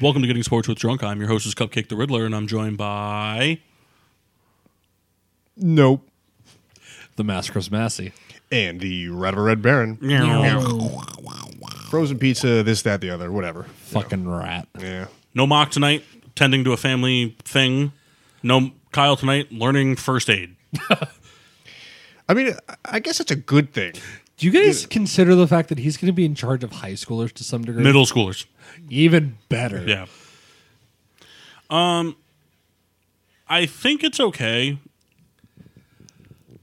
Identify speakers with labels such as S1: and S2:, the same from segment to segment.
S1: Welcome to Getting Sports with Drunk. I'm your host, is Cupcake the Riddler, and I'm joined by
S2: Nope.
S3: The Mascaras Massey.
S2: And the Rat of a Red Baron. Frozen pizza, this, that, the other, whatever.
S3: Fucking rat.
S2: Yeah.
S1: no mock tonight, tending to a family thing. No Kyle tonight, learning first aid.
S2: I mean, I- I guess it's a good thing.
S3: Do you guys consider the fact that he's going to be in charge of high schoolers to some degree?
S1: Middle schoolers.
S3: Even better.
S1: Yeah. Um, I think it's okay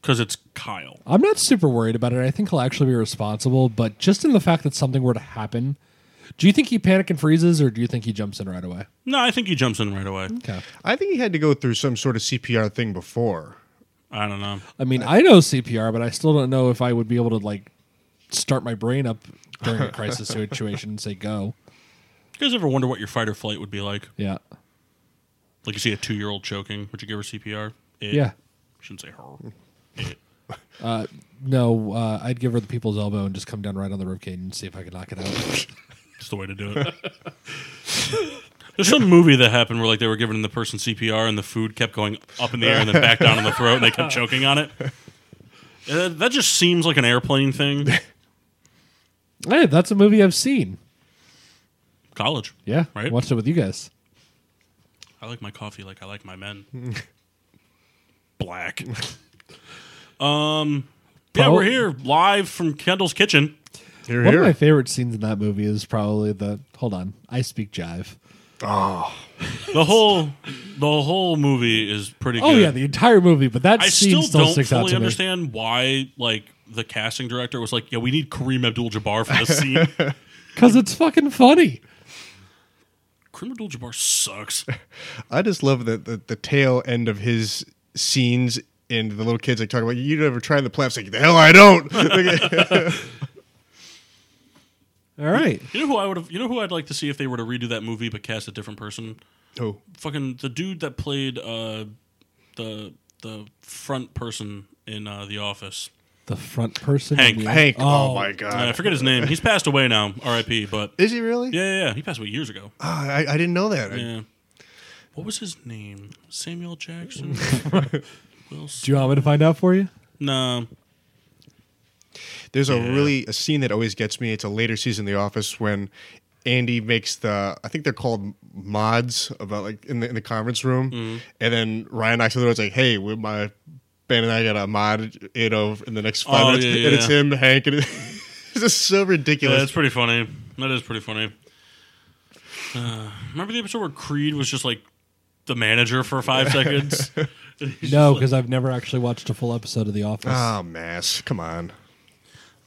S1: because it's Kyle.
S3: I'm not super worried about it. I think he'll actually be responsible, but just in the fact that something were to happen, do you think he panic and freezes or do you think he jumps in right away?
S1: No, I think he jumps in right away.
S3: Okay.
S2: I think he had to go through some sort of CPR thing before.
S1: I don't know.
S3: I mean, I know CPR, but I still don't know if I would be able to like start my brain up during a crisis situation and say go.
S1: You guys ever wonder what your fight or flight would be like?
S3: Yeah.
S1: Like you see a two year old choking, would you give her CPR? It-
S3: Yeah.
S1: Shouldn't say her.
S3: No, uh, I'd give her the people's elbow and just come down right on the ribcage and see if I could knock it out.
S1: It's the way to do it. There's some movie that happened where like they were giving the person CPR and the food kept going up in the air and then back down in the throat and they kept choking on it. Uh, that just seems like an airplane thing.
S3: hey, that's a movie I've seen.
S1: College.
S3: Yeah,
S1: Right?
S3: Watched it with you guys.
S1: I like my coffee like I like my
S3: Mm-hmm.
S1: men. Black. Um Yeah,
S3: Paul?
S1: we're here live from Kendall's kitchen.
S2: Here,
S3: One of my
S2: here.
S3: favorite scenes in that movie is probably the. Hold on, I speak jive.
S1: The whole the whole movie is pretty
S3: Oh
S1: good.
S3: yeah, the entire movie, but that
S1: I
S3: scene
S1: still,
S3: still
S1: don't
S3: sticks out
S1: fully
S3: to me.
S1: understand why like the casting director was like, "Yeah, we need Kareem Abdul-Jabbar for this scene."
S3: Because it's fucking funny.
S1: Kareem Abdul-Jabbar sucks.
S2: I just love the, the, the tail end of his scenes and the little kids like talking about you never tried the plants like the hell I don't.
S3: All right,
S1: You know who I would have? You know who I'd like to see if they were to redo that movie but cast a different person?
S2: oh,
S1: Fucking the dude that played uh, the the front person in uh, The Office.
S3: the front person.
S1: Hank.
S3: in the-
S2: Hank. Oh,
S3: Oh.
S2: my
S1: Uh, I
S2: god.
S1: forget his name. He's passed away now, R.I.P. But yeah,
S2: Is he really?
S1: yeah, yeah, he passed away years ago.
S2: Oh, I, I didn't know that.
S1: Yeah. What was his name? Samuel Jackson. Wilson.
S3: Do you want me to find out for you?
S1: No,
S2: There's a really a scene that always gets me. It's a later season of The Office when Andy makes the I think they're called mods about like in the in the conference room,
S1: Mm-hmm.
S2: and then Ryan knocks on the door. It's like, hey, with my band and I got a mod eight of in the next five
S1: Oh,
S2: minutes,
S1: yeah,
S2: and it's
S1: yeah.
S2: him, Hank, and it- it's just so
S1: Yeah, that's
S2: ridiculous.
S1: pretty funny. That is pretty funny. Uh, remember the episode where Creed was just like the manager for five seconds?
S3: No, because I've never actually watched a full episode of The Office.
S2: Ah, mass, come on.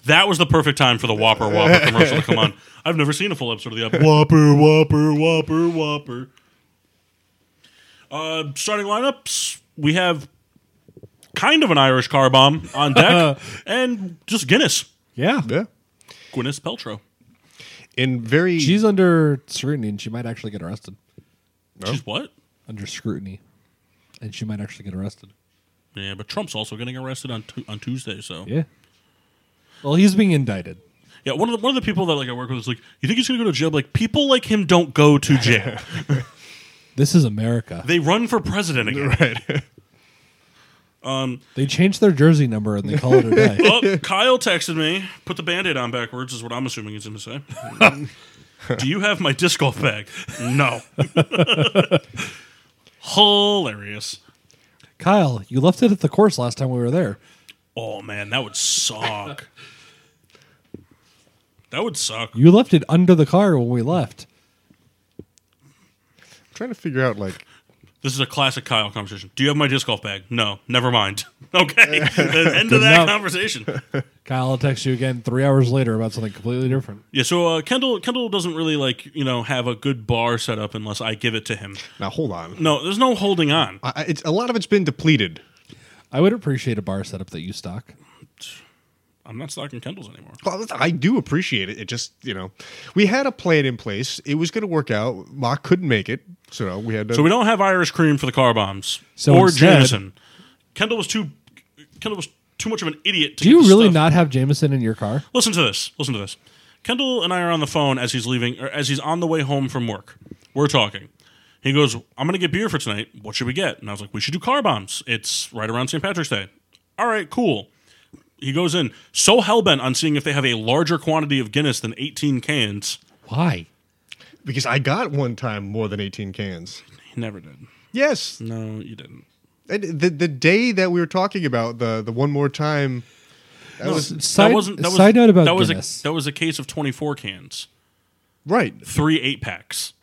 S1: That was the perfect time for the Whopper Whopper commercial to come on. I've never seen a full episode of the Whopper.
S2: Whopper, whopper,
S1: Whopper Whopper. Uh, starting lineups, we have kind of an Irish car bomb on deck, and just Guinness,
S3: yeah,
S2: Yeah,
S1: Gwyneth Paltrow.
S2: in very
S3: she's under scrutiny, and she might actually get arrested.
S1: She's what?
S3: Under scrutiny, and she might actually get arrested.
S1: Yeah, but Trump's also getting arrested on Tu on Tuesday, so
S3: Yeah. Well, he's being indicted.
S1: Yeah, one of the one of the people that like I work with is like, you think he's gonna go to jail? Like people like him don't go to jail.
S3: This is America.
S1: they run for president again.
S3: They changed their jersey number and they call it a day.
S1: Oh, Kyle texted me, put the band-aid on backwards, is what I'm assuming he's gonna say. Do you have my disc golf bag? No. Hilarious.
S3: Kyle, you left it at the course last time we were there.
S1: Oh man, that would suck. that would suck.
S3: You left it under the car when we left.
S2: trying to figure out like
S1: This is a classic Kyle conversation. Do you have my disc golf bag? No. Never mind. Okay. End of that
S3: enough.
S1: conversation.
S3: Kyle will text you again three hours later about something completely different.
S1: Yeah. So uh, Kendall Kendall doesn't really like you know have a good bar set up unless I give it to him.
S2: Now hold on.
S1: No, there's no holding on.
S2: I, I- it's a lot of it's been depleted.
S3: I would appreciate a bar setup that you stock.
S1: I'm not stocking Kendall's anymore.
S2: Well, I do appreciate it. It just you know, we had a plan in place. It was going to work out. Mock couldn't make it, so we had to.
S1: So we don't have Irish cream for the car bombs
S3: So
S1: or
S3: instead-
S1: Jameson. Kendall was too Kendall was too much of an idiot. To
S3: Do
S1: get
S3: you
S1: the
S3: really
S1: stuff.
S3: not have Jameson in your car?
S1: Listen to this. Listen to this. Kendall and I are on the phone as he's leaving, or as he's on the way home from work. We're talking. He goes, I'm going to get beer for tonight. What should we get? And I was like, we should do car bombs. It's right around St. Patrick's Day. All right, cool. He goes in, so hellbent on seeing if they have a larger quantity of Guinness than 18 cans.
S3: Why?
S2: because I got one time more than eighteen cans.
S1: He never did.
S2: Yes,
S1: No, you didn't.
S2: and the the day that we were talking about the the one more time. That was
S3: Side,
S1: that wasn't. That was,
S3: side note about
S1: that was
S3: Guinness.
S1: A, that was a case of 24 cans,
S2: right,
S1: three eight packs.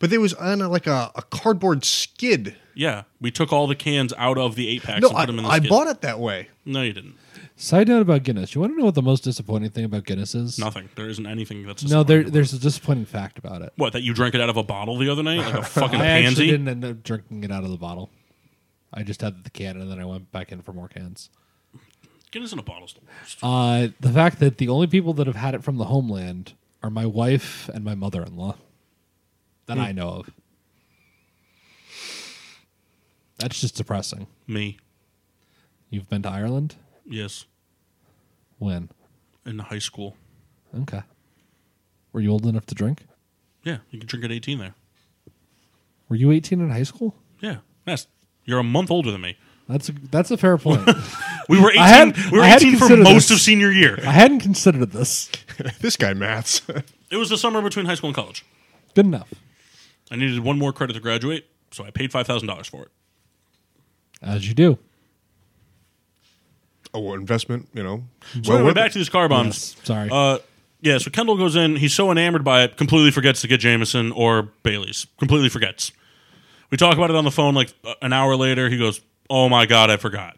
S2: but it was on a, like a, a cardboard skid.
S1: Yeah, we took all the cans out of the eight packs
S2: No,
S1: and
S2: I,
S1: put them in the
S2: I
S1: skid.
S2: bought it that way.
S1: No, you didn't.
S3: Side note about Guinness. You want to know what the most disappointing thing about Guinness is?
S1: Nothing. There isn't anything that's
S3: No, there,
S1: disappointing.
S3: there's a disappointing fact about it.
S1: What that you drank it out of a bottle the other night, like a fucking
S3: I actually
S1: pansy?
S3: didn't end up drinking it out of the bottle. I just had the can and then I went back in for more cans.
S1: Guinness in a bottle's the worst.
S3: Uh, the fact that the only people that have had it from the homeland are my wife and my mother in law that I know of. That's just depressing.
S1: Me,
S3: You've been to Ireland?
S1: yes,
S3: When?
S1: in high school.
S3: Okay. Were you old enough to drink?
S1: Yeah, you could drink at eighteen there.
S3: Were you 18 in high school?
S1: Yeah, yes. You're a month older than me.
S3: That's a, that's a fair point.
S1: We were eighteen.
S3: had-
S1: we were
S3: I had to
S1: eighteen for
S3: consider
S1: most
S3: this.
S1: of senior year.
S3: I hadn't considered this.
S2: This guy maths.
S1: It was the summer between high school and college.
S3: Good enough.
S1: I needed one more credit to graduate, so I paid five thousand dollars for it.
S3: As you do.
S2: oh, well, investment. You know.
S1: So
S2: well
S1: we're
S2: worth
S1: back
S2: it.
S1: to these car bombs.
S3: Yes, sorry.
S1: Uh, yeah, so Kendall goes in. He's so enamored by it, completely forgets to get Jameson or Bailey's. Completely forgets. We talk about it on the phone like uh, an hour later. He goes, Oh my God, I forgot.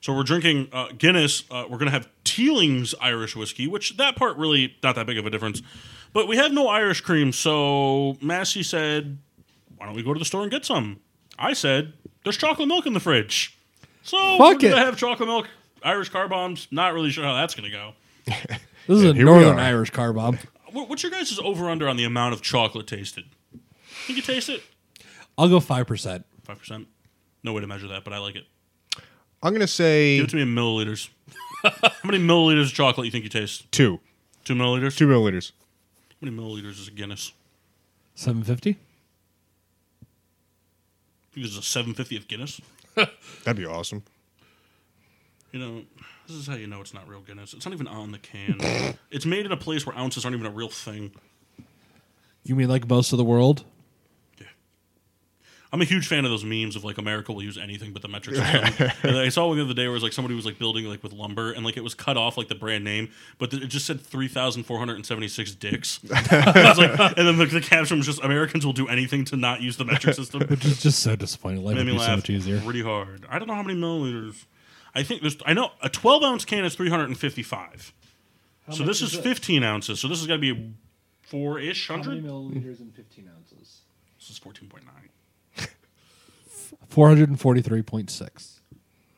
S1: So we're drinking uh, Guinness. Uh, we're going to have Teeling's Irish whiskey, which that part really not that big of a difference. But we have no Irish cream. So Massey said, Why don't we go to the store and get some? I said, There's chocolate milk in the fridge. So
S3: Fuck
S1: we're going
S3: it.
S1: to have chocolate milk, Irish car bombs. Not really sure how that's going to go.
S3: this is a
S2: here we
S3: Northern
S2: are.
S3: Irish car bomb.
S1: What- What's your guys' over under on the amount of chocolate tasted? Think you taste it?
S3: I'll go 5%.
S1: Five percent. No way to measure that, but I like it.
S2: I'm gonna say
S1: Give it to me in milliliters. How many milliliters of chocolate you think you taste?
S2: two,
S1: Two milliliters.
S2: two milliliters.
S1: How many milliliters is a Guinness?
S3: 750?
S1: I think this is a seven fiftieth Guinness.
S2: That'd be awesome.
S1: You know, this is how you know it's not real Guinness. It's not even on the can. it's made in a place where ounces aren't even a real thing.
S3: You mean like most of the world?
S1: I'm a huge fan of those memes of like America will use anything but the metric system. And I saw one the other day where it was like somebody was like building like with lumber and like it was cut off like the brand name, but th- it just said three thousand four hundred and seventy six dicks. I was like- and then the, the caption was just Americans will do anything to not use the metric system. It
S3: It's just so disappointing. Life
S1: made
S3: would
S1: me
S3: be so
S1: laugh
S3: much easier.
S1: pretty hard. I don't know how many milliliters. I think there's. I know a twelve ounce can is three hundred and fifty five. So this is, fifteen ounces. So this is got to be four ish hundred.
S3: milliliters in 15 ounces?
S1: This is fourteen point nine.
S3: 443.6.
S1: All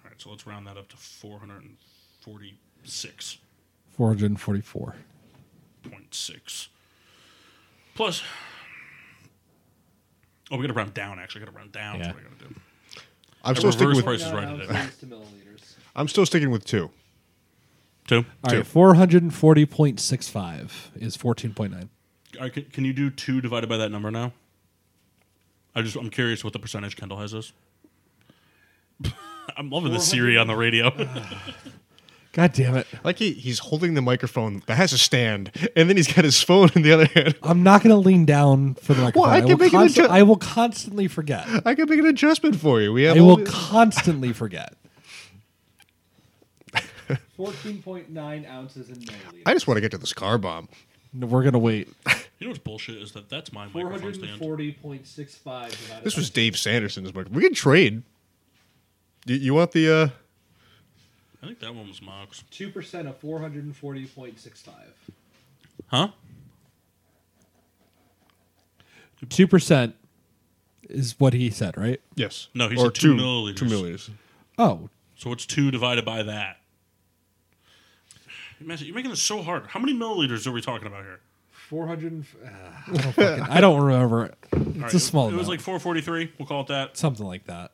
S1: right, so let's round that up to 446.6.
S3: 444.
S1: Plus, oh, we got to round down, actually. got to round down. That's
S3: Yeah.
S1: what I got to do.
S2: I'm
S1: The
S2: still sticking
S1: reverse
S2: with.
S1: price is right at it.
S2: I'm still sticking with two.
S1: Two.
S3: All right, 440.65 is 14.9.
S1: All right, can, can you do two divided by that number now? I just, I'm curious what the percentage Kendall has is. I'm loving this Siri on the radio.
S3: God damn it.
S2: Like he, he's holding the microphone that has a stand, and then he's got his phone in the other hand.
S3: I'm not going to lean down for the microphone.
S2: I
S3: I,
S2: can
S3: will
S2: make an
S3: const-
S2: adju-
S3: I will constantly forget.
S2: I can make an adjustment for you. We have
S3: I
S2: all
S3: will
S2: the-
S3: constantly forget. 14.9 ounces in milliliters.
S2: I just want to get to this car bomb.
S3: We're gonna wait.
S1: You know what's bullshit is that that's my
S4: Four
S1: microphone
S4: hundred
S1: stand.
S4: and forty point six five.
S2: This was Dave Sanderson's book. We can trade. You, you want the? uh
S1: I think that one was Mox.
S4: two percent of four hundred and forty point six five.
S1: Huh?
S3: Two percent is what he said, right?
S2: Yes.
S1: No, he
S2: or
S1: said two milliliters.
S2: Two milliliters.
S3: Oh,
S1: So it's two divided by that. Imagine, you're making this so hard. How many milliliters are we talking about here?
S4: Four hundred and ah.
S3: fucking- I don't remember. it. It's
S1: All right,
S3: a small.
S1: It was like
S3: amount.
S1: 443. We'll call it that.
S3: something like that.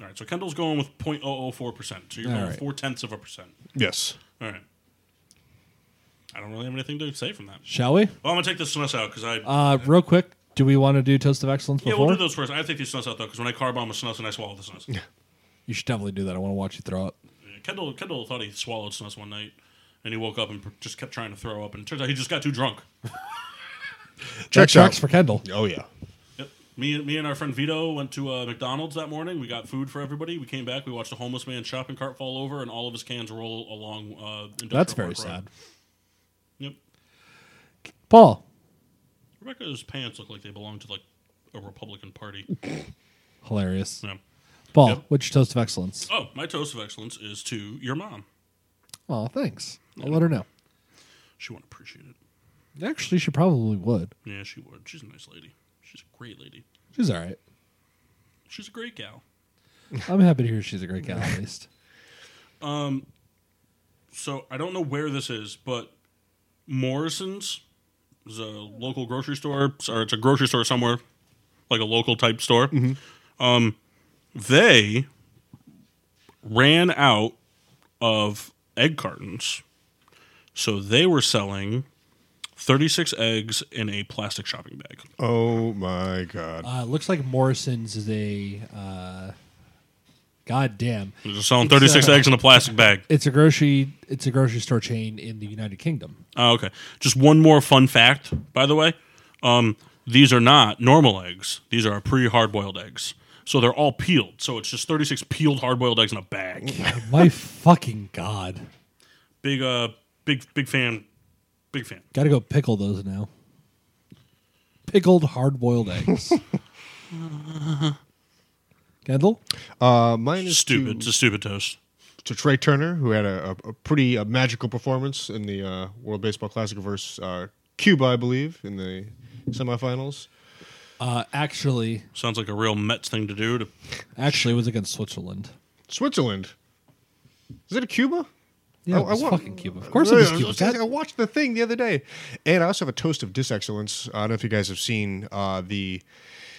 S1: All right. So Kendall's going with 0.004 percent. So you're
S3: All
S1: going
S3: right.
S1: four tenths of a percent.
S2: Yes.
S1: All right. I don't really have anything to say from that.
S3: Shall we?
S1: Well, I'm gonna take the snus out because I.
S3: Uh, real quick, do we want to do toast of excellence
S1: yeah,
S3: before?
S1: we'll do those first. I take these snus out though because when I car bomb a snus and I swallow the snus. Yeah,
S3: you should definitely do that. I want to watch you throw it.
S1: Kendall Kendall thought he swallowed snus one night, and he woke up and pr- just kept trying to throw up, and it turns out he just got too drunk.
S2: Check
S3: that tracks
S2: out.
S3: for Kendall.
S2: Oh yeah.
S1: Yep. Me and me and our friend Vito went to uh, McDonald's that morning. We got food for everybody. We came back. We watched a homeless man's shopping cart fall over, and all of his cans roll along. Uh, Industrial
S3: That's very
S1: Park Road.
S3: sad.
S1: Yep.
S3: Paul,
S1: Rebecca's pants look like they belong to like a Republican Party.
S3: hilarious.
S1: yeah.
S3: Paul,
S1: Yep.
S3: what's your toast of excellence?
S1: Oh, my toast of excellence is to your mom.
S3: Oh, thanks. I'll let her know.
S1: She won't appreciate it.
S3: Actually, she probably would.
S1: Yeah, she would. She's a nice lady. She's a great lady.
S3: She's all right.
S1: She's a great gal.
S3: I'm happy to hear she's a great gal, at least.
S1: So I don't know where this is, but Morrison's is a local grocery store, or it's a grocery store somewhere, like a local type store. Um, they ran out of egg cartons, so they were selling thirty-six eggs in a plastic shopping bag.
S2: Oh my god.
S3: Uh, looks like Morrison's is a. Uh, God damn!
S1: They're just selling thirty-six
S3: uh,
S1: eggs in a plastic bag.
S3: It's a grocery. It's a grocery store chain in the United Kingdom.
S1: Oh, okay. Just one more fun fact, by the way. Um, these are not normal eggs. These are pre hard boiled eggs. So they're all peeled. So it's just 36 peeled hard boiled eggs in a bag.
S3: My fucking god!
S1: big, uh, big, big fan. Big fan.
S3: Got to go pickle those now. Pickled hard-boiled eggs. Kendall,
S2: Uh, mine is
S1: Stupid.
S2: To,
S1: It's a stupid toast.
S2: to Trey Turner, who had a, a, a pretty uh magical performance in the uh, World Baseball Classic versus uh, Cuba, I believe, in the semifinals.
S3: uh, actually,
S1: Sounds like a real Mets thing to do. To
S3: actually, it was against Switzerland.
S2: Switzerland. Is it a Cuba?
S3: Yeah,
S2: I-
S3: it was
S2: I wa-
S3: fucking Cuba. Of course, it Oh, was
S2: I-
S3: Cuba.
S2: I, I watched the thing the other day, and I also have a toast of disexcellence. I don't know if you guys have seen uh, the.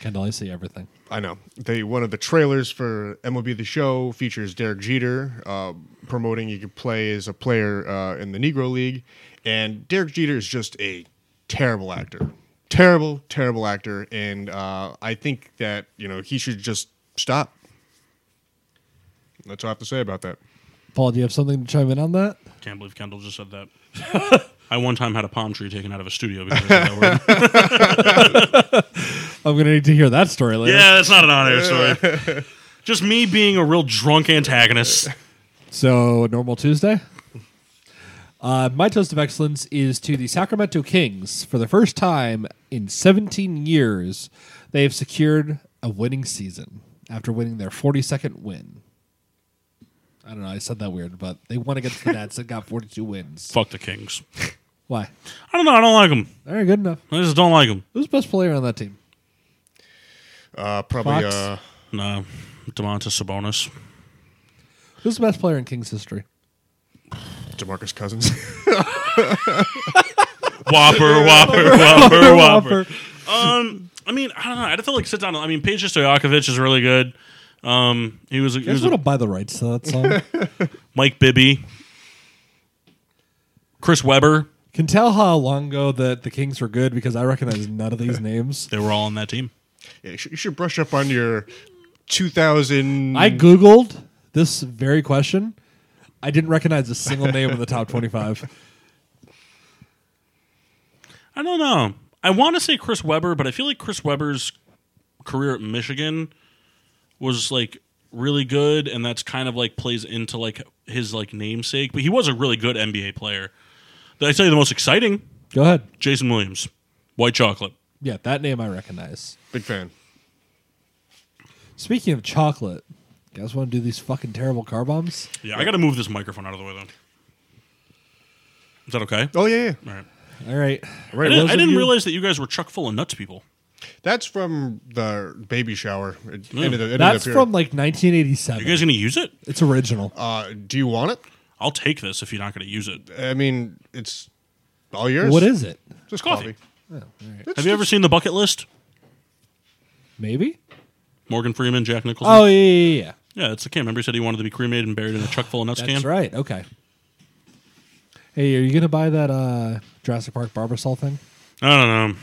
S3: Kendall, I see everything.
S2: I know they one of the trailers for MLB The Show features Derek Jeter uh, promoting you could play as a player uh, in the Negro League, and Derek Jeter is just a terrible actor, terrible, terrible actor, and uh, I think that you know he should just stop. That's all I have to say about that.
S3: Paul, do you have something to chime in on that?
S1: can't believe Kendall just said that. I one time had a palm tree taken out of a studio because I said that word.
S3: I'm going to need to hear that story later.
S1: yeah, that's not an on air story. Just me being a real drunk antagonist.
S3: So, normal Tuesday. Uh, my toast of excellence is to the Sacramento Kings. For the first time in 17 years, they have secured a winning season after winning their 42nd win. I don't know. I said that weird, but they won against the Nets and got 42 wins.
S1: Fuck the Kings.
S3: Why?
S1: I don't know. I don't like them.
S3: All right, good enough.
S1: I just don't like them.
S3: Who's the best player on that team?
S2: Uh, probably
S3: Fox?
S2: uh,
S1: No, Demontis Sabonis.
S3: Who's the best player in Kings history?
S2: Demarcus Cousins.
S1: Whopper, whopper, whopper, whopper. Um, I mean, I don't know. I'd have to like sit down. I mean, Page Stojakovic is really good. Um, he was, a, he
S3: You guys
S1: was a-
S3: want to buy the rights to that song?
S1: Mike Bibby, Chris Webber.
S3: Can tell how long ago that the Kings were good because I recognize none of these names.
S1: They were all on that team.
S2: Yeah, you, should, you should brush up on your 2000.
S3: I googled this very question. I didn't recognize a single name in the top twenty-five.
S1: I don't know. I want to say Chris Webber, but I feel like Chris Webber's career at Michigan was like really good, and that's kind of like plays into like his like namesake. But he was a really good NBA player. Did I tell you the most exciting
S3: Go ahead.
S1: Jason Williams, White Chocolate.
S3: Yeah, that name I recognize.
S2: Big fan.
S3: Speaking of chocolate, you guys want to do these fucking terrible car bombs?
S1: Yeah, I got to move this microphone out of the way though. Is that okay?
S2: Oh yeah, yeah.
S1: All right.
S3: All right.
S2: All
S1: I
S2: right.
S1: didn't,
S3: those
S1: I
S3: of
S1: didn't
S3: you-
S1: realize that you guys were chuck full of nuts people.
S2: That's from the baby shower. It ended, it ended
S3: Mm. That's
S2: up here.
S3: from like
S1: You
S3: 1987.
S1: guys gonna use it?
S3: it's original.
S2: Uh, do you want it?
S1: I'll take this if you're not gonna use it.
S2: I mean, it's all yours.
S3: What is it?
S2: just
S1: Coffee.
S2: coffee?
S1: Have you ever seen the bucket list?
S3: Maybe?
S1: Morgan Freeman, Jack Nicholson.
S3: Oh, yeah, yeah, yeah.
S1: yeah, that's the can. Remember, he said he wanted to be cremated and buried in a chuck full of nuts can.
S3: That's right. Okay. Hey, are you going to buy that uh, Jurassic Park Barbasol thing?
S1: I don't know.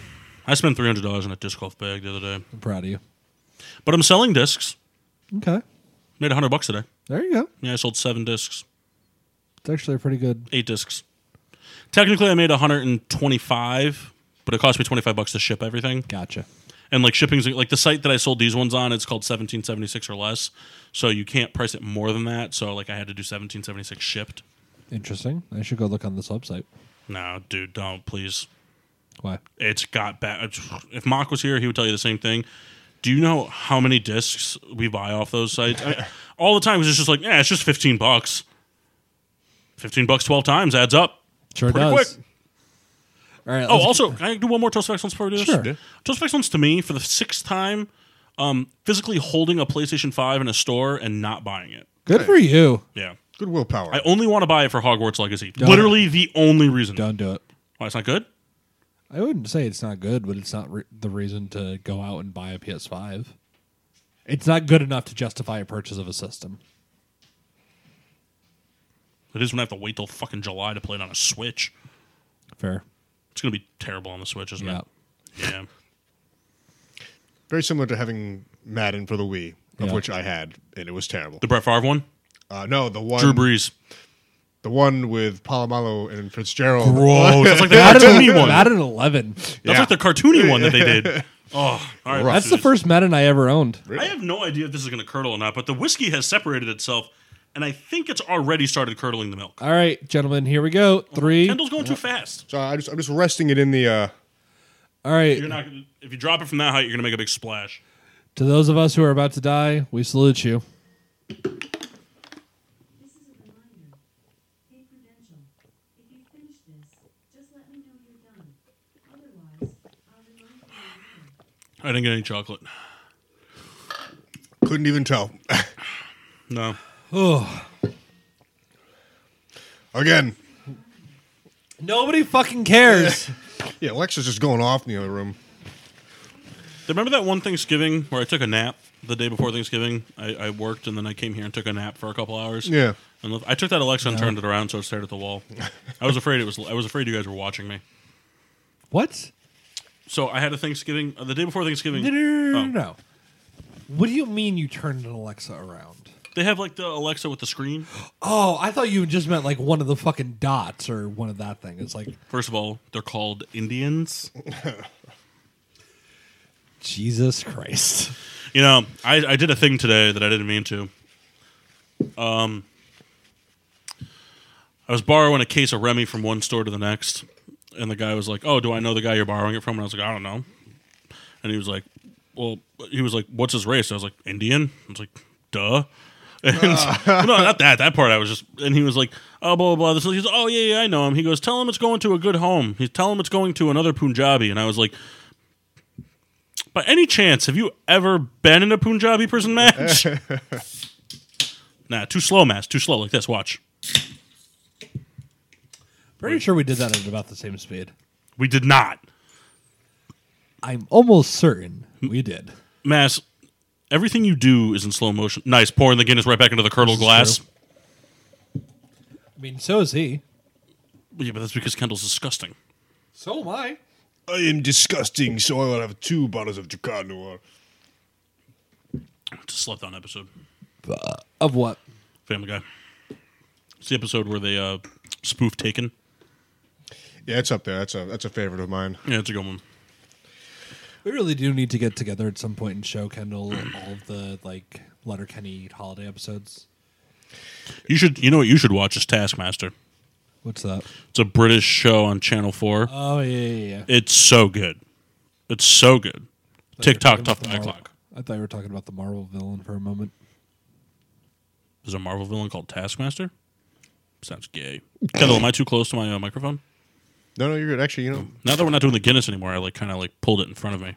S1: I spent three hundred dollars on a disc golf bag the other day,
S3: I'm proud of you.
S1: but I'm selling discs.
S3: Okay.
S1: Made hundred bucks today.
S3: There you go.
S1: Yeah, I sold seven discs,
S3: It's actually a pretty good.
S1: eight discs. Technically, I made one hundred and twenty-five, but it cost me twenty-five bucks to ship everything.
S3: Gotcha.
S1: And like shipping's like the site that I sold these ones on, it's called seventeen seventy-six or less, so you can't price it more than that. So like I had to do seventeen seventy-six shipped.
S3: Interesting. I should go look on this website.
S1: No, dude, don't please.
S3: Why?
S1: it's got bad. If Mock was here, he would tell you the same thing. Do you know how many discs we buy off those sites? I mean, all the time, it's just like, yeah, it's just 15 bucks. 15 bucks 12 times adds up.
S3: Sure
S1: Pretty
S3: does.
S1: quick.
S3: All right.
S1: Oh,
S3: let's-
S1: also, can I do one more Toast of Excellence before we do this?
S3: Sure. Yeah.
S1: Toast of Excellence to me, for the sixth time, um, physically holding a PlayStation 5 in a store and not buying it.
S3: good for you.
S1: Yeah.
S2: Good willpower.
S1: I only want to buy it for Hogwarts Legacy. Literally the only reason.
S3: Don't do it.
S1: Why, it's not good?
S3: I wouldn't say it's not good, but it's not re- the reason to go out and buy a PS5. It's not good enough to justify a purchase of a system.
S1: It is when I have to wait till fucking July to play it on a Switch.
S3: Fair.
S1: It's going to be terrible on the Switch, isn't
S3: Yeah.
S1: it? Yeah.
S2: Very similar to having Madden for the Wii, of
S3: Yeah.
S2: which I had, and it was terrible.
S1: The Brett Favre one?
S2: Uh, no, the one,
S1: Drew Brees.
S2: the one with Palomalo and Fitzgerald.
S1: Gross. That's like the
S3: Madden,
S1: cartoony one. That's
S3: Madden 11.
S1: like the cartoony one that they did. Oh, all right.
S2: Rough.
S3: That's
S1: let's
S3: the
S1: do this.
S3: first Madden I ever owned.
S1: I have no idea if this is going to curdle or not, but the whiskey has separated itself, and I think it's already started curdling the milk.
S3: All right, gentlemen, here we go. Three.
S1: Kendall's going too fast.
S2: So I just, I'm just resting it in the. Uh,
S3: All right.
S1: You're not. gonna- If you drop it from that height, you're going to make a big splash.
S3: To those of us who are about to die, we salute you.
S5: This is a reminder. Hey Prudential, if you finish this, just let me know you're done. Otherwise, I'll remind you later.
S1: I didn't get any chocolate.
S2: couldn't even tell.
S1: No.
S3: Oh,
S2: Again,
S3: nobody fucking cares.
S2: yeah, Alexa's just going off in the other room.
S1: Remember that one Thanksgiving where I took a nap the day before Thanksgiving? I, I worked and then I came here and took a nap for a couple hours.
S2: Yeah.
S1: And I took that Alexa and turned it around so it stared at the wall. I was afraid it was. I was afraid you guys were watching me.
S3: what?
S1: So I had a Thanksgiving uh, the day before Thanksgiving.
S3: No, no, no, no,
S1: Oh.
S3: no, no. What do you mean you turned an Alexa around?
S1: They have like the Alexa with the screen.
S3: Oh, I thought you just meant like one of the fucking dots or one of that thing. It's like
S1: First of all, they're called Indians.
S3: Jesus Christ.
S1: You know, I, I did a thing today that I didn't mean to. Um, I was borrowing a case of Remy from one store to the next, and the guy was like, "Oh, do I know the guy you're borrowing it from?" And I was like, "I don't know." And he was like, "Well," he was like, "What's his race?" I was like, "Indian." I was like, "Duh." And no, not that. That part I was just. And he was like, "Oh, blah blah blah." This, he's, "Oh yeah, yeah, I know him." He goes, "Tell him it's going to a good home." He's tell him it's going to another Punjabi. And I was like, by any chance, have you ever been in a Punjabi prison match? nah, too slow, Mass. Too slow like this. Watch.
S3: Pretty sure we did that at about the same speed.
S1: We did not.
S3: I'm almost certain we did.
S1: Mass, everything you do is in slow motion. Nice. Pouring the Guinness right back into the curdled
S3: is
S1: glass.
S3: true. I mean, so is he.
S1: Yeah, but that's because Kendall's disgusting.
S3: So am I.
S2: I am disgusting, so I will have two bottles of Jacquard Noir.
S1: It's a slept on episode.
S3: Of what?
S1: Family Guy. It's the episode where they uh, spoof Taken.
S2: Yeah, it's up there. That's a that's a favorite of mine.
S1: Yeah, it's a good one.
S3: We really do need to get together at some point and show Kendall all of the like Letterkenny holiday episodes.
S1: You should. You know what you should watch is Taskmaster.
S3: What's that?
S1: It's a British show on Channel Four.
S3: Oh yeah, yeah, yeah.
S1: it's so good. It's so good. TikTok tough nine
S3: Marvel-
S1: o'clock.
S3: I thought you were talking about the Marvel villain for a moment.
S1: There's a Marvel villain called Taskmaster. Sounds gay. Kendall, am I too close to my uh, microphone?
S2: No, no, you're good. Actually, you know,
S1: Now that we're not doing the Guinness anymore, I like kind of like pulled it in front of me.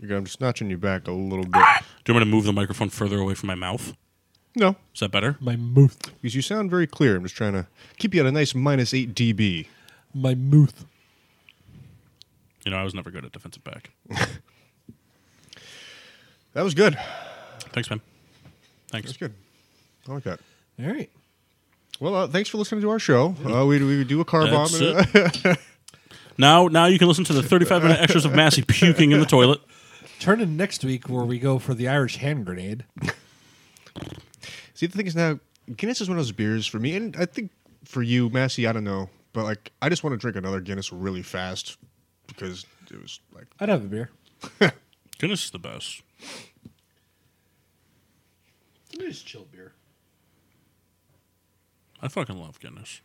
S2: you're good. I'm just notching you back a little bit.
S1: Do you want me to move the microphone further away from my mouth?
S2: No,
S1: Is that better?
S3: My mooth.
S2: because you sound very clear. I'm just trying to keep you at a nice minus eight dB.
S3: My mooth.
S1: You know, I was never good at defensive back.
S2: That was good.
S1: Thanks, man. Thanks.
S2: That's good. I like that.
S3: All right.
S2: Well, uh, thanks for listening to our show. Uh, we, we do a car bomb.
S1: That's
S2: And,
S1: it. now, now you can listen to the 35 minute extras of Massey puking in the toilet.
S3: Turn in next week where we go for the Irish hand grenade.
S2: See, the thing is now, Guinness is one of those beers for me, and I think for you, Massey, I don't know, but like, I just want to drink another Guinness really fast because it was like,
S3: I'd have a beer.
S1: Guinness is the best.
S4: It's a nice chilled beer.
S1: I fucking love Guinness.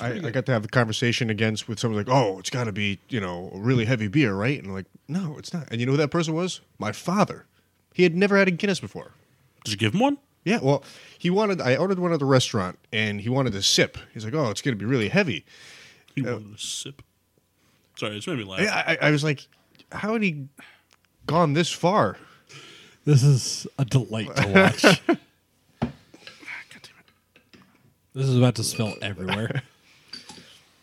S2: I, I got to have the conversation again with someone like, oh, it's got to be, you know, a really heavy beer, right? And I'm like, no, it's not. And you know who that person was? My father. He had never had a Guinness before.
S1: Did you give him one?
S2: Yeah, well, he wanted, I ordered one at the restaurant and he wanted a sip. He's like, oh, it's going to be really heavy.
S1: You wanted a sip. Sorry, it's made me laugh.
S2: I, I, I was like, how had he gone this far?
S3: This is a delight to watch.
S1: God damn it.
S3: this is about to spill everywhere.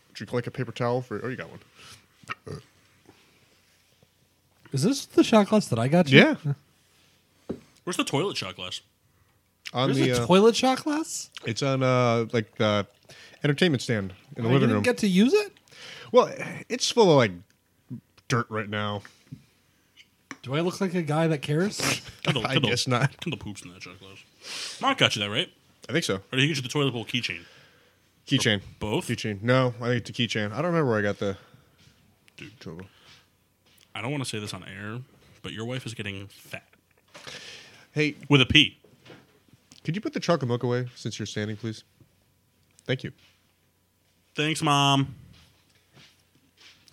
S2: Would you like a paper towel for? Oh, you got one.
S3: Is this the shot glass that I got you?
S2: Yeah,
S1: Where's the toilet shot glass?
S2: on
S3: There's
S2: the
S3: a
S2: uh,
S3: toilet shot glass?
S2: it's on uh like the entertainment stand in the
S3: I
S2: living
S3: didn't
S2: room.
S3: get to use it?
S2: well, it's full of like dirt right now.
S3: Do I look like a guy that cares?
S1: Kendall,
S2: I
S1: Kendall-
S2: guess not.
S1: Kendall poops in that shot glass. Mark got you that, right?
S2: I think so.
S1: Or did he get you the toilet bowl keychain?
S2: Keychain.
S1: Both?
S2: Keychain. No, I think it's a keychain. I don't remember where I got the.
S1: Dude.
S2: trouble.
S1: I don't want to say this on air, but your wife is getting fat.
S2: Hey,
S1: With a P.
S2: could you put the chocolate milk away since you're standing, please? Thank you.
S1: Thanks, Mom.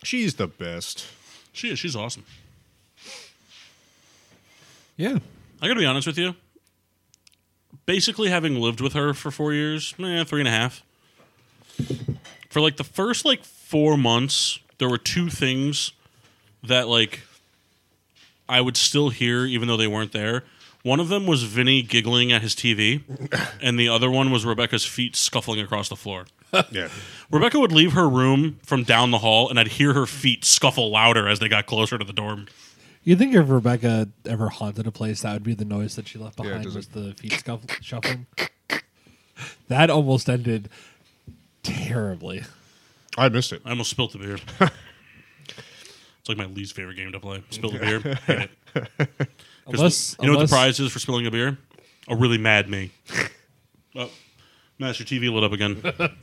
S2: She's the best.
S1: She is. She's awesome.
S3: yeah.
S1: I gotta be honest with you. Basically, having lived with her for four years, eh, three and a half. For like the first like four months, there were two things that like I would still hear, even though they weren't there. One of them was Vinny giggling at his TV, and the other one was Rebecca's feet scuffling across the floor.
S2: yeah.
S1: Rebecca would leave her room from down the hall, and I'd hear her feet scuffle louder as they got closer to the dorm.
S3: You think if Rebecca ever haunted a place, that would be the noise that she left
S2: Yeah, it
S3: behind
S2: does
S3: was the feet scuff- shuffling? That almost ended terribly.
S2: I missed it.
S1: I almost spilt the beer. it's like my least favorite game to play. Spill the beer. Hate it. 'Cause
S3: Unless,
S1: the- you know what
S3: unless-
S1: the prize is for spilling a beer? A really mad me. oh, Master TV lit up again. it's like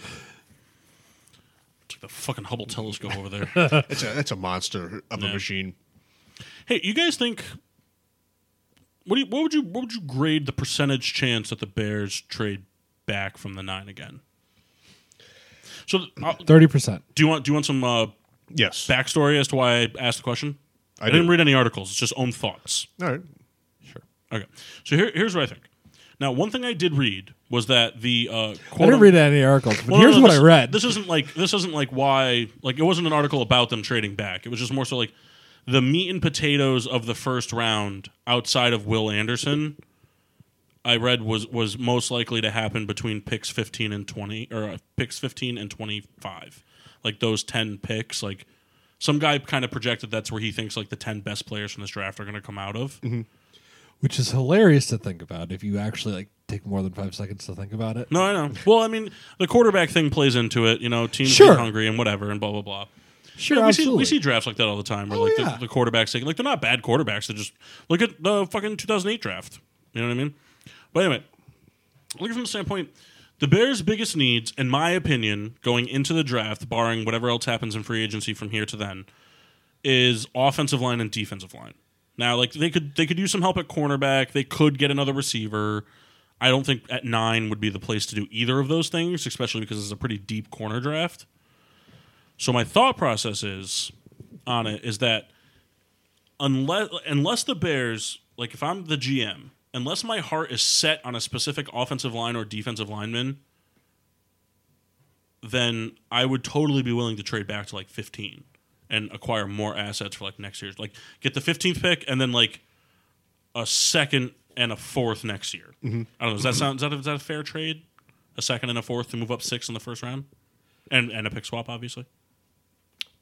S1: the fucking Hubble telescope over there.
S2: It's a that's a monster of a
S1: Yeah.
S2: machine.
S1: hey, you guys think? What do you, what would you what would you grade the percentage chance that the Bears trade back from the nine again? So, uh,
S3: 30%.
S1: do you want do you want some uh,
S2: Yes.
S1: backstory as to why I asked the question? I,
S2: I
S1: didn't
S2: do.
S1: read any articles. It's just own thoughts.
S2: All right.
S1: Okay. So here, here's what I think. Now, one thing I did read was that the uh,
S3: I didn't read any articles, but
S1: Well, no,
S3: here's
S1: no,
S3: what
S1: this-
S3: I read.
S1: This isn't like this isn't like why like it wasn't an article about them trading back. It was just more so like the meat and potatoes of the first round outside of Will Anderson. I read was was most likely to happen between picks 15 and 20 or uh, picks 15 and 25. Like those 10 picks like some guy kind of projected that's where he thinks like the 10 best players from this draft are going to come out of.
S3: Mm-hmm. which is hilarious to think about if you actually like take more than five seconds to think about it.
S1: No, I know. Well, I mean, the quarterback thing plays into it. You know, teams
S3: Sure.
S1: get hungry and whatever, and blah blah blah.
S3: Sure,
S1: You know, we see
S3: absolutely.
S1: we see drafts like that all the time, where
S3: Oh,
S1: like
S3: yeah.
S1: the, the quarterbacks taking like they're not bad quarterbacks. They just look at the fucking 2008 draft. You know what I mean? But anyway, looking from the standpoint, the Bears' biggest needs, in my opinion, going into the draft, barring whatever else happens in free agency from here to then, is offensive line and defensive line. Now, like they could they could use some help at cornerback. They could get another receiver. I don't think at nine would be the place to do either of those things, especially because it's a pretty deep corner draft. So my thought process is on it is that unless unless the Bears, like if I'm the GM, unless my heart is set on a specific offensive line or defensive lineman, then I would totally be willing to trade back to like 15 and acquire more assets for like next year's. Like get the 15th pick and then like a second and a fourth next year. I don't know. Does that sound? Is that, is that a fair trade? A second and a fourth to move up six in the first round, and and a pick swap, obviously.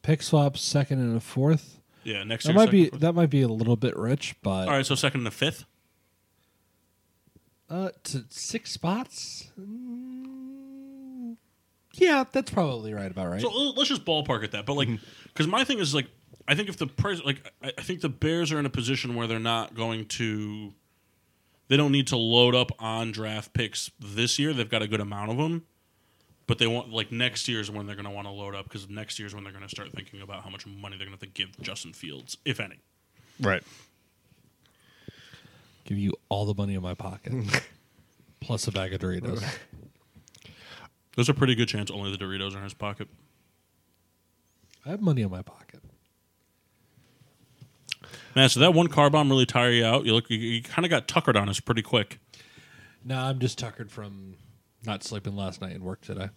S3: Pick swap second and a fourth.
S1: Yeah, next
S3: That
S1: year.
S3: might
S1: second
S3: be
S1: and fourth.
S3: that might be a little bit rich, but
S1: All right, so second and a fifth.
S3: uh, to six spots. Mm, yeah, that's probably right about right. Mm-hmm.
S1: So l- let's just ballpark at that. But like, because my thing is like, I think if the price, like, I, I think the Bears are in a position where they're not going to, they don't need to load up on draft picks this year. They've got a good amount of them, but they want like next year's when they're going to want to load up because next year's when they're going to start thinking about how much money they're going to have to give Justin Fields, if any.
S2: Right.
S3: Give you all the money in my pocket, plus a bag of Doritos.
S1: There's a pretty good chance only the Doritos are in his pocket.
S3: I have money in my pocket.
S1: Man, so that one car bomb really tire you out. You look, you, you kind of got tuckered on us pretty quick.
S3: No, I'm just tuckered from not sleeping last night and work today.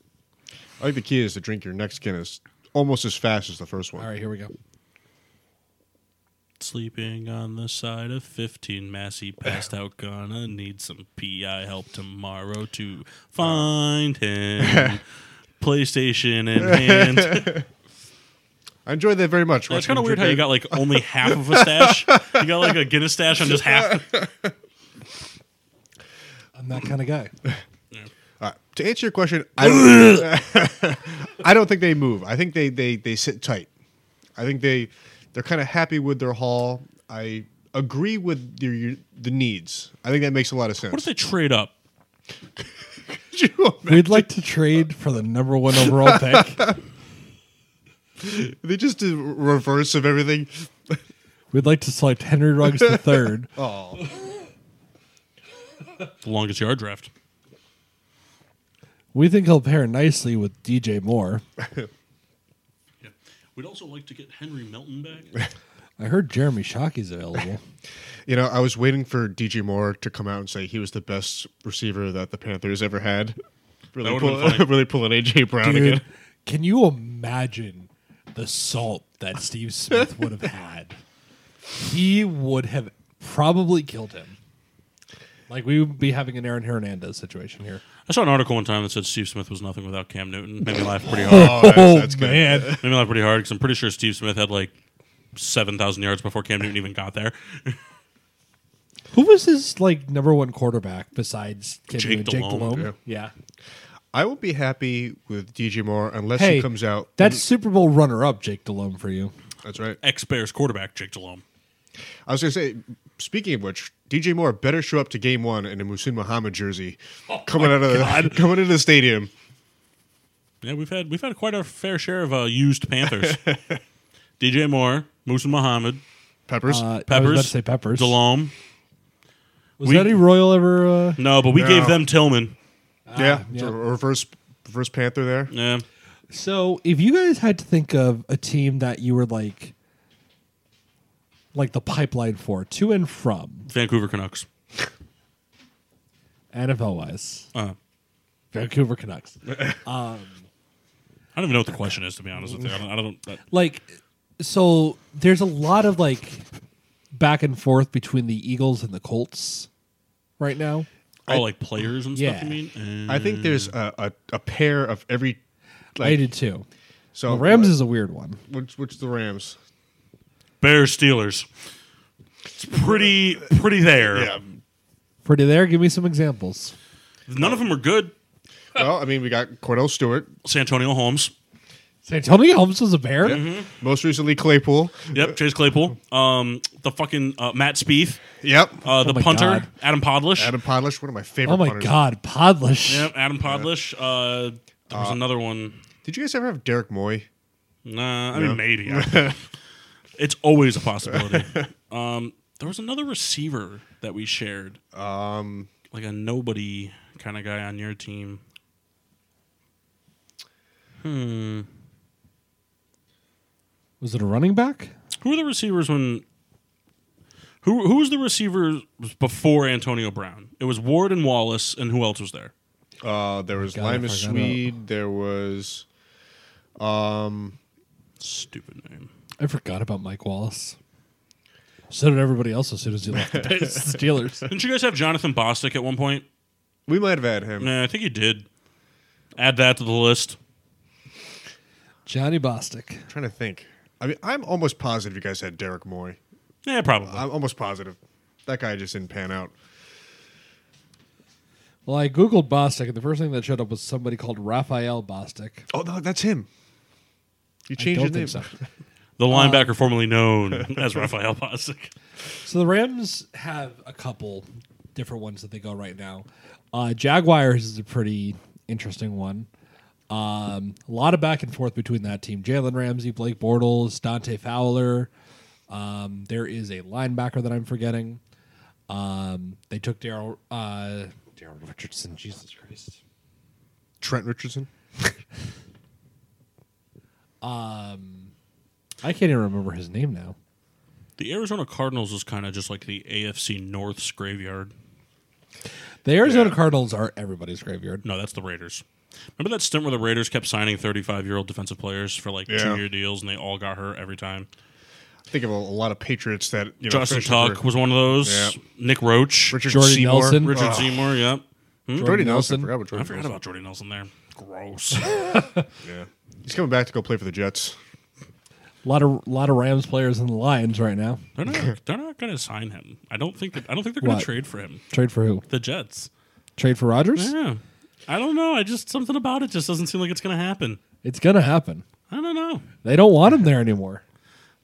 S2: I think the key is to drink your next Guinness almost as fast as the first one.
S3: All right, here we go.
S1: Sleeping on the side of 15, Massey passed out. Gonna need some PI help tomorrow to find him. PlayStation in hand.
S2: I enjoyed that very much.
S1: It's
S2: watching
S1: kind of
S2: you
S1: weird how
S2: drink
S1: you got like only half of a stash. You got like a Guinness stash on just half.
S3: I'm that kind of guy.
S2: that. Uh, to answer your question, I don't, I don't think they move. I think they they they sit tight. I think they they're kind of happy with their haul. I agree with your, your the needs. I think that makes a lot of sense.
S1: What if they trade up?
S3: We'd like to trade for the number one overall pick.
S2: they just did reverse of everything.
S3: We'd like to select Henry Ruggs the third.
S2: Oh,
S1: The longest yard draft.
S3: We think he'll pair nicely with DJ Moore.
S1: Yeah. We'd also like to get Henry Melton back.
S3: I heard Jeremy Shockey's available.
S2: you know, I was waiting for DJ Moore to come out and say he was the best receiver that the Panthers ever had. Really,
S1: That would've been
S2: pull,
S1: funny.
S2: really pulling AJ Brown
S3: Dude,
S2: again.
S3: can you imagine the salt that Steve Smith would have had? He would have probably killed him. Like we would be having an Aaron Hernandez situation here.
S1: I saw an article one time that said Steve Smith was nothing without Cam Newton. Made me laugh pretty hard.
S2: Oh, that's, that's good.
S3: man,
S1: Made me laugh pretty hard because I'm pretty sure Steve Smith had like 7,000 yards before Cam Newton even got there.
S3: who was his like number one quarterback besides Cam
S1: Jake
S3: Newton?
S1: Delhomme,
S3: Yeah.
S2: I will be happy with DJ Moore unless
S3: Hey,
S2: he comes out.
S3: That's Super Bowl runner-up Jake Delhomme for you.
S2: that's right.
S1: ex Bears quarterback Jake Delhomme.
S2: I was gonna say. Speaking of which, DJ Moore better show up to Game One in a Musin Muhammad jersey, coming out of the, coming into the stadium.
S1: Yeah, we've had we've had quite our fair share of uh, used Panthers. DJ Moore, Musa Muhammad,
S2: Peppers.
S3: Uh, I was
S1: Peppers,
S3: about to say Peppers.
S1: Delhomme.
S3: Was
S1: We-
S3: Eddie Royal ever? Uh,
S1: No, but we
S2: No.
S1: gave them Tillman.
S2: yeah, it's
S3: yeah.
S2: a reverse reverse Panther there.
S1: Yeah,
S3: So, if you guys had to think of a team that you were like, like the pipeline for to and from
S1: Vancouver Canucks.
S3: NFL wise,
S1: Uh,
S3: Vancouver Canucks,
S1: I don't even know what the question is to be honest with you. I don't. I don't that,
S3: like, so there's a lot of like back and forth between the Eagles and the Colts right now.
S1: oh, like players and stuff.
S3: Yeah.
S1: You mean? Uh,
S2: I think there's a, a, a pair of every.
S3: I did too.
S2: So
S3: The Rams is a weird one.
S2: which which the Rams?
S1: Bears Steelers. It's pretty pretty there.
S3: Pretty there. Give me some examples.
S1: None of them are good.
S2: Well, I mean, we got Cordell Stewart,
S1: Santonio Holmes.
S3: Santonio Holmes was a bear.
S2: most recently Claypool.
S1: Yep, Chase Claypool. Um, the fucking uh, Matt Spieth.
S2: Yep.
S1: Uh, the
S3: Oh my
S1: punter
S3: God.
S1: Adam Podlish.
S2: Adam Podlish, one of my favorite.
S3: Oh my
S2: punters.
S3: God, Podlish.
S1: Yep, Adam Podlish. Uh, there was another one.
S2: Did you guys ever have Derek Moy?
S1: Nah, I mean maybe. I- it's always a possibility. Um, there was another receiver that we shared. Um, like a nobody kind of guy on your team? Hmm.
S3: Was it a running back?
S1: Who were the receivers when? Who who was the receivers before Antonio Brown? It was Ward and Wallace, and who else was there?
S2: Uh, there was
S3: God, I
S2: Lima
S3: forgot
S2: Swede. There was
S1: Stupid name.
S3: I forgot about Mike Wallace. So did everybody else as soon as he left the Steelers.
S1: Didn't you guys have Jonathan Bostic at one point?
S2: we might have had him.
S1: Nah, I think you did. Add that to the list.
S3: Johnny Bostic.
S2: I'm trying to think. I mean, I'm almost positive you guys had Derek Moy.
S1: Yeah, probably.
S2: I'm almost positive. That guy just didn't pan out.
S3: Well, I Googled Bostic, and the first thing that showed up was somebody called Raphael Bostic.
S2: Oh no, that's him. You
S3: I
S2: changed
S3: don't
S2: his
S3: think
S2: name.
S3: so.
S2: Uh,
S1: the linebacker formerly known as Raphael Bostic.
S3: So the Rams have a couple different ones that they go right now. Uh, Jaguars is a pretty interesting one. Um, a lot of back and forth between that team. Jalen Ramsey, Blake Bortles, Dante Fowler. Um, there is a linebacker that I'm forgetting. Um, they took Daryl uh, Daryl Richardson. Jesus Christ.
S2: Trent Richardson.
S3: I can't even remember his name now.
S1: The Arizona Cardinals is kind of just like the AFC North's graveyard.
S3: The Arizona Cardinals are everybody's graveyard.
S1: No, that's the Raiders. Remember that stint where the Raiders kept signing 35 year old defensive players for like
S2: Yeah.
S1: two year deals and they all got hurt every time?
S2: Think of a, a lot of Patriots that you know,
S1: Justin
S2: finished
S1: Tuck
S2: their-
S1: was one of those.
S2: Yeah.
S1: Nick Roach.
S2: Richard
S3: Jordy
S2: Seymour.
S3: Nelson. Oh,
S1: Richard
S2: Oh,
S1: Seymour, yep.
S2: Jordy Nelson. I forgot about Jordy
S1: I forgot
S2: Nelson.
S1: about Jordy Nelson there. Gross.
S2: Yeah. He's coming back to go play for the Jets.
S3: A lot of lot of Rams players in the Lions right now.
S1: they're not. They're not going to sign him. I don't think. That, I don't think they're going
S3: What?
S1: to trade for him.
S3: Trade for who?
S1: The Jets.
S3: Trade for Rodgers?
S1: Yeah. I don't know. I just something about it just doesn't seem like it's going to happen.
S3: It's gonna happen.
S1: I don't know.
S3: They don't want him there anymore.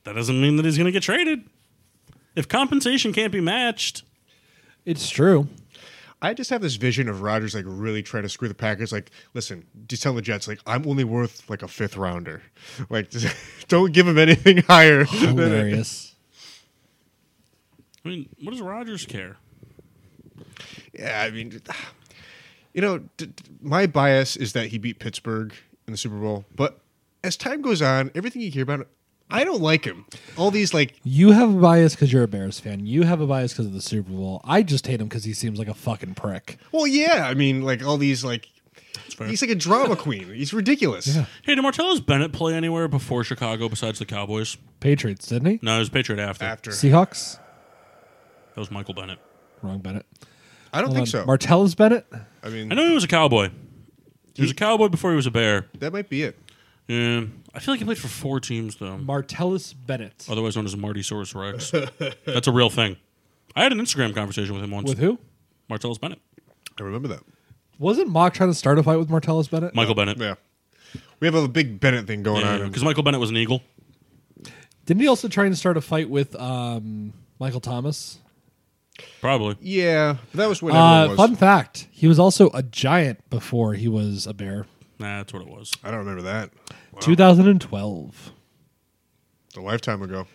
S1: That doesn't mean that he's going to get traded. If compensation can't be matched,
S3: It's true.
S2: I just have this vision of Rodgers like really trying to screw the Packers. Like, listen, just tell the Jets like I'm only worth like a fifth rounder. Like, just- don't give him anything higher.
S3: Oh
S2: than
S3: Hilarious.
S1: I mean, what does Rogers care?
S2: yeah, I mean, you know, d- d- my bias is that he beat Pittsburgh in the Super Bowl, but as time goes on, everything you hear about, him, I don't like him. All these like
S3: You have a bias because you're a Bears fan. You have a bias because of the Super Bowl. I just hate him because he seems like a fucking prick.
S2: Well, yeah. I mean, like all these like
S1: fair.
S2: he's like a drama queen. He's ridiculous.
S1: Hey, did Martellus Bennett play anywhere before Chicago besides the Cowboys?
S3: Patriots, didn't he?
S1: No, he was Patriot after.
S2: After
S3: Seahawks?
S1: That was Michael Bennett.
S3: Wrong Bennett.
S2: I don't
S3: Hold
S2: think so.
S3: on. Martellus Bennett?
S2: I mean,
S1: I know he was a Cowboy. He was a
S2: He-
S1: Cowboy before he was a Bear.
S2: that might be it.
S1: Yeah. I feel like he played for four teams, though.
S3: Martellus Bennett.
S2: Oh,
S1: Otherwise known as Marty Saurus Rex. That's a real thing. I had an Instagram conversation with him once.
S3: With who?
S1: Martellus Bennett.
S2: I remember that.
S3: Wasn't Mock trying to start a fight with Martellus Bennett?
S1: Michael Bennett.
S2: Yeah, we have a big Bennett thing going on.
S1: Because
S2: And,
S1: Michael Bennett was an Eagle.
S3: Didn't he also try and start a fight with um, Michael Thomas?
S1: Probably.
S2: yeah, but that was what
S3: Uh,
S2: everyone was.
S3: fun fact he was also a giant before he was a bear.
S1: Nah, that's what it was.
S2: I don't remember that.
S3: 2012.
S2: A lifetime ago.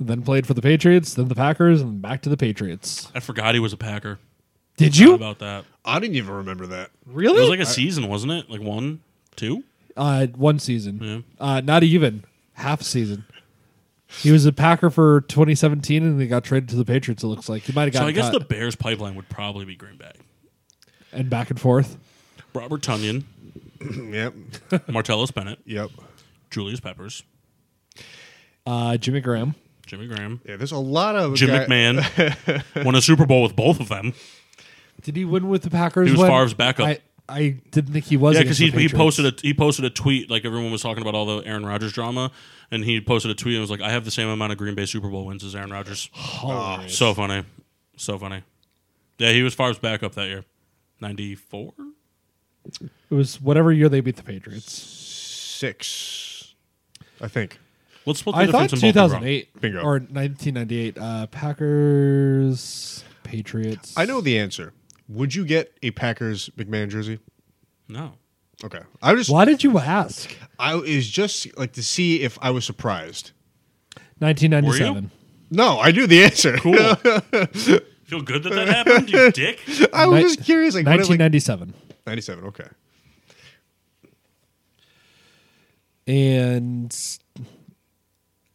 S3: Then played for the Patriots, then the Packers, and back to the Patriots.
S1: I forgot he was a Packer.
S3: Did
S1: Forgot
S3: you?
S1: about that?
S2: I didn't even remember that.
S1: It
S3: Really?
S1: was like a season, wasn't it? Like one, two.
S3: Uh, one season.
S1: Yeah.
S3: Uh, not even half season. He was a Packer for 2017, and they got traded to the Patriots. It looks like he might have
S1: So
S3: gotten
S1: I guess the
S3: cut
S1: Bears pipeline would probably be Green Bay.
S3: and back and forth.
S1: Robert Tunyon,
S2: yep.
S1: Martellus Bennett,
S2: Yep.
S1: Julius Peppers,
S3: Uh, Jimmy Graham.
S1: Jimmy Graham,
S2: Yeah. There's a lot of
S1: Jim
S2: guy-
S1: McMahon won a Super Bowl with both of them.
S3: Did he win with the Packers?
S1: He was
S3: when-
S1: Favre's backup.
S3: I, I didn't think he was.
S1: Yeah, because
S3: against the
S1: he, he
S3: Patriots.
S1: posted a he posted a tweet like everyone was talking about all the Aaron Rodgers drama, and he posted a tweet and was like, "I have the same amount of Green Bay Super Bowl wins as Aaron Rodgers."
S3: Hilarious.
S1: So funny, so funny. Yeah, he was Favre's backup that year, ninety four.
S3: It was whatever year they beat the Patriots.
S2: six, I think.
S1: Let's split the
S3: I thought
S1: difference in both of them.
S3: 2008
S2: Bingo.
S3: or 1998. Uh, Packers, Patriots.
S2: I know the answer. Would you get a Packers McMahon jersey?
S1: No,
S2: Okay. I was just
S3: Why did you ask?
S2: I is just like to see if I was surprised.
S3: 1997.
S2: No, I knew the answer.
S1: cool. Feel good that that happened, you dick.
S2: I was
S3: Nin-
S2: just curious. Like, what is, like
S3: 1997.
S2: 97, okay.
S3: and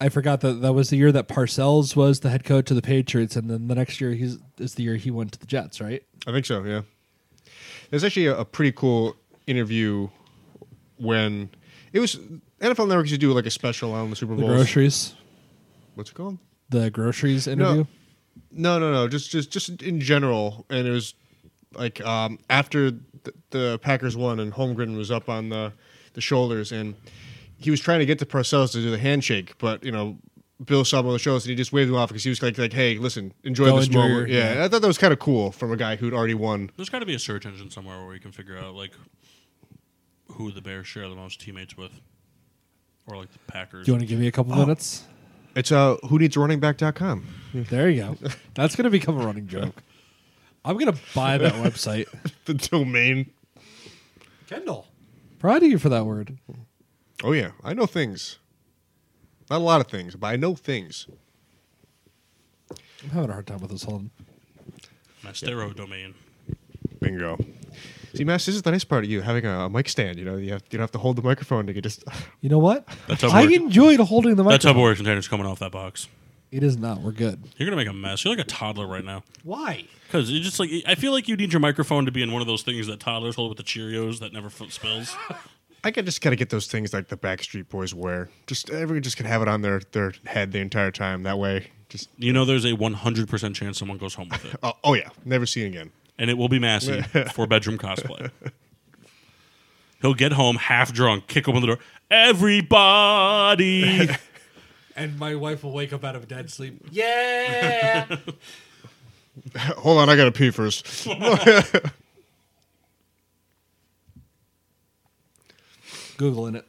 S3: I forgot that that was the year that Parcells was the head coach of the Patriots, and then the next year he's is the year he went to the Jets, right?
S2: I think so, yeah. There's actually a, a pretty cool interview when it was NFL Network used to do like a special on the Super
S3: The
S2: Bowl.
S3: groceries,
S2: What's it called?
S3: the groceries interview.
S2: No, no, no. Just, just, just in general. And it was like um, after the, the Packers won, and Holmgren was up on the the shoulders, and he was trying to get to Parcells to do the handshake, but you know. Bill saw him on the shows and he just waved him off because he was like, like, "Hey, listen, enjoy
S3: Go
S2: this
S3: enjoy
S2: moment."
S3: your-
S2: yeah, and I thought that was kind of cool from a guy who'd already won.
S1: There's got to be a search engine somewhere where we can figure out like who the Bears share the most teammates with, or like the Packers.
S3: Do you want to give me a couple minutes?
S2: It's uh, who needs running back.com.
S3: There you go. That's gonna become a running joke. I'm gonna buy that website.
S2: the domain.
S3: Kendall, proud of you for that word.
S2: Oh yeah, I know things. Not a lot of things, but I know things.
S3: I'm having a hard time with this. Hold on.
S1: Mastero domain.
S2: Bingo. See, Mass, this is the nice part of you having a mic stand. You know, you, have, you don't have to hold the microphone to get just.
S3: You know what?
S1: That's how
S3: I
S1: we're-
S3: enjoyed holding the
S1: That
S3: microphone.
S1: Tupperware container's coming off that box.
S3: It is not. We're good.
S1: You're gonna make a mess. You're like a toddler right now.
S4: Why?
S1: Because it's just like I feel like you need your microphone to be in one of those things that toddlers hold with the Cheerios that never f- spills.
S2: I could just gotta get those things like the Backstreet Boys wear. Just everyone just can have it on their their head the entire time. That way, just
S1: You know, there's a 100% chance someone goes home with it,
S2: oh, oh yeah, never seen again.
S1: and it will be Massey for bedroom cosplay. He'll get home half drunk, kick open the door. Everybody,
S4: And my wife will wake up out of a dead sleep. Yeah.
S2: Hold on, I gotta pee first.
S3: Googling it.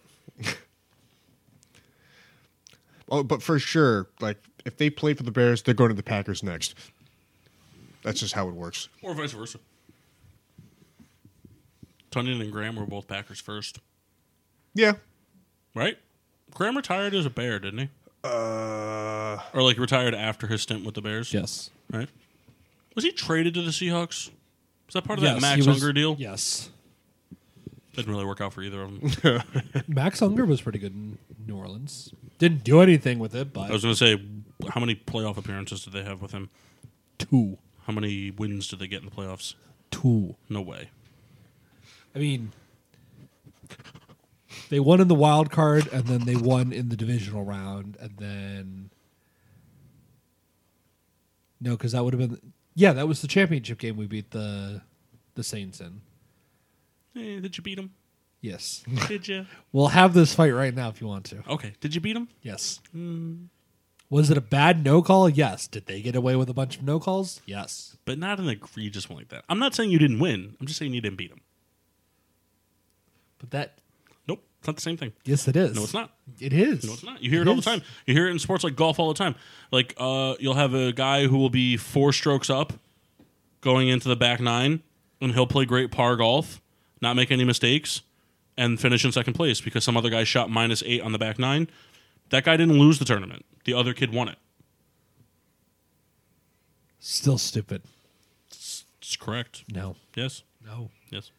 S2: Oh, but for sure, like if they play for the Bears, they're going to the Packers next. That's just how it works.
S1: or vice versa. Tunyon and Graham were both Packers first,
S2: Yeah.
S1: right? Graham retired as a Bear, didn't he?
S2: Uh,
S1: Or like retired after his stint with the Bears?
S3: Yes.
S1: Right. Was he traded to the Seahawks? Was that part of
S3: yes,
S1: that
S3: he
S1: Max
S3: was-
S1: Hunger deal?
S3: Yes.
S1: Didn't really work out for either of them.
S3: Max Unger was pretty good in New Orleans. Didn't do anything with it, but
S1: I was going to say, how many playoff appearances did they have with him?
S3: two,
S1: How many wins did they get in the playoffs?
S3: two.
S1: No way.
S3: I mean, they won in the wild card, and then they won in the divisional round, and then no, because that would have been yeah, that was the championship game we beat the the Saints in.
S1: Eh, did you beat him?
S3: Yes,
S1: Did you?
S3: we'll have this fight right now if you want to.
S1: Okay. Did you beat him?
S3: Yes. Was it a bad no call? Yes. Did they get away with a bunch of no calls? Yes.
S1: But not an egregious one like that. I'm not saying you didn't win. I'm just saying you didn't beat him.
S3: But that
S1: Nope. It's not the same thing.
S3: yes, it is.
S1: No, it's not.
S3: It is.
S1: No, it's not. You hear it, all the
S3: is.
S1: time. You hear it in sports like golf all the time. Like uh, you'll have a guy who will be four strokes up going into the back nine, and he'll play great par golf, not make any mistakes, and finish in second place because some other guy shot minus eight on the back nine. That guy didn't lose the tournament. The other kid won it.
S3: Still stupid.
S1: It's correct.
S3: No.
S1: Yes.
S3: No.
S1: Yes.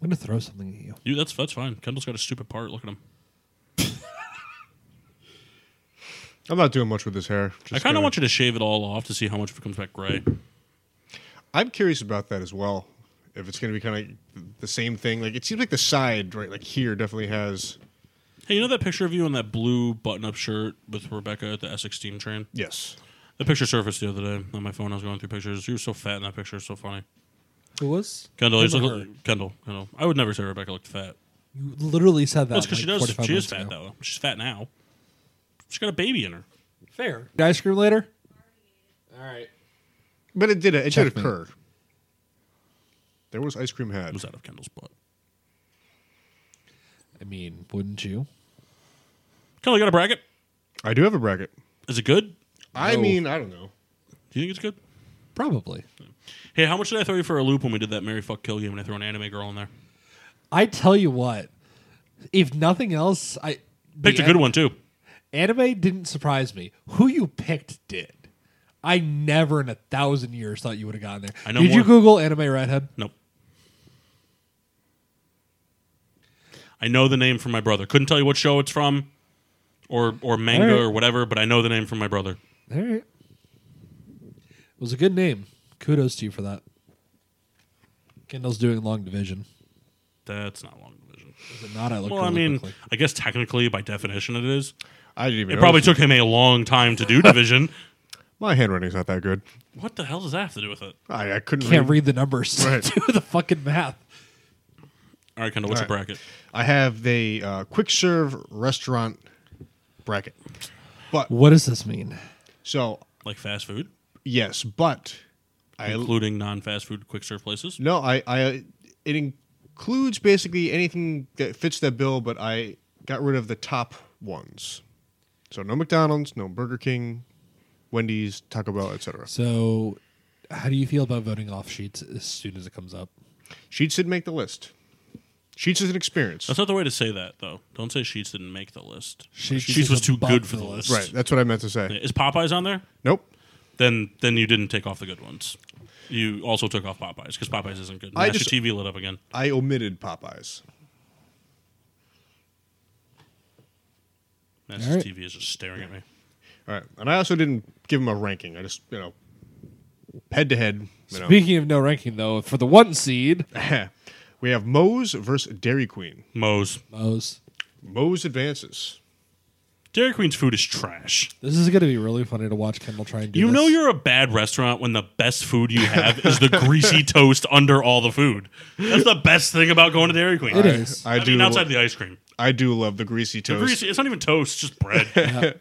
S3: I'm gonna throw something at you.
S1: You. That's that's fine. Kendall's got a stupid part. Look at him.
S2: I'm not doing much with his hair.
S1: I kind of want you to shave it all off to see how much of it comes back gray.
S2: I'm curious about that as well. If it's going to be kind of the same thing, like it seems like the side right, like here, definitely has
S1: Hey, you know that picture of you in that blue button-up shirt with Rebecca at the Essex Steam Train?
S2: yes.
S1: The picture surfaced the other day on my phone. I was going through pictures. You were so fat in that picture. So funny.
S3: Who was?
S1: Kendall, you
S3: Him or
S1: look like, Kendall, Kendall. I would never say Rebecca looked fat.
S3: You literally said that.
S1: That's because
S3: like
S1: she does.
S3: 45
S1: She is
S3: minutes
S1: fat
S3: ago.
S1: though. She's fat now. She's got a baby in her.
S4: Fair.
S3: Did I scream later?
S4: All right.
S2: But it did it did
S3: Checkmate.
S2: occur. There was ice cream
S1: It
S2: had.
S1: was out of Kendall's butt.
S3: I mean, wouldn't you?
S1: Kendall, you got a bracket?
S2: I do have a bracket.
S1: Is it good?
S2: I mean, I don't know.
S1: Do you think it's good?
S3: Probably.
S1: Hey, how much did I throw you for a loop when we did that Mary Fuck Kill game and I threw an anime girl in there?
S3: I tell you what. If nothing else, I
S1: Picked
S3: the
S1: a good
S3: an-
S1: one too.
S3: Anime didn't surprise me. Who you picked did. I never in a thousand years thought you would have gotten there.
S1: I know
S3: Did
S1: more-
S3: you Google anime redhead?
S1: Nope. I know the name from my brother. Couldn't tell you what show it's from, or or manga
S3: All right.
S1: or whatever, but I know the name from my brother.
S3: All right. It was a good name. Kudos to you for that. Kendall's doing long division.
S1: That's not long division.
S3: Is it not? I looked
S1: Well, I
S3: really
S1: mean,
S3: quickly.
S1: I guess technically by definition it is.
S2: I didn't even.
S1: It probably
S2: notice.
S1: took him a long time to do division.
S2: my handwriting's not that good.
S1: What the hell does that have to do with it?
S2: I, I couldn't
S3: Can't read the numbers.
S2: Right.
S3: Do the fucking math.
S1: All right, Kendall, what's
S2: All
S1: your
S2: right.
S1: bracket?
S2: I have the uh, quick serve restaurant bracket, but
S3: What does this mean?
S2: so
S1: Like fast food,
S2: yes, but I
S1: including non-fast food quick serve places.
S2: No, I, I it includes basically anything that fits that bill, but I got rid of the top ones. So no McDonald's, no Burger King, Wendy's, Taco Bell, etc.
S3: So, how do you feel about voting off sheets as soon as it comes up?
S2: Sheets didn't make the list. Sheets is an experience.
S1: That's not the way to say that, though. Don't say Sheets didn't make the list.
S3: Sheets
S1: Sheets,
S3: is
S1: was too
S3: above
S1: good for the
S3: the
S1: list.
S3: list.
S2: right, that's what I meant to say.
S1: Is Popeyes on there?
S2: Nope.
S1: Then then you didn't take off the good ones. You also took off Popeyes because Popeyes isn't good.
S2: I
S1: Master
S2: just-
S1: TV lit up again.
S2: I omitted Popeyes.
S1: Master
S3: Alright.
S1: TV is just staring at me.
S2: All right. And I also didn't give them a ranking. I just, you know, head to head. you know.
S3: Speaking of no ranking, though, for the one seed,
S2: we have Moe's versus Dairy Queen.
S1: Moe's
S3: Moe's.
S2: Moe's advances.
S1: Dairy Queen's food is trash.
S3: This is going to be really funny to watch Kendall try and do
S1: You
S3: this.
S1: know you're a bad restaurant when the best food you have is the greasy toast under all the food. That's the best thing about going to Dairy Queen.
S3: It is.
S2: I,
S1: I,
S2: do.
S1: mean, outside the ice cream,
S2: I do love the greasy
S1: the
S2: toast.
S1: greasy, it's not even toast, just bread.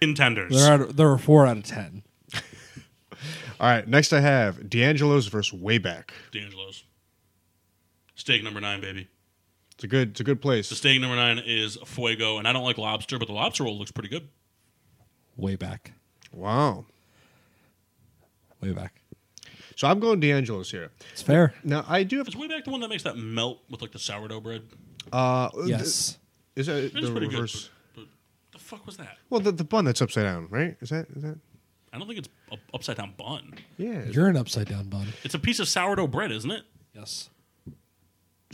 S1: In tenders.
S3: There are, there are four out of ten.
S2: All right, next I have D'Angelo's versus Wayback.
S1: D'Angelo's. Steak number nine, baby.
S2: It's a good, it's a good place.
S1: The steak number nine is Fuego, and I don't like lobster, but the lobster roll looks pretty good.
S3: Way back.
S2: Wow.
S3: Way back.
S2: So I'm going D'Angelo's here.
S3: It's fair.
S2: Now I do have.
S1: It's way back the one that makes that melt with like the sourdough bread.
S2: Uh, th-
S3: Yes.
S2: Is that
S1: It is
S2: the
S1: pretty
S2: reverse?
S1: good. But, but the fuck was that?
S2: Well, the, the bun that's upside down, right? Is that is that?
S1: I don't think it's a upside down bun.
S2: Yeah.
S3: You're an upside down bun.
S1: It's a piece of sourdough bread, isn't it?
S3: Yes.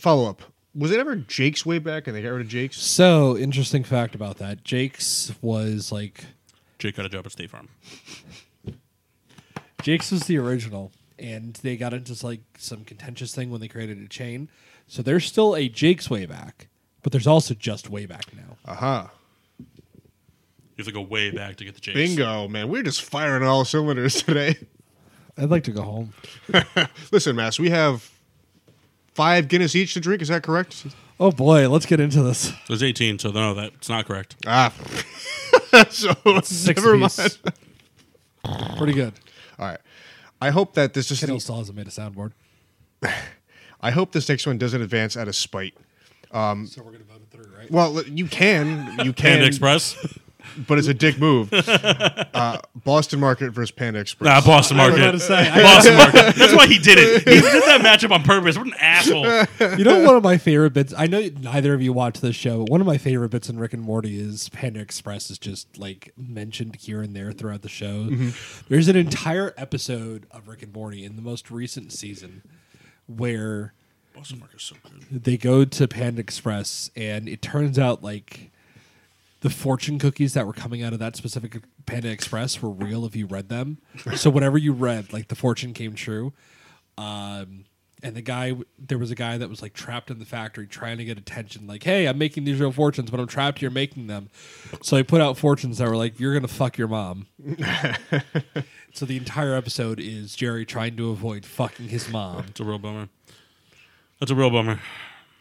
S2: Follow up. Was it ever Jake's Wayback and they got rid of Jake's?
S3: So, interesting fact about that. Jake's was like
S1: Jake got a job at State Farm.
S3: Jake's was the original, and they got into like some contentious thing when they created a chain. So there's still a Jake's way back, but there's also just way back now.
S2: Aha!
S1: You have to go way back to get the Jake's.
S2: Bingo, man. We're just firing all cylinders today.
S3: I'd like to go home.
S2: Listen, Mass, we have five Guinness each to drink. Is that correct?
S3: Oh boy, let's get into this.
S1: It was 18, so no, that's not correct.
S2: Ah. so
S3: Six
S2: never
S3: piece.
S2: mind.
S3: Pretty good.
S2: All right. I hope that this is
S3: Kendall still hasn't made a soundboard.
S2: I hope this next one doesn't advance out of spite.
S4: So we're gonna vote it through, right?
S2: Well, l- you can, you can,
S1: Panda Express?
S2: but it's a dick move. Uh, Boston Market versus Panda Express.
S1: nah, Boston
S3: I was about
S1: Market.
S3: to say, I-
S1: Boston Market. That's why he did it. He did that matchup on purpose. What an asshole.
S3: you know, one of my favorite bits. I know neither of you watch this show, but one of my favorite bits in Rick and Morty is Panda Express is just like mentioned here and there throughout the show. There's an entire episode of Rick and Morty in the most recent season where
S1: Boston Market's so good.
S3: they go to Panda Express, and it turns out like the fortune cookies that were coming out of that specific Panda Express were real if you read them. so whatever you read, like the fortune came true. Um, and the guy, there was a guy that was like trapped in the factory trying to get attention. Like, hey, I'm making these real fortunes, but I'm trapped here making them. So he put out fortunes that were like, you're gonna fuck your mom. so the entire episode is Jerry trying to avoid fucking his mom.
S1: It's a real bummer. That's a real bummer.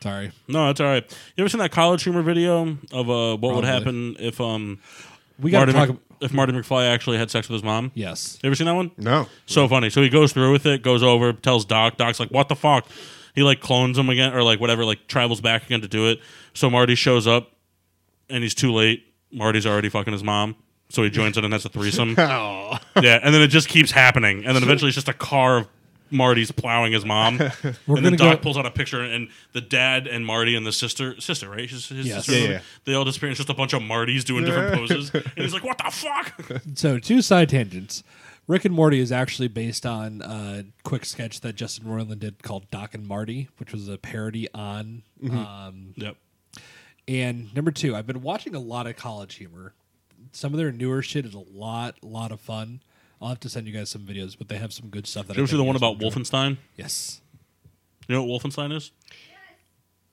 S3: Sorry.
S1: No, that's all right. You ever seen that college humor video of uh, what would
S3: Probably.
S1: happen if um
S3: We gotta
S1: Marty
S3: talk.
S1: Mc- if Marty McFly actually had sex with his mom?
S3: yes.
S1: You ever seen that one?
S2: No.
S1: So funny. So he goes through with it, goes over, tells Doc. Doc's like, "What the fuck?" He like clones him again, or like whatever, like travels back again to do it. So Marty shows up, and he's too late. Marty's already fucking his mom, so he joins it, and that's a threesome.
S2: Oh.
S1: yeah, and then it just keeps happening, and then eventually it's just a car of Marty's plowing his mom, and then
S3: gonna
S1: Doc
S3: go-
S1: pulls out a picture, and the dad and Marty and the sister, sister, right? His, his
S3: Yes.
S1: sister,
S2: Yeah, yeah.
S1: They all disappear. and It's just a bunch of Martys doing different poses, and he's like, "What the fuck?"
S3: So two side tangents. Rick and Morty is actually based on a quick sketch that Justin Roiland did called Doc and Marty, which was a parody on. Um,
S1: Yep.
S3: and number two, I've been watching a lot of college humor. Some of their newer shit is a lot, lot of fun. I'll have to send you guys some videos, but they have some good stuff. That
S1: Did you
S3: I
S1: ever see
S3: think
S1: the
S3: you
S1: one
S3: guys will
S1: about
S3: enjoy.
S1: Wolfenstein?
S3: Yes.
S1: You know what Wolfenstein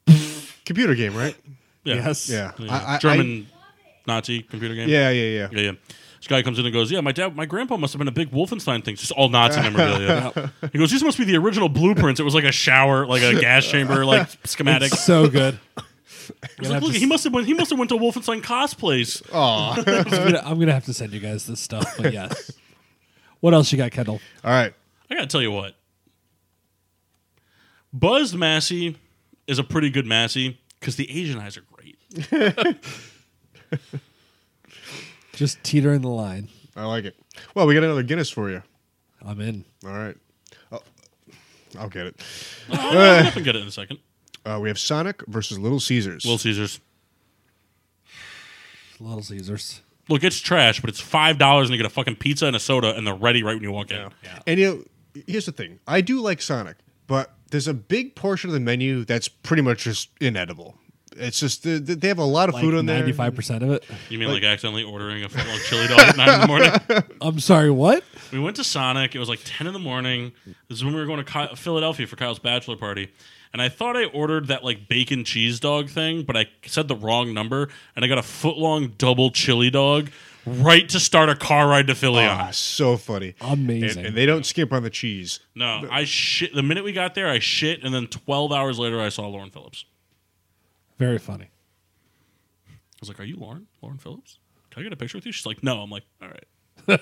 S1: is?
S2: Computer game, right?
S1: Yeah.
S3: Yes.
S2: Yeah.
S1: Yeah.
S2: I- I- I-
S1: German Nazi computer game.
S2: yeah, yeah, yeah.
S1: Yeah, yeah. This guy comes in and goes, "Yeah, my dad, my grandpa must have been a big Wolfenstein thing. It's just all Nazi memorabilia." He goes, "These must be the original blueprints. It was like a shower, like a gas chamber, like schematic."
S3: It's so good.
S1: I was like, Look, he must have went. He must have went to Wolfenstein cosplays.
S2: Aw. All
S3: I'm gonna, I'm gonna have to send you guys this stuff, but yes. What else you got, Kendall?
S2: right.
S1: I gotta tell you what, Buzz Massey is a pretty good Massey because the Asian eyes are great.
S3: Just teetering the line.
S2: I like it. Well, we got another Guinness for you.
S3: I'm in.
S2: All right. Oh, I'll get it.
S1: Oh, I'll get up and get it in a second.
S2: Uh, we have Sonic versus Little Caesars.
S1: Little Caesars.
S3: Little Caesars.
S1: Look, it's trash, but it's five dollars and you get a fucking pizza and a soda, and they're ready right when you walk in.
S2: And you know, here's the thing. I do like Sonic, but there's a big portion of the menu that's pretty much just inedible. It's just the, the- they have a lot of
S3: Like
S2: food on there.
S3: 95% of it.
S1: You mean like, accidentally ordering a full chili dog at nine in the morning?
S3: I'm sorry, what?
S1: We went to Sonic. It was like 10 in the morning. This is when we were going to Ky- Philadelphia for Kyle's bachelor party. And I thought I ordered that like bacon cheese dog thing, but I said the wrong number and I got a foot long double chili dog right to start a car ride to Philly
S2: Ah,
S1: on.
S2: so funny.
S3: Amazing.
S2: And, and they don't skimp on the cheese.
S1: No, I shit. The minute we got there, I shit. And then 12 hours later, I saw Lauren Phillips.
S3: Very funny.
S1: I was like, Are you Lauren? Lauren Phillips? Can I get a picture with you? She's like, No. I'm like, All right.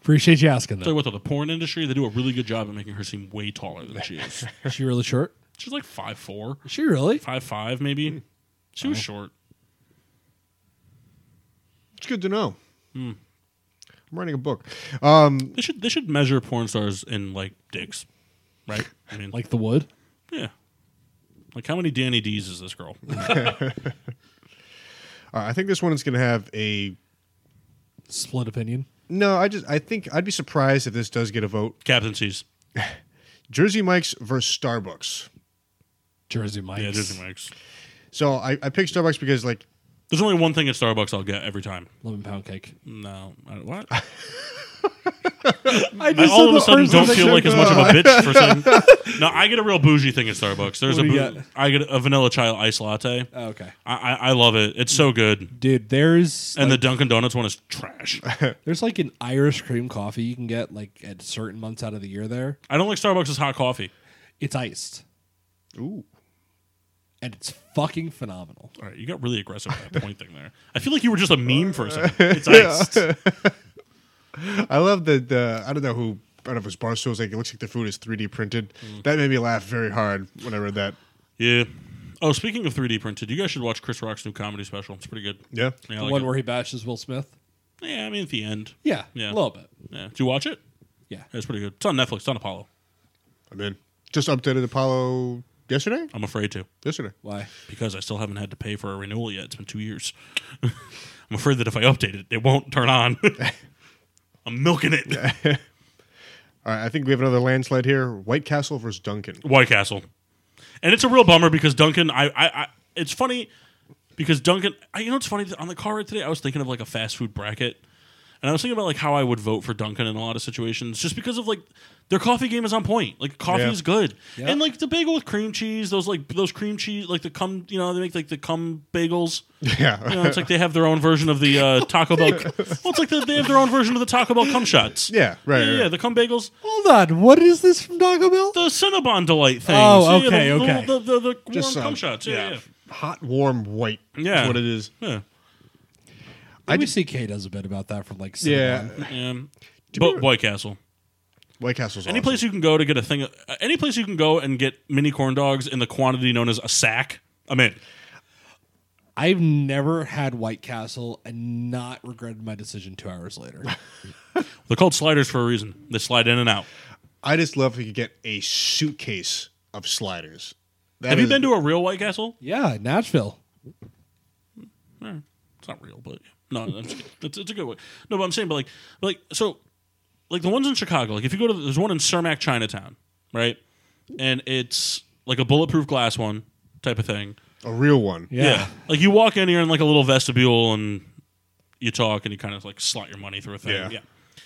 S3: Appreciate you asking
S1: Tell you
S3: that.
S1: what, though, the porn industry, they do a really good job at making her seem way taller than she is.
S3: Is she really short?
S1: She's like five four.
S3: Is she really?
S1: five five
S3: Hmm.
S1: maybe. She was short.
S2: It's good to know. I'm writing a book.
S1: They should they should measure porn stars in like dicks, right? I mean,
S3: Like the wood?
S1: yeah, like how many Danny D's is this girl?
S3: Hmm.
S2: Uh, I think this one is going to have a.
S3: Split opinion.
S2: No, I just I think I'd be surprised if this does get a vote.
S1: Captain C's.
S2: Jersey Mike's versus Starbucks.
S3: Jersey Mike's.
S1: Yeah, Disney Mike's.
S2: So I, I picked Starbucks because like
S1: There's only one thing at Starbucks I'll get every time.
S3: Lemon pound cake.
S1: No, I, what?
S3: I
S1: I all of a sudden don't
S2: thing
S1: feel
S2: I
S1: like as much of a bitch for saying. No, I get a real bougie thing at Starbucks. There's
S3: What
S1: a
S3: do you
S1: bou-
S3: get?
S1: I get a vanilla chai ice latte.
S3: Oh, okay.
S1: I, I I love it. It's so good.
S3: Dude, there's
S1: And
S3: like,
S1: the Dunkin' Donuts one is trash.
S3: there's like an Irish cream coffee you can get like at certain months out of the year there.
S1: I don't like Starbucks' hot coffee.
S3: It's iced.
S2: ooh
S3: And it's fucking phenomenal.
S1: All right, you got really aggressive with that point thing there. I feel like you were just a meme for a second. It's iced.
S2: I love the the I don't know who I don't know if it's Barstool's like it looks like the food is 3D printed. That made me laugh very hard when I read that.
S1: Yeah. Oh, speaking of 3D printed, you guys should watch Chris Rock's new comedy special. It's pretty good.
S2: Yeah.
S1: Yeah, I
S3: The
S1: like
S3: one
S1: it.
S3: where he bashes Will Smith.
S1: yeah, I mean, at the end.
S3: Yeah,
S1: Yeah.
S3: a little bit.
S1: Yeah. Did you watch it?
S3: Yeah.
S1: It's pretty good. It's on Netflix. It's on Apollo.
S2: I'm in. Just updated Apollo yesterday.
S1: I'm afraid to
S2: Yesterday.
S3: Why?
S1: because I still haven't had to pay for a renewal yet. It's been two years. I'm afraid that if I update it, it won't turn on. I'm milking it.
S2: All right, I think we have another landslide here. White Castle versus Duncan.
S1: White Castle. And it's a real bummer because Duncan, I, I, I it's funny because Duncan, I, you know, it's funny on the car ride today, I was thinking of like a fast food bracket. And I was thinking about like how I would vote for Duncan in a lot of situations just because of like their coffee game is on point. Like coffee
S2: Yeah.
S1: is good.
S3: Yeah.
S1: And like the bagel with cream cheese, those like those cream cheese, like the cum, you know, they make like the cum bagels.
S2: Yeah.
S1: You know, it's like they have their own version of the uh, Taco Bell. Well, it's like the, they have their own version of the Taco Bell cum shots.
S2: Yeah, right,
S1: Yeah,
S2: right,
S1: yeah,
S2: right.
S1: the cum bagels
S3: Hold on. What is this from Taco Bell?
S1: the Cinnabon delight thing.
S3: Oh, okay, okay.
S1: The, the, the, the warm
S2: some-
S1: cum shots. Yeah, yeah.
S2: um, Hot warm white.
S1: Yeah.
S2: Is what it is.
S1: yeah.
S3: I just see K does a bit about that from like
S2: Yeah.
S3: Cinnabon.
S1: Um,
S2: you-
S1: but White Castle.
S2: White Castle's
S1: Any
S2: awesome.
S1: place you can go to get a thing, uh, any place you can go and get mini corn dogs in the quantity known as a sack. I'm in.
S3: I've never had White Castle and not regretted my decision two hours later.
S1: They're called sliders for a reason. They slide in and out.
S2: I just love if you could get a suitcase of sliders. That
S1: Have you
S2: is-
S1: been to a real White Castle?
S3: yeah, Nashville.
S1: It's not real, but no, that's, it's, it's a good way. No, but I'm saying, but like, but like, so like the ones in Chicago. Like if you go to there's one in Cermak, Chinatown, right? And it's like a bulletproof glass one type of thing.
S2: A real one.
S3: Yeah.
S1: Like you walk in here in like a little vestibule and you talk and you kind of like slot your money through a thing.
S2: Yeah.
S1: yeah.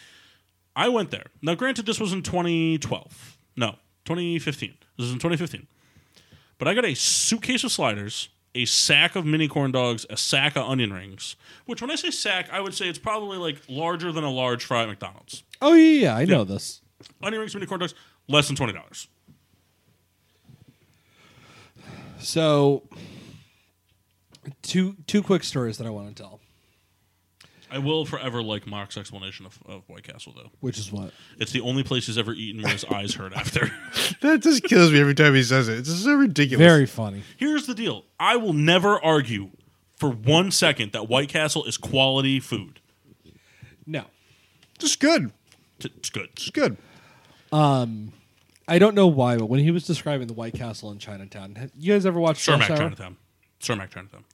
S1: I went there. Now, granted, this was in 2012. No, 2015. This was in 2015. But I got a suitcase of sliders, a sack of mini corn dogs, a sack of onion rings, which when I say sack, I would say it's probably like larger than a large fry at McDonald's.
S3: Oh yeah, yeah, I know this.
S1: Onion rings, mini corn dogs, less than $20.
S3: So, two two quick stories that I want to tell,
S1: I will forever like Mark's explanation of, of White Castle, though.
S3: which is what
S1: It's the only place he's ever eaten where his eyes hurt after.
S2: That just kills me every time he says it. It's just so ridiculous.
S3: very funny.
S1: Here's the deal I will never argue for one second that White Castle is quality food.
S3: No,
S2: Just good.
S1: T- It's good.
S2: Just good.
S3: I don't know why, but when he was describing the White Castle in Chinatown, have you guys ever watched
S1: Cermak
S3: Rush Hour?
S1: Chinatown. Cermak Chinatown.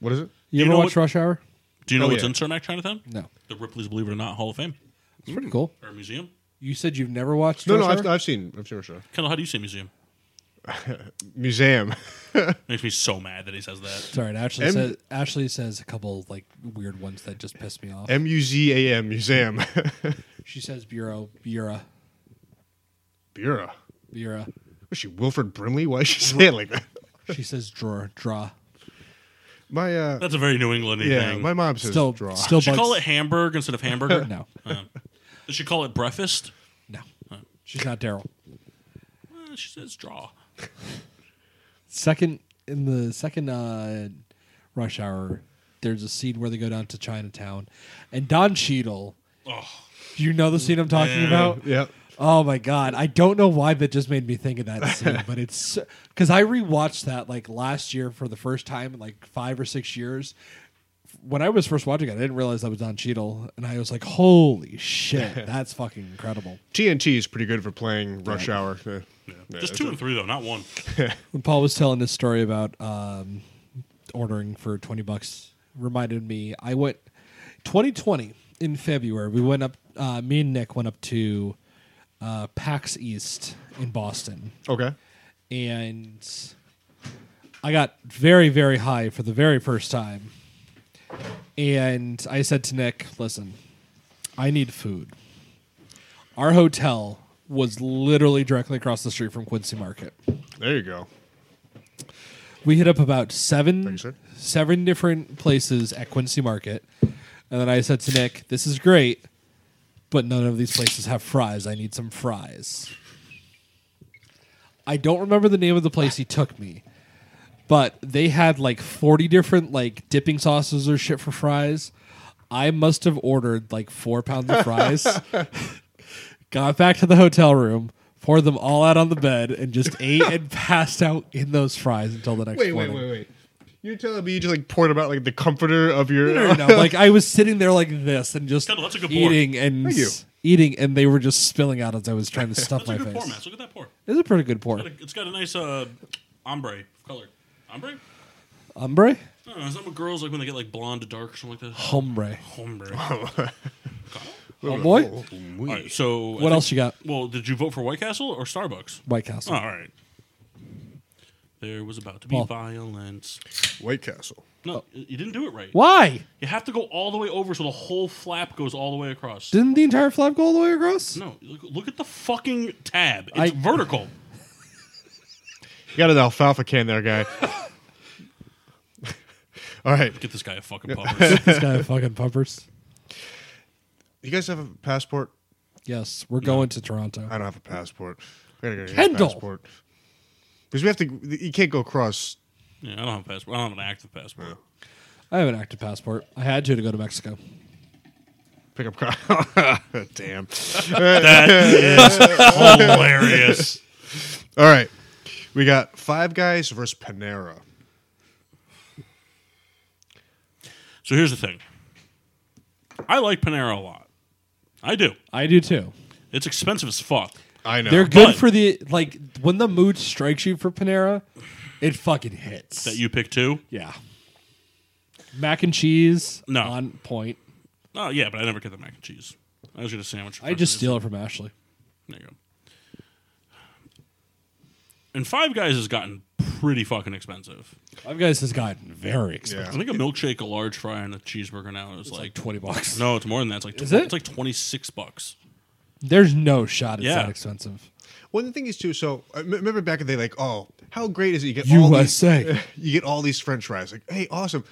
S2: What is it?
S3: You,
S1: You
S3: ever
S1: know
S3: watch
S1: what-
S3: Rush Hour?
S1: Do you know
S2: Oh,
S1: what's
S2: yeah.
S1: in Cermak Chinatown?
S3: No,
S1: The Ripley's Believe It or Not Hall of Fame
S3: it's pretty cool.
S1: or museum.
S3: You said you've never watched.
S2: No,
S3: Rush
S2: no, I've,
S3: Hour?
S2: I've seen. I've seen a show.
S1: Kendall, how do you say museum?
S2: Museum.
S1: Makes me so mad that he says that.
S3: Sorry, and Ashley
S2: M-
S3: says Ashley says a couple like weird ones that just pissed me off.
S2: M U Z A M. Museum.
S3: she says bureau, bureau,
S2: Bureau.
S3: bureau.
S2: Was she Wilfred Brimley? Why is she saying it like that?
S3: She says drawer, draw.
S2: My uh,
S1: That's a very New England
S2: yeah.
S1: thing.
S2: My mom says
S3: Still,
S2: draw.
S3: still
S1: Does she
S3: bugs.
S1: call it Hamburg instead of hamburger?
S3: no,
S1: Uh, does she call it breakfast?
S3: no, she's not Daryl.
S1: Uh, she says draw.
S3: second in the second uh, rush hour, there's a scene where they go down to Chinatown, and Don Cheadle.
S1: Oh.
S3: Do you know the scene I'm talking
S1: Yeah.
S3: about?
S2: Yeah.
S3: Oh my god! I don't know why that just made me think of that scene, but it's because I rewatched that like last year for the first time in like five or six years. When I was first watching it, I didn't realize that was Don Cheadle, and I was like, "Holy shit, that's fucking incredible!"
S2: TNT is pretty good for playing Rush Hour. Yeah. Yeah,
S1: Just
S2: that's
S1: two
S2: it.
S1: and three though, not one.
S3: when Paul was telling his story about um, ordering for 20 bucks reminded me I went 2020 in February we went up uh, me and Nick went up to uh, PAX East in Boston
S2: Okay.
S3: and I got very, very high for the very first time. And I said to Nick, listen, I need food. Our hotel was literally directly across the street from Quincy Market.
S2: There you go.
S3: We hit up about seven
S2: Thank you, sir.
S3: seven different places at Quincy Market. And then I said to Nick, this is great, but none of these places have fries. I need some fries. I don't remember the name of the place he took me, but they had like 40 different like dipping sauces or shit for fries. I must have ordered like four pounds of fries, got back to the hotel room, poured them all out on the bed, and just ate and passed out in those fries until the next
S2: Wait, wait, wait,
S3: morning.
S2: wait. You're telling me you just like poured about like the comforter of your
S3: No, no, no. like I was sitting there like this and just
S1: Kendall, that's a good pour.
S3: eating and
S2: Thank you.
S3: s- eating, and they were just spilling out as I was trying to stuff
S1: That's a
S3: my
S1: good
S3: face.
S1: pour, Matt. Look at that pour.
S3: It's a pretty good pour.
S1: Got a- It's got a nice uh, ombre color. Ombre?
S3: Hombre,
S1: I don't know. Is that what girls like when they get like blonde to dark or something like that?
S3: hombre.
S1: Ombre.
S3: Oh boy,
S1: All right, so
S3: what else you got?
S1: Well, did you vote for White Castle or Starbucks?
S3: White Castle.
S1: All right. There was about to be
S3: Paul.
S1: violence.
S2: White Castle.
S1: No,
S3: oh.
S1: y- you didn't do it right.
S3: Why
S1: You have to go all the way over so the whole flap goes all the way across.
S3: didn't the entire flap go all the way across?
S1: no, look, look at the fucking tab. It's
S3: I-
S1: vertical.
S2: You got an alfalfa can there, guy. All right.
S1: Get this guy a fucking puppers.
S3: This guy had fucking pumpers.
S2: You guys have a passport?
S3: Yes, we're going to Toronto.
S2: I don't have a passport. I gotta go get a
S3: Kendall!
S2: passport. Because we have to. You can't go across.
S1: yeah, I don't have a passport. I don't have an active passport.
S3: I have an active passport. I had to to go to Mexico.
S2: Pick up car. Damn.
S1: Hilarious.
S2: All right. We got Five Guys versus Panera.
S1: So here's the thing. I like Panera a lot. I do.
S3: I do too.
S1: It's expensive as fuck.
S2: I know.
S3: They're good
S1: But-
S3: for the like when the mood strikes you for Panera, it fucking hits.
S1: That you pick two?
S3: Yeah. Mac and cheese
S1: No.
S3: on point.
S1: Oh yeah, but I never get the mac and cheese. I was gonna sandwich.
S3: I just
S1: fries.
S3: steal it from Ashley.
S1: There you go. And Five Guys has gotten pretty fucking expensive.
S3: Five Guys has gotten very
S2: Yeah.
S3: expensive.
S1: I think a milkshake, a large fry, and a cheeseburger now is
S3: It's
S1: like,
S3: like twenty bucks.
S1: no, it's more than that. It's like
S3: Is
S1: tw-
S3: it?
S1: it's like twenty six bucks.
S3: There's no shot it's
S1: Yeah.
S3: that expensive.
S2: Well, the thing is too. So I m- remember back in the day, like, oh, how great is it? You get All
S3: USA.
S2: these, you get all these French fries. Like, hey, awesome.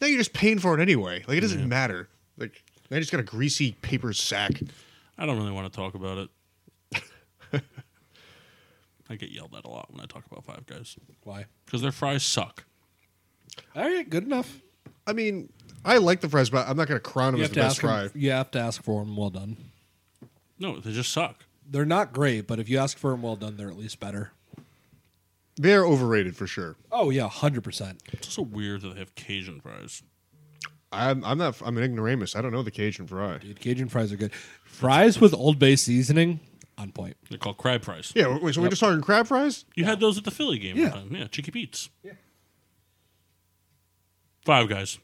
S2: Now you're just paying for it anyway. Like, it doesn't matter. Like, I just got a greasy paper sack.
S1: I don't really want to talk about it. I get yelled at a lot when I talk about Five Guys
S3: Why?
S1: because their fries suck.
S3: All right, good enough.
S2: I mean, I like the fries, but I'm not gonna crown them
S3: You
S2: as
S3: have
S2: the
S3: to
S2: best
S3: ask.
S2: fry.
S3: 'em- you have to ask for them. Well done.
S1: No, they just suck.
S3: They're not great, but if you ask for them well done, they're at least better.
S2: They're overrated for sure.
S3: Oh yeah, hundred percent.
S1: It's also weird that they have Cajun fries.
S2: I'm, I'm not. I'm an ignoramus. I don't know the Cajun fry.
S3: Dude, Cajun fries are good. Fries with Old Bay seasoning, on point.
S1: They're called crab fries.
S2: Yeah. Wait, so we're just talking crab fries?
S1: You had those at the Philly game.
S3: Yeah.
S1: Yeah, time. yeah, Cheeky Beats. Yeah. Five Guys.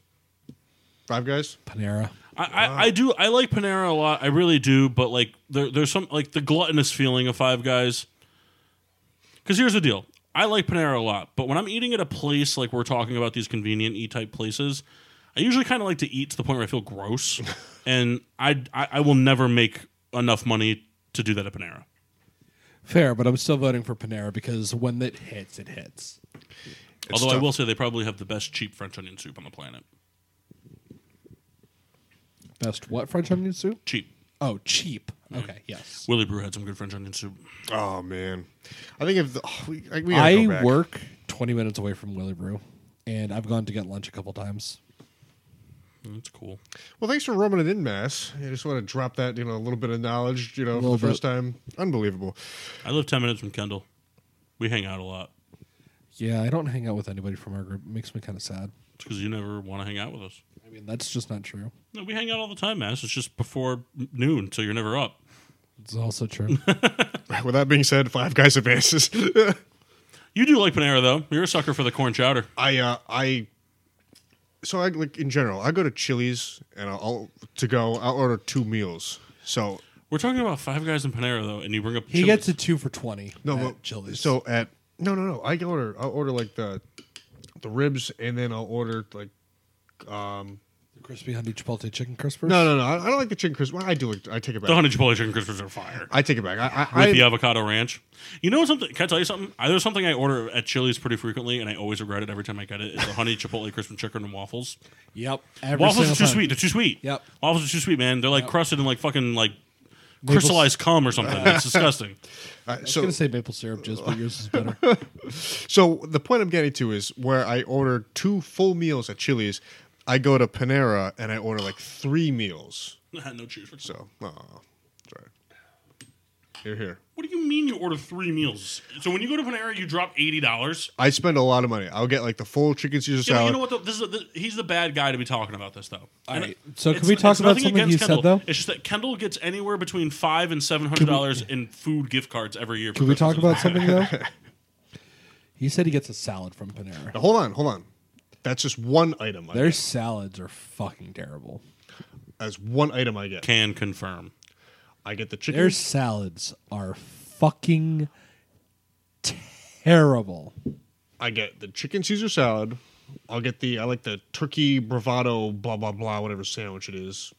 S2: Five Guys.
S3: Panera.
S1: I, I, I do I like Panera a lot. I really do, but like there, there's some like the gluttonous feeling of Five Guys. Because here's the deal: I like Panera a lot, but when I'm eating at a place like we're talking about these convenient E type places, I usually kind of like to eat to the point where I feel gross, and I, I I will never make enough money to do that at Panera.
S3: Fair, but I'm still voting for Panera because when it hits, it hits.
S2: It's
S1: Although I
S2: tough.
S1: will say they probably have the best cheap French onion soup on the planet.
S3: Best what French onion soup?
S1: Cheap.
S3: Oh, cheap. Okay, yes.
S1: Willie Brew had some good French onion soup.
S2: Oh man, I think if the, oh, we, I, we gotta go
S3: I
S2: back.
S3: work 20 minutes away from Willy Brew, and I've gone to get lunch a couple times.
S1: That's cool.
S2: Well, thanks for roaming it in, Mass. I just want to drop that, you know, a little bit of knowledge, you know, for
S3: Little
S2: the first time. Unbelievable.
S1: I live ten minutes from Kendall. We hang out a lot.
S3: Yeah, I don't hang out with anybody from our group. It makes me kind of sad.
S1: It's because you never want to hang out with us.
S3: I mean, that's just not true.
S1: No, we hang out all the time, Mass. It's just before noon, so you're never up.
S3: It's also true.
S2: With that being said, Five Guys advances.
S1: You do like Panera, though. You're a sucker for the corn chowder.
S2: I, uh, I, so I like in general, I go to Chili's and I'll, I'll to go. I'll order two meals. So
S1: We're talking about Five Guys and Panera, though, and you bring up
S3: he
S1: Chili's.
S3: gets a two for 20.
S2: no,
S3: at
S2: but
S3: Chili's.
S2: So at no, no, no. I can order. I'll order like the the ribs, and then I'll order like.
S3: crispy honey chipotle chicken crispers.
S2: No, no, no. I, I don't like the chicken crisp. Well, I do. Like, I take it
S1: the
S2: back.
S1: honey chipotle chicken crispers are fire
S2: I take it back. I, I,
S1: with
S2: I
S1: the avocado ranch. You know something? Can I tell you something? I, there's something I order at Chili's pretty frequently, and I always regret it every time I get it. It's the honey chipotle crispy chicken and waffles.
S3: Yep. Every
S1: waffles
S3: single
S1: are too
S3: time.
S1: sweet. They're too sweet.
S3: Yep.
S1: Waffles are too sweet, man. They're like
S3: Yep.
S1: crusted in like fucking like
S3: Maple s-
S1: crystallized cum or something. It's disgusting.
S2: uh,
S3: I was
S2: so
S3: going to say maple syrup just, but yours is better.
S2: So the point I'm getting to is where I order two full meals at Chili's, I go to Panera and I order like three meals.
S1: no cheese.
S2: So, oh, sorry. You're here.
S1: What do you mean you order three meals? So when you go to Panera, you drop eighty dollars.
S2: I spend a lot of money. I'll get like the full chicken Caesar
S1: Yeah, but
S2: salad.
S1: you know what? Though? This is the, he's the bad guy to be talking about this, though.
S3: All
S1: And
S3: right.
S1: it-
S3: So can
S1: it's-
S3: we talk
S1: it's
S3: about
S1: nothing
S3: something
S1: against
S3: you said,
S1: Kendall.
S3: though?
S1: It's just that Kendall gets anywhere between five and seven hundred dollars in food gift cards every year. for
S3: Can we
S1: Christmas.
S3: talk about something, though? He said he gets a salad from Panera.
S2: Now, hold on, hold on. That's just one item. I
S3: Their
S2: get.
S3: salads are fucking terrible.
S2: That's one item I get.
S1: Can confirm.
S2: I get the chicken.
S3: Their salads are fucking terrible.
S2: I get the chicken Caesar salad. I'll get the I like the turkey bravado blah blah blah whatever sandwich it is.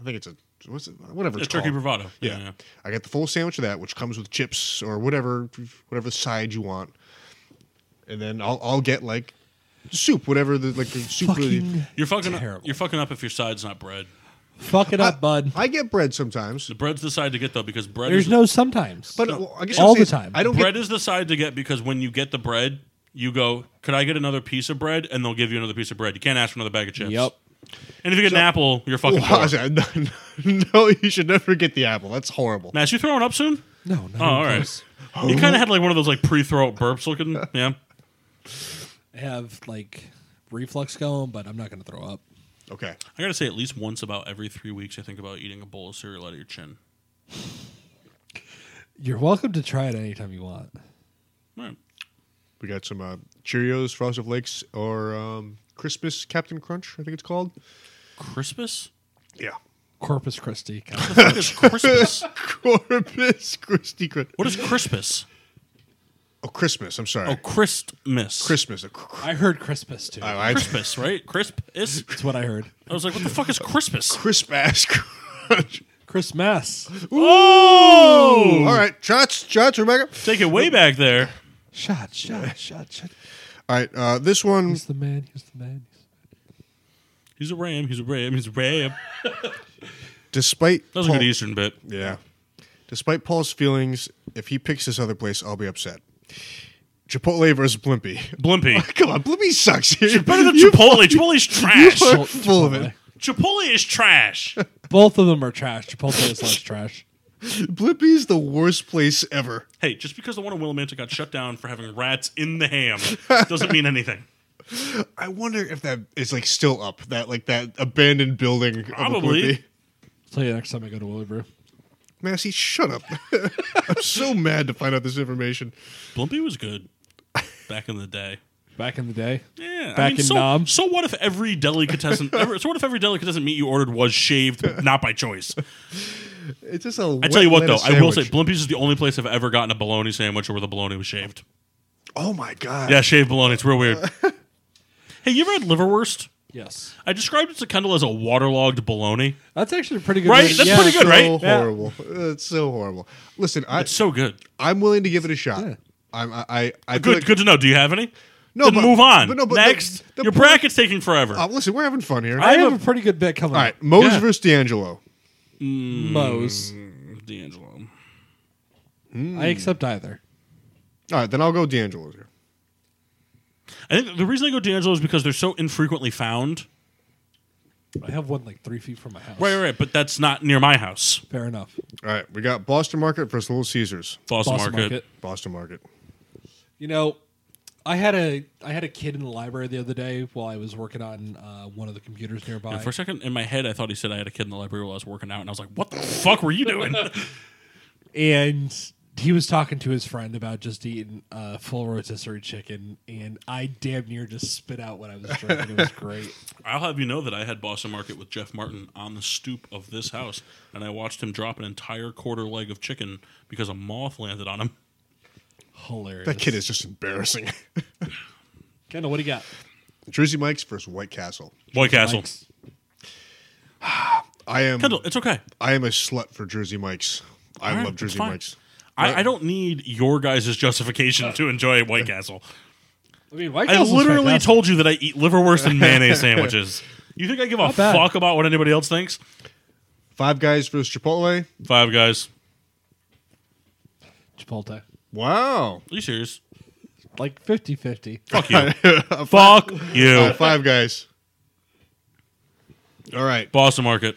S2: I think it's a what's it whatever
S1: It's
S2: it's
S1: turkey
S2: called.
S1: bravado.
S2: Yeah. I got the full sandwich of that, which comes with chips or whatever, whatever side you want. And then I'll I'll get like soup, whatever the like the soup.
S3: Fucking,
S1: You're fucking. Up,
S3: Terrible.
S1: you're fucking up if your side's not bread.
S3: fuck it up, bud.
S2: I get bread sometimes,
S1: The bread's the side to get though because bread.
S3: There's
S1: is,
S3: no sometimes.
S2: but well, I guess
S3: All
S2: I'm saying
S3: the time.
S2: I don't
S1: bread
S2: get.
S1: is the side to get because when you get the bread, you go. Could I get another piece of bread? And they'll give you another piece of bread. You can't ask for another bag of chips.
S3: yep.
S1: And if you get an apple, you're fucking.
S2: Wow,
S1: poor.
S2: no, no, you should never get the apple. That's horrible.
S1: Mass, you throwing up soon?
S3: No, no.
S1: Oh, all right. You kind of had like one of those like pre-throw burps looking. Yeah.
S3: I have like reflux going, but I'm not going to throw up.
S2: Okay,
S1: I gotta say, at least once about every three weeks, I think about eating a bowl of cereal out of your chin.
S3: You're welcome to try it anytime you want.
S1: Right.
S2: we got some uh, Cheerios, Frosted Flakes, or um, Christmas Captain Crunch. I think it's called.
S1: Crispus?
S2: Yeah,
S3: Corpus Christi.
S1: What is Christmas?
S2: Corpus Christi. Cri-
S1: What is Christmas?
S2: Oh, Christmas. I'm sorry.
S1: Oh, Christmas.
S2: Christmas. A cr- cr-
S3: I heard Crispus too.
S2: I- I-
S1: Christmas, right? Crisp is.
S3: That's what I heard.
S1: I was like, what the fuck is Christmas?
S2: crisp ass. crunch.
S3: Christmas.
S1: Oh,
S2: All right, shots, shots, Rebecca.
S1: take it way back there.
S3: Shot, shot, shot, shot.
S2: All right, uh, this one.
S3: He's the man. He's the man.
S1: He's a ram. He's a ram. He's a ram.
S2: Despite
S1: That was a good
S2: Paul-
S1: Eastern bit.
S2: Yeah. Despite Paul's feelings, if he picks this other place, I'll be upset. Chipotle versus Blimpy.
S1: Blimpy.
S2: Come on, Blimpy sucks. Here.
S1: Better than Chipotle. Chipotle's trash.
S2: You're full of it.
S1: Chipotle is trash.
S3: Both of them are trash. Chipotle is less trash.
S2: Blimpy's the worst place ever.
S1: Hey, just because the one in Willamette got shut down for having rats in the ham doesn't mean anything.
S2: I wonder if that is like still up. That like that abandoned building.
S1: Probably.
S2: Of a Blimpie.
S3: tell you next time I go to Willowbrew.
S2: Massey, shut up. I'm so mad to find out this information.
S1: Blimpy was good back in the day.
S3: Back in the day.
S1: Yeah, I
S3: Back
S1: mean,
S3: in
S1: so,
S3: Nam.
S1: So what if every delicatessen? ever, so what if every delicatessen meat you ordered was shaved, not by choice?
S2: It's just a.
S1: I tell you what, though, I will say Blimpies is the only place I've ever gotten a bologna sandwich where the bologna was shaved.
S2: Oh my god.
S1: Yeah, shaved bologna. It's real weird. hey, you ever had liverwurst?
S3: Yes.
S1: I described it to Kendall as a waterlogged bologna.
S3: That's actually a pretty good.
S1: Right?
S3: way to-
S1: That's
S3: yeah.
S1: pretty good, right?
S2: So horrible. It's so horrible. Listen, I,
S1: It's so good.
S2: I'm willing to give it a shot.
S3: Yeah.
S2: I'm, I, I, I feel
S1: Good.
S2: like-
S1: good to know. Do you have any?
S2: No,
S1: Then
S2: but-
S1: move on.
S2: but no, but the-
S1: Next,
S2: the
S1: your
S2: point-
S1: bracket's taking forever.
S2: Uh, listen, we're having fun here.
S3: I have a pretty good bit coming.
S2: All right, Mose
S1: Yeah.
S2: versus D'Angelo.
S3: Moe's.
S1: D'Angelo. Mm.
S3: I accept either.
S2: All right, then I'll go D'Angelo's here.
S1: I think the reason I go D'Angelo is because they're so infrequently found.
S3: I have one like three feet from my house.
S1: Right, right, right. But that's not near my house.
S3: Fair enough.
S2: All right, we got Boston Market versus Little Caesars.
S1: Boston,
S3: Boston
S1: Market.
S3: Market.
S2: Boston Market.
S3: You know, I had a I had a kid in the library the other day while I was working on uh, one of the computers nearby.
S1: And for a second in my head, I thought he said I had a kid in the library while I was working out, and I was like, "What the fuck were you doing?"
S3: and he was talking to his friend about just eating uh, full rotisserie chicken, and I damn near just spit out what I was drinking. it was great.
S1: I'll have you know that I had Boston Market with Jeff Martin on the stoop of this house, and I watched him drop an entire quarter leg of chicken because a moth landed on him.
S3: Hilarious.
S2: That kid is just embarrassing.
S3: Kendall, what do you got?
S2: Jersey Mike's versus White Castle.
S1: White Castle.
S3: Mike's.
S2: I am.
S1: Kendall, it's okay.
S2: I am a slut for Jersey Mike's. I
S1: All right,
S2: love
S1: it's
S2: Jersey
S1: fine.
S2: Mike's.
S1: I, I don't need your guys' justification to enjoy White Castle.
S3: I mean, White
S1: I
S3: Castle's
S1: literally
S3: fantastic.
S1: told you that I eat liverwurst and mayonnaise sandwiches. You think I give a
S3: Not bad.
S1: fuck about what anybody else thinks?
S2: Five Guys versus Chipotle.
S1: Five guys.
S3: Chipotle.
S2: Wow.
S1: Are you serious?
S3: Like 50 50.
S1: Fuck you. fuck you.
S2: Uh, five Guys. All right.
S1: Boston Market.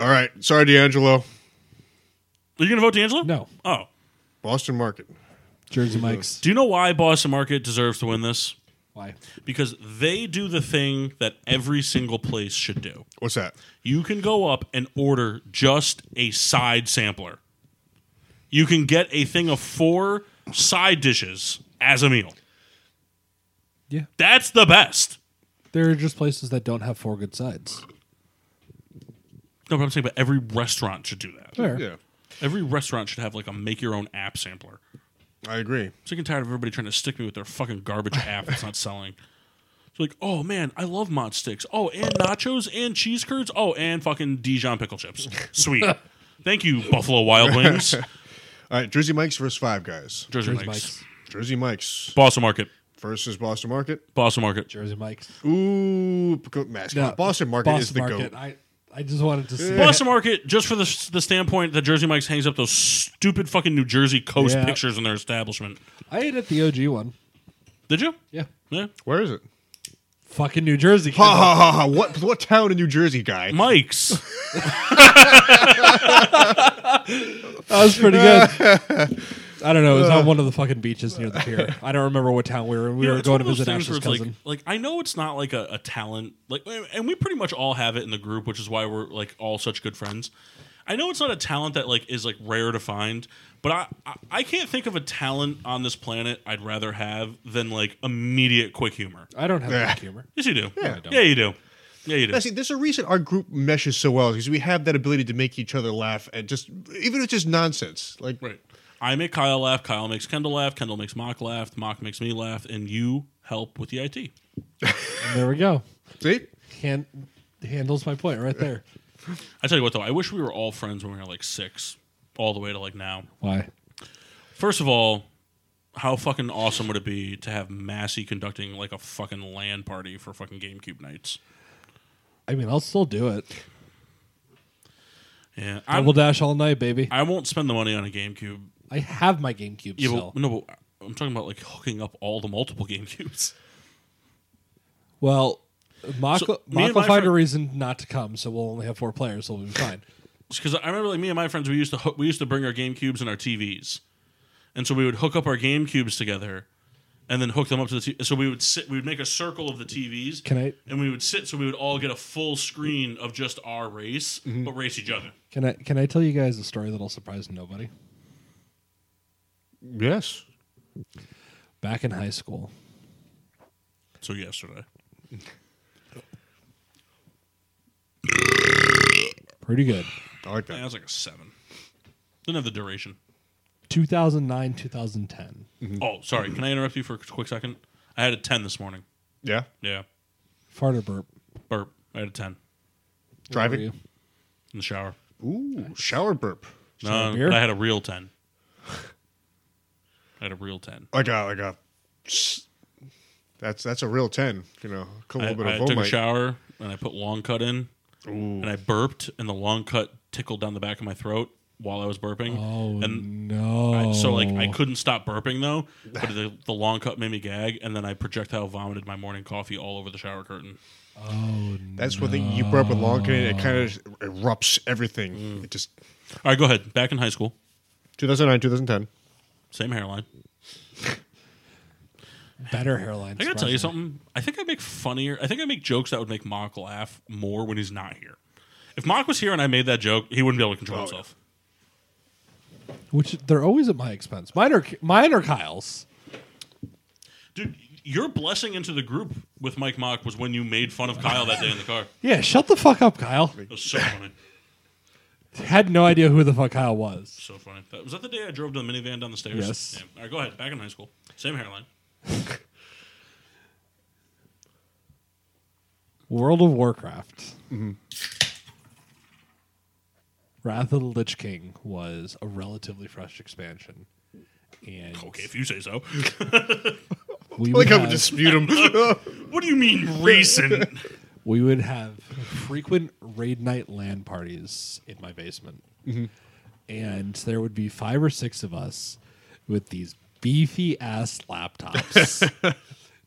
S2: All right. Sorry, D'Angelo.
S1: Are you going to vote D'Angelo?
S3: No.
S1: Oh.
S2: Boston Market.
S3: Jersey Mike's.
S1: Do you know why Boston Market deserves to win this?
S3: Why?
S1: Because they do the thing that every single place should do.
S2: What's that?
S1: You can go up and order just a side sampler. You can get a thing of four side dishes as a meal.
S3: Yeah.
S1: That's the best.
S3: There are just places that don't have four good sides.
S1: No, but I'm saying, but every restaurant should do that.
S3: Fair.
S2: Yeah,
S1: Every restaurant should have like a make your own app sampler.
S2: I agree.
S1: sick and tired of everybody trying to stick me with their fucking garbage app that's not selling. It's like, oh man, I love mod sticks. Oh, and nachos and cheese curds. Oh, and fucking Dijon pickle chips. Sweet. Thank you, Buffalo Wild Wings.
S2: All right, Jersey Mike's versus Five Guys.
S1: Jersey, Mike's.
S3: Jersey Mike's.
S2: Jersey Mike's
S1: Boston Market.
S2: versus Boston Market.
S1: Boston Market.
S3: Jersey Mike's.
S2: Ooh, Pico- mascot. Boston Market is the goat.
S3: I, I just wanted to see.
S1: Boston Market, just for the, the standpoint that Jersey Mike's hangs up those stupid fucking New Jersey coast
S3: Yeah.
S1: pictures in their establishment.
S3: I ate at the OG one.
S1: Did you?
S3: Yeah.
S1: Yeah.
S2: Where is it?
S3: Fucking New Jersey.
S2: Ha Ah, ha ha ha! What what town in New Jersey, guy?
S1: Mike's.
S3: That was pretty good. Uh. I don't know. It was on one of the fucking beaches near the pier. I don't remember what town we were in. We
S1: You know,
S3: were
S1: it's
S3: going to
S1: one of
S3: visit
S1: those things
S3: Ash's
S1: where it's
S3: cousin.
S1: Like, like I know it's not like a, a talent, like, and we pretty much all have it in the group, which is why we're like all such good friends. I know it's not a talent that like is like rare to find, but I, I I can't think of a talent on this planet I'd rather have than like immediate quick humor.
S3: I don't have
S2: Yeah.
S3: that humor.
S1: Yes, you do.
S2: Yeah.
S1: yeah, you do. Yeah, you do.
S2: Now, see, there's a reason our group meshes so well because we have that ability to make each other laugh and just even if it's just nonsense. Like
S1: Right. I make Kyle laugh. Kyle makes Kendall laugh. Kendall makes Mock laugh. Mock makes me laugh. And you help with the IT.
S3: And there we go.
S2: see,
S3: Hand, handles my point right there.
S1: I tell you what, though, I wish we were all friends when we were like six, all the way to like now.
S3: Why?
S1: First of all, how fucking awesome would it be to have Massey conducting like a fucking LAN party for fucking GameCube nights?
S3: I mean, I'll still do it.
S1: Yeah, I,
S3: Double dash all night, baby.
S1: I won't spend the money on a GameCube.
S3: I have my GameCube
S1: Yeah,
S3: still.
S1: but, no, but I'm talking about like hooking up all the multiple GameCubes.
S3: Well, Mock,
S1: So, me
S3: Mock
S1: and
S3: will
S1: my
S3: find a
S1: friend-
S3: reason not to come, so we'll only have four players, so we'll be fine.
S1: because I remember like me and my friends we used to hook, we used to bring our GameCubes and our TVs, and so we would hook up our GameCubes together, and then hook them up to the t- so we would sit we would make a circle of the TVs.
S3: Can I-
S1: And we would sit so we would all get a full screen of just our race,
S3: Mm-hmm.
S1: but race each other.
S3: Can I can I tell you guys a story that'll surprise nobody?
S2: yes,
S3: Back in high school,
S1: So yesterday,
S3: pretty good.
S2: I like
S1: yeah,
S2: that.
S1: that was like a seven. Didn't have the duration.
S3: 2009, 2010.
S1: Oh, sorry. Can I interrupt you for a quick second? I had a ten this morning.
S2: Yeah,
S1: Yeah,
S3: Fart or burp.
S1: burp. I had a ten
S2: driving.
S3: you?
S1: in the shower.
S2: Ooh, shower burp.
S1: No,
S3: beer?
S1: but I had a real ten. I had a real ten.
S2: Like a like a. That's that's a real ten. You know, a
S1: I,
S2: little bit
S1: I
S2: of
S1: took a
S2: vomite.
S1: shower and I put long cut in, and I burped, and the long cut tickled down the back of my throat while I was burping.
S3: Oh
S1: and
S3: no!
S1: I- so like I couldn't stop burping though, but the, the long cut made me gag, and then I projectile vomited my morning coffee all over the shower curtain.
S3: Oh,
S2: That's one thing you brought up with long and it kind of erupts everything.
S1: Mm.
S2: It just
S1: All right, go ahead. Back in high school,
S2: 2009, 2010.
S1: same hairline.
S3: better hairline.
S1: I gotta tell you
S3: surprisingly.
S1: something. I think I make funnier. I think I make jokes that would make Mock laugh more when he's not here. If Mock was here and I made that joke, he wouldn't be able to control
S2: Oh,
S1: himself.
S3: Which they're always at my expense. Mine are mine are Kyle's.
S1: Dude, your blessing into the group with Mike Mock was when you made fun of Kyle that day in the car.
S3: Yeah, shut the fuck up, Kyle.
S1: It was so funny.
S3: Had no idea who the fuck Kyle was.
S1: So funny. That, was that the day I drove the minivan down the stairs?
S3: Yes.
S1: Yeah. All right, go ahead. Back in high school. Same hairline.
S3: World of Warcraft.
S2: Mm-hmm.
S3: Wrath of the Lich King was a relatively fresh expansion, and
S1: Okay, if you say so.
S3: we would
S2: Like I would
S3: have-
S2: dispute him.
S1: what do you mean recent?
S3: we would have frequent raid night land parties in my basement. And there would be five or six of us with these beefy ass laptops.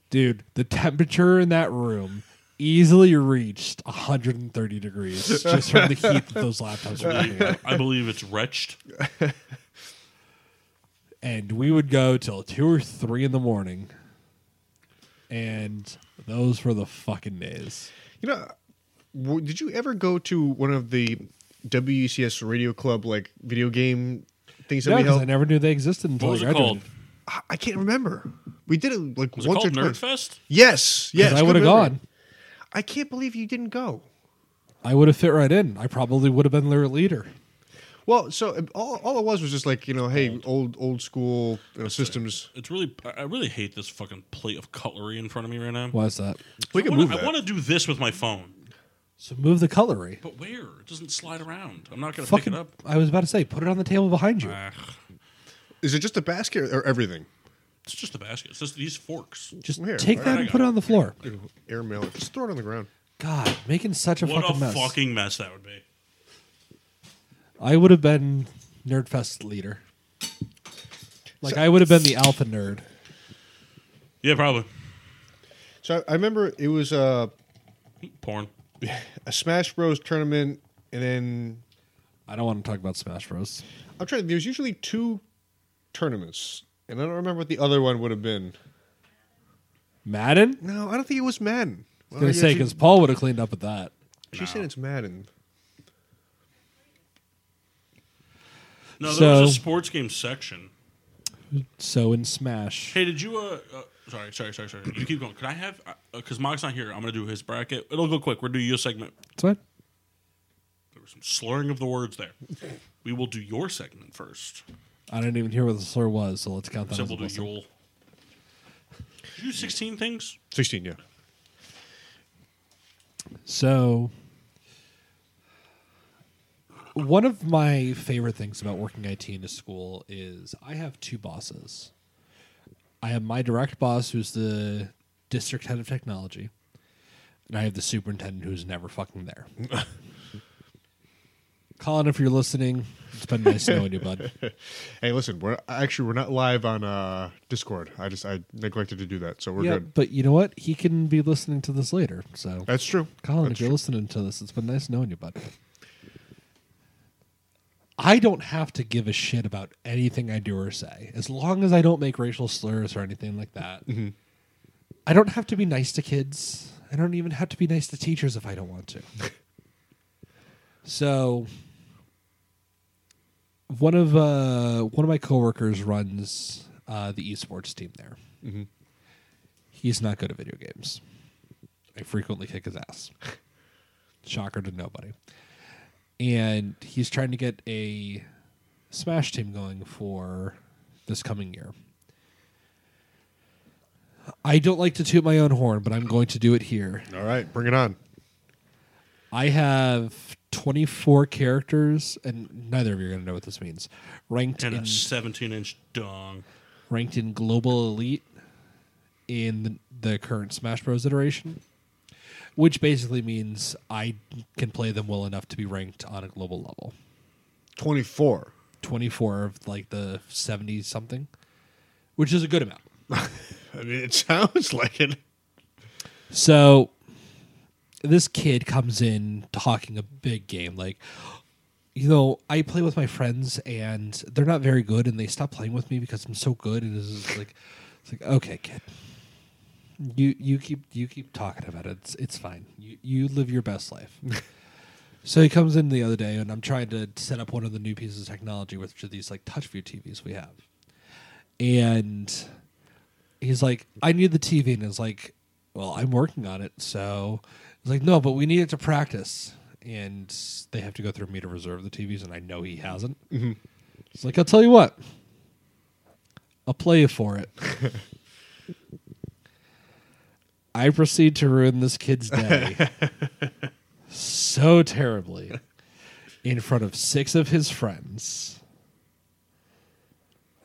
S3: Dude, the temperature in that room easily reached 130 degrees just from the heat that those laptops were putting out.
S1: I believe it's wretched.
S3: And we would go till two or three in the morning. And those were the fucking days.
S2: You know, w- did you ever go to one of the WECS Radio Club like video game things that
S3: No,
S2: we
S3: 'cause I
S2: held?
S3: never knew they existed until
S1: What was
S3: I
S1: it
S3: graduated.
S1: called?
S2: I, I can't remember. We did it like
S1: Was it
S2: once
S1: called
S2: or twice.
S1: Nerdfest?
S2: Yes, yes.
S3: Because I
S2: good
S3: would have
S2: memory.
S3: gone.
S2: I can't believe you didn't go.
S3: I would have fit right in. I probably would have been their leader.
S2: Well, so uh, all, all it was was just like you know, hey, old old school you know, systems.
S1: It's really. I I really hate this fucking plate of cutlery in front of me right now.
S3: Why is that?
S2: We
S1: I
S2: can
S1: wanna-
S2: move that.
S1: I want to do this with my phone,
S3: So move the cutlery.
S1: but where? It doesn't slide around. I'm not gonna pick
S3: Fucking,
S1: it up.
S3: I was about to say, put it on the table behind you.
S1: Ah,
S2: Is it just a basket or everything?
S1: it's just a basket. It's just these forks.
S3: Just
S2: Here,
S3: take
S2: all
S3: that
S2: right,
S3: and
S1: I
S3: put it
S1: got
S3: on the floor.
S2: You know, airmail it. Just throw it on the ground.
S3: God, making such a
S1: What
S3: fucking
S1: a
S3: mess.
S1: fucking mess that would be.
S3: I would have been Nerdfest leader. Like I would have been the alpha nerd.
S1: Yeah, probably.
S2: So I, I remember it was a
S1: Porn.
S2: a Smash Bros tournament, and then
S3: I don't want to talk about Smash Bros.
S2: I'm trying. There's usually two tournaments, and I don't remember what the other one would have been.
S3: Madden.
S2: No, I don't think it was Madden.
S3: I was gonna say because Paul would have cleaned up at that.
S2: she, she said it's Madden.
S1: No, there was a
S3: So-
S1: sports game section.
S3: So in Smash,
S1: Hey, did you? Uh, uh, Sorry, sorry, sorry, sorry. You keep going. Could I have? Because Mog's not here. I'm going to do his bracket. It'll go quick. We'll do your segment.
S3: That's fine.
S1: There was some slurring of the words there. We will do your segment first.
S3: I didn't even hear what the slur was, so let's count that.
S1: So
S3: as a
S1: we'll do
S3: blessing.
S1: your. Did you do 16 things?
S2: 16, yeah.
S3: So, one of my favorite things about working IT in a school is I have two bosses. I have my direct boss, who's the district head of technology, and I have the superintendent, who's never fucking there. Colin, if you're listening, it's been nice knowing you, bud.
S2: Hey, listen, we're actually we're not live on uh, Discord. I just I neglected to do that, so we're
S3: yeah,
S2: good.
S3: but you know what? He can be listening to this later, so
S2: That's true.
S3: Colin, if
S2: That's
S3: you're
S2: true.
S3: listening to this, it's been nice knowing you, bud. I don't have to give a shit about anything I do or say, as long as I don't make racial slurs or anything like that. I don't have to be nice to kids. I don't even have to be nice to teachers if I don't want to. so, one of uh, one of my coworkers runs uh, the esports team there. He's not good at video games. I frequently kick his ass. Shocker to nobody. And he's trying to get a Smash team going for this coming year. I don't like to toot my own horn, but I'm going to do it here.
S2: All right, bring it on.
S3: I have 24 characters, and neither of you are going to know what this means. Ranked
S1: And
S3: in
S1: a 17 inch dong.
S3: ranked in global elite in the, the current Smash Bros. iteration, which basically means I can play them well enough to be ranked on a global level.
S2: 24.
S3: 24 of like the 70 something, which is a good amount.
S2: I mean, it sounds like it.
S3: So this kid comes in talking a big game like you know, I play with my friends and they're not very good and they stop playing with me because I'm so good and it's just like it's like okay, kid. You you keep you keep talking about it. It's it's fine. You you live your best life. so he comes in the other day and I'm trying to set up one of the new pieces of technology which are these like touch view TVs we have. And he's like, I need the TV. And it's like, well, I'm working on it. So it's like, no, but we need it to practice. And they have to go through me to reserve the TVs. And I know he hasn't. It's like, I'll tell you what, I'll play you for it. I proceed to ruin this kid's day so terribly in front of six of his friends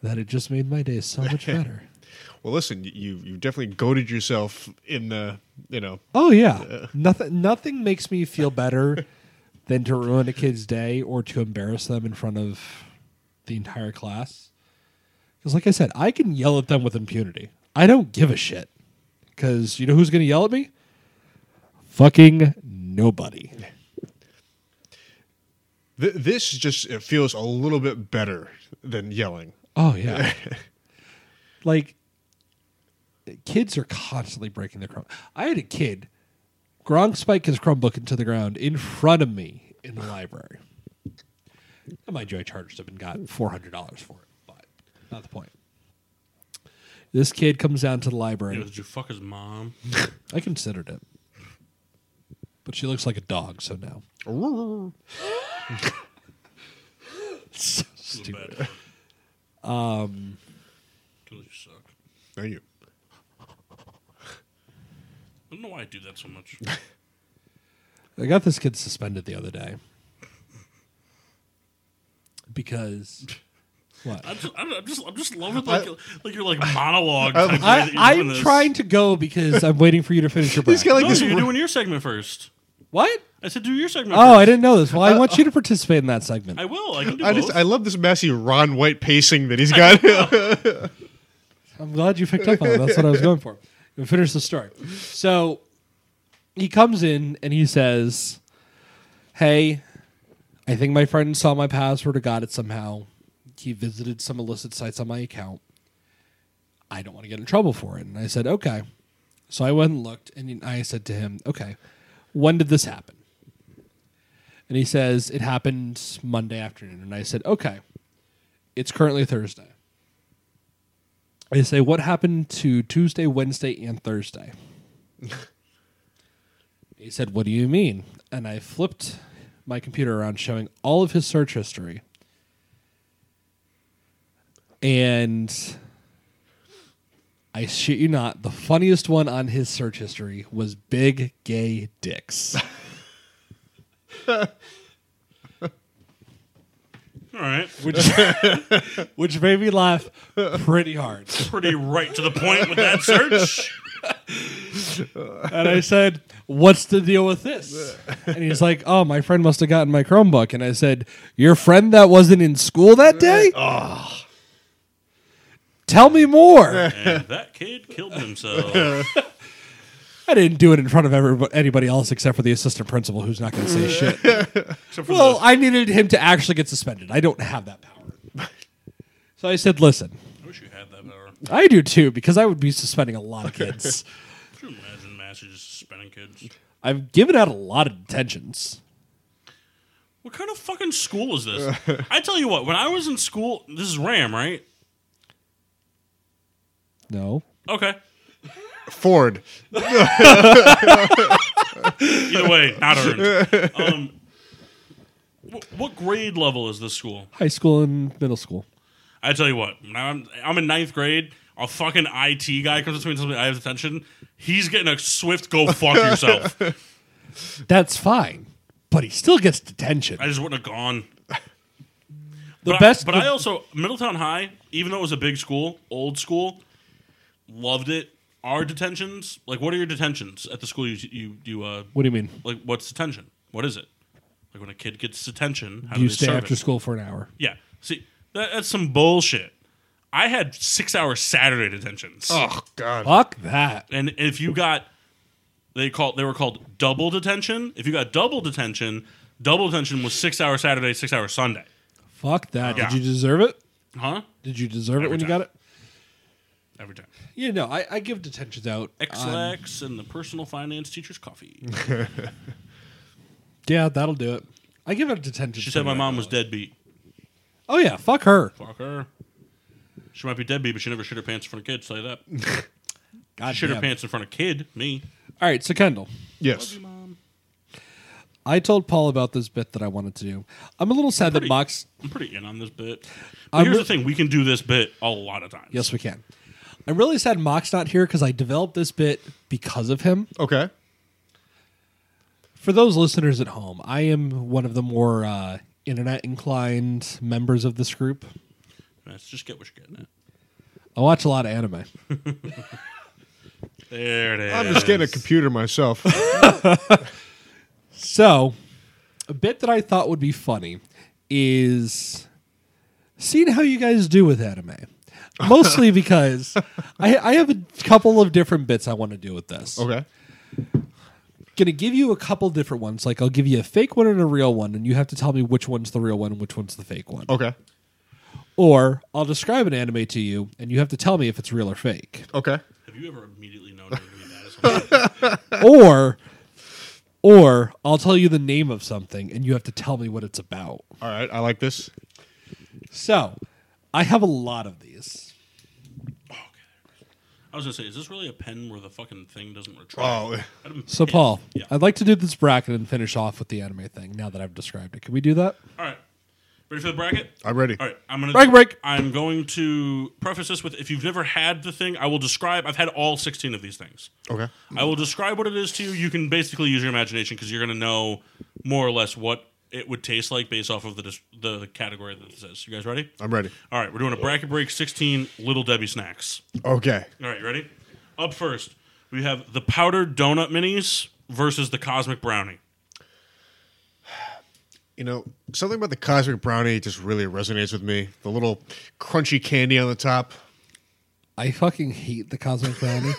S3: that it just made my day so much better.
S2: Well, listen, you you definitely goaded yourself in the you know.
S3: Oh yeah. Nothing nothing makes me feel better than to ruin a kid's day or to embarrass them in front of the entire class. Cuz like I said, I can yell at them with impunity. I don't give a shit. Cuz you know who's going to yell at me? Fucking nobody.
S2: Th- this just it feels a little bit better than yelling.
S3: Oh yeah. like kids are constantly breaking their Chrome. I had a kid Gronk spike his Chromebook into the ground in front of me in the library. Now, mind you, I charged him and got four hundred dollars for it, but not the point. This kid comes down to the
S1: You
S3: library.
S1: know, did you fuck his mom?
S3: I considered it, but she looks like a dog, so no. So stupid.
S1: Bad.
S3: Um,
S1: Totally suck.
S2: Thank you.
S1: I don't know why I do that so much.
S3: I got this kid suspended the other day because what?
S1: I'm just, I'm I'm just, I'm just loving like, like your like monologue.
S2: I-
S1: type way that
S3: I,
S1: you're doing
S3: I'm
S1: this.
S3: trying to go because I'm waiting for you to finish your
S2: He's
S3: bracket.
S2: got like
S1: No,
S2: this.
S1: you're
S2: re-
S1: doing your segment first.
S3: what?
S1: I said do your segment.
S3: Oh, I
S1: first.
S3: didn't know this. Well, I want you to participate in that segment.
S1: I will. I can do
S2: I
S1: both.
S2: just I love this messy Ron White pacing that he's got.
S3: I'm glad you picked up on it. That's what I was going for. And finish the story. So he comes in and he says, Hey, I think my friend saw my password or got it somehow. He visited some illicit sites on my account. I don't want to get in trouble for it. And I said, Okay. So I went and looked and I said to him, Okay, when did this happen? And he says, It happened Monday afternoon. And I said, Okay, it's currently Thursday. They say, What happened to Tuesday, Wednesday, and Thursday? he said, What do you mean? And I flipped my computer around, showing all of his search history. And I shit you not, the funniest one on his search history was big gay dicks.
S1: All right.
S3: which which made me laugh pretty hard.
S1: Pretty right to the point with that search.
S3: And I said, "What's the deal with this?" And he's like, "Oh, my friend must have gotten my Chromebook." And I said, "Your friend that wasn't in school that day? Tell me more."
S1: And that kid killed himself.
S3: I didn't do it in front of everybody, anybody else except for the assistant principal, who's not going to say shit.
S1: Except for
S3: Well,
S1: the-
S3: I needed him to actually get suspended. I don't have that power. So I said, "Listen,
S1: I wish you had that power.
S3: I do too, because I would be suspending a lot of kids."
S1: Could you imagine Massey just spinning kids?
S3: I've given out a lot of detentions.
S1: What kind of fucking school is this? I tell you what, when I was in school, this is Ram, right?
S3: No.
S1: Okay.
S2: Ford.
S1: Either way, not earned. Um, wh- what grade level is this school?
S3: High school and middle school.
S1: I tell you what, when I'm, I'm in ninth grade. A fucking IT guy comes up to me and tells me I have attention. He's getting a swift go fuck yourself.
S3: That's fine. But he still gets detention.
S1: I just wouldn't have gone.
S3: the
S1: but
S3: best
S1: I, but I also Middletown High, even though it was a big school, old school, loved it. Our detentions, like, what are your detentions at the school? You you you uh,
S3: What do you mean?
S1: like, what's detention? What is it? Like when a kid gets detention, how do
S3: You
S1: they
S3: stay
S1: serve
S3: after
S1: it?
S3: school for an hour.
S1: Yeah, see, that, that's some bullshit. I had six hour Saturday detentions.
S2: Oh God.
S3: Fuck that.
S1: And if you got, they called they were called double detention. If you got double detention, double detention was six hour Saturday, six hour Sunday.
S3: Fuck that.
S1: Yeah.
S3: Did you deserve it?
S1: Huh?
S3: Did you deserve it
S1: Every
S3: when you
S1: time.
S3: got it?
S1: Every time.
S3: Yeah, no, I, I give detentions out. Uh, on-
S1: XLX and the personal finance teacher's coffee.
S3: yeah, that'll do it. I give out detentions.
S1: She said my
S3: pretty
S1: mom was deadbeat.
S3: well. Oh yeah, fuck her.
S1: Fuck her. She might be deadbeat, but she never shit her pants in front of kids. Say that.
S3: God
S1: Shit her
S3: damn.
S1: pants in front of kid. Me.
S3: All right, so Kendall,
S2: Yes.
S3: I told Paul about this bit that I wanted to do. I'm a little sad that
S1: pretty-
S3: Mox
S1: I'm pretty in on this bit. But
S3: I'm
S1: here's
S3: re-
S1: the thing: we can do this bit a lot of times.
S3: Yes, we can. I'm really sad Mock's not here because I developed this bit because of him.
S2: Okay.
S3: For those listeners at home, I am one of the more uh, internet inclined members of this group.
S1: Let's just get what you're getting at.
S3: I watch a lot of anime.
S1: There it is.
S2: I'm just getting a computer myself.
S3: So, a bit that I thought would be funny is seeing how you guys do with anime. Mostly because I, I have a couple of different bits I want to do with this.
S2: Okay.
S3: gonna give you a couple different ones. Like I'll give you a fake one and a real one, and you have to tell me which one's the real one and which one's the fake one.
S2: Okay.
S3: Or I'll describe an anime to you, and you have to tell me if it's real or fake.
S2: Okay.
S1: Have you ever immediately known it would be that? as well?
S3: or, or I'll tell you the name of something, and you have to tell me what it's about.
S2: All right. I like this.
S3: So, I have a lot of these.
S1: I was gonna say, is this really a pen where the fucking thing doesn't retract?
S2: Oh.
S1: I'd be
S3: So,
S1: pissed.
S3: Paul,
S1: Yeah.
S3: I'd like to do this bracket and finish off with the anime thing. Now that I've described it, can we do that?
S1: All right. Ready for the bracket?
S2: I'm ready.
S1: All right, I'm gonna
S3: Break, break.
S1: I'm going to preface this with if you've never had the thing, I will describe. I've had all 16 of these things.
S2: Okay.
S1: I will describe what it is to you. You can basically use your imagination because you're going to know more or less what it would taste like based off of the dis- the category that this is. You guys ready?
S2: I'm ready.
S1: All right, we're doing a bracket break 16 Little Debbie snacks.
S2: Okay.
S1: All right, you ready? Up first, we have the powdered donut minis versus the cosmic brownie.
S2: You know, something about the cosmic brownie just really resonates with me. The little crunchy candy on the top.
S3: I fucking hate the cosmic brownie.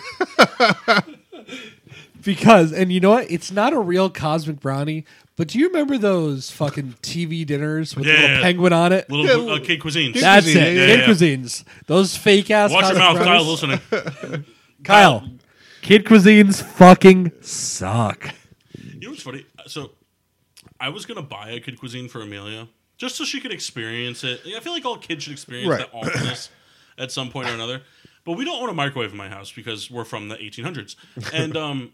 S3: because and you know what? It's not a real cosmic brownie, but do you remember those fucking TV dinners with the
S1: Yeah.
S3: little penguin on it?
S1: Little
S2: Yeah,
S1: uh, kid cuisines.
S3: That's
S2: Cuisine,
S3: it.
S2: yeah,
S3: Kid
S1: yeah.
S3: Cuisines. Those fake ass
S1: Watch your
S3: cosmic
S1: mouth, Kyle's
S3: brownies.
S1: listening.
S3: Kyle. Kid Cuisines fucking suck.
S1: You know what's funny? Uh, So, I was gonna buy a kid cuisine for Amelia just so she could experience it. I feel like all kids should experience
S2: Right.
S1: that awfulness at some point or another. But we don't own a microwave in my house because we're from the 1800s. And um,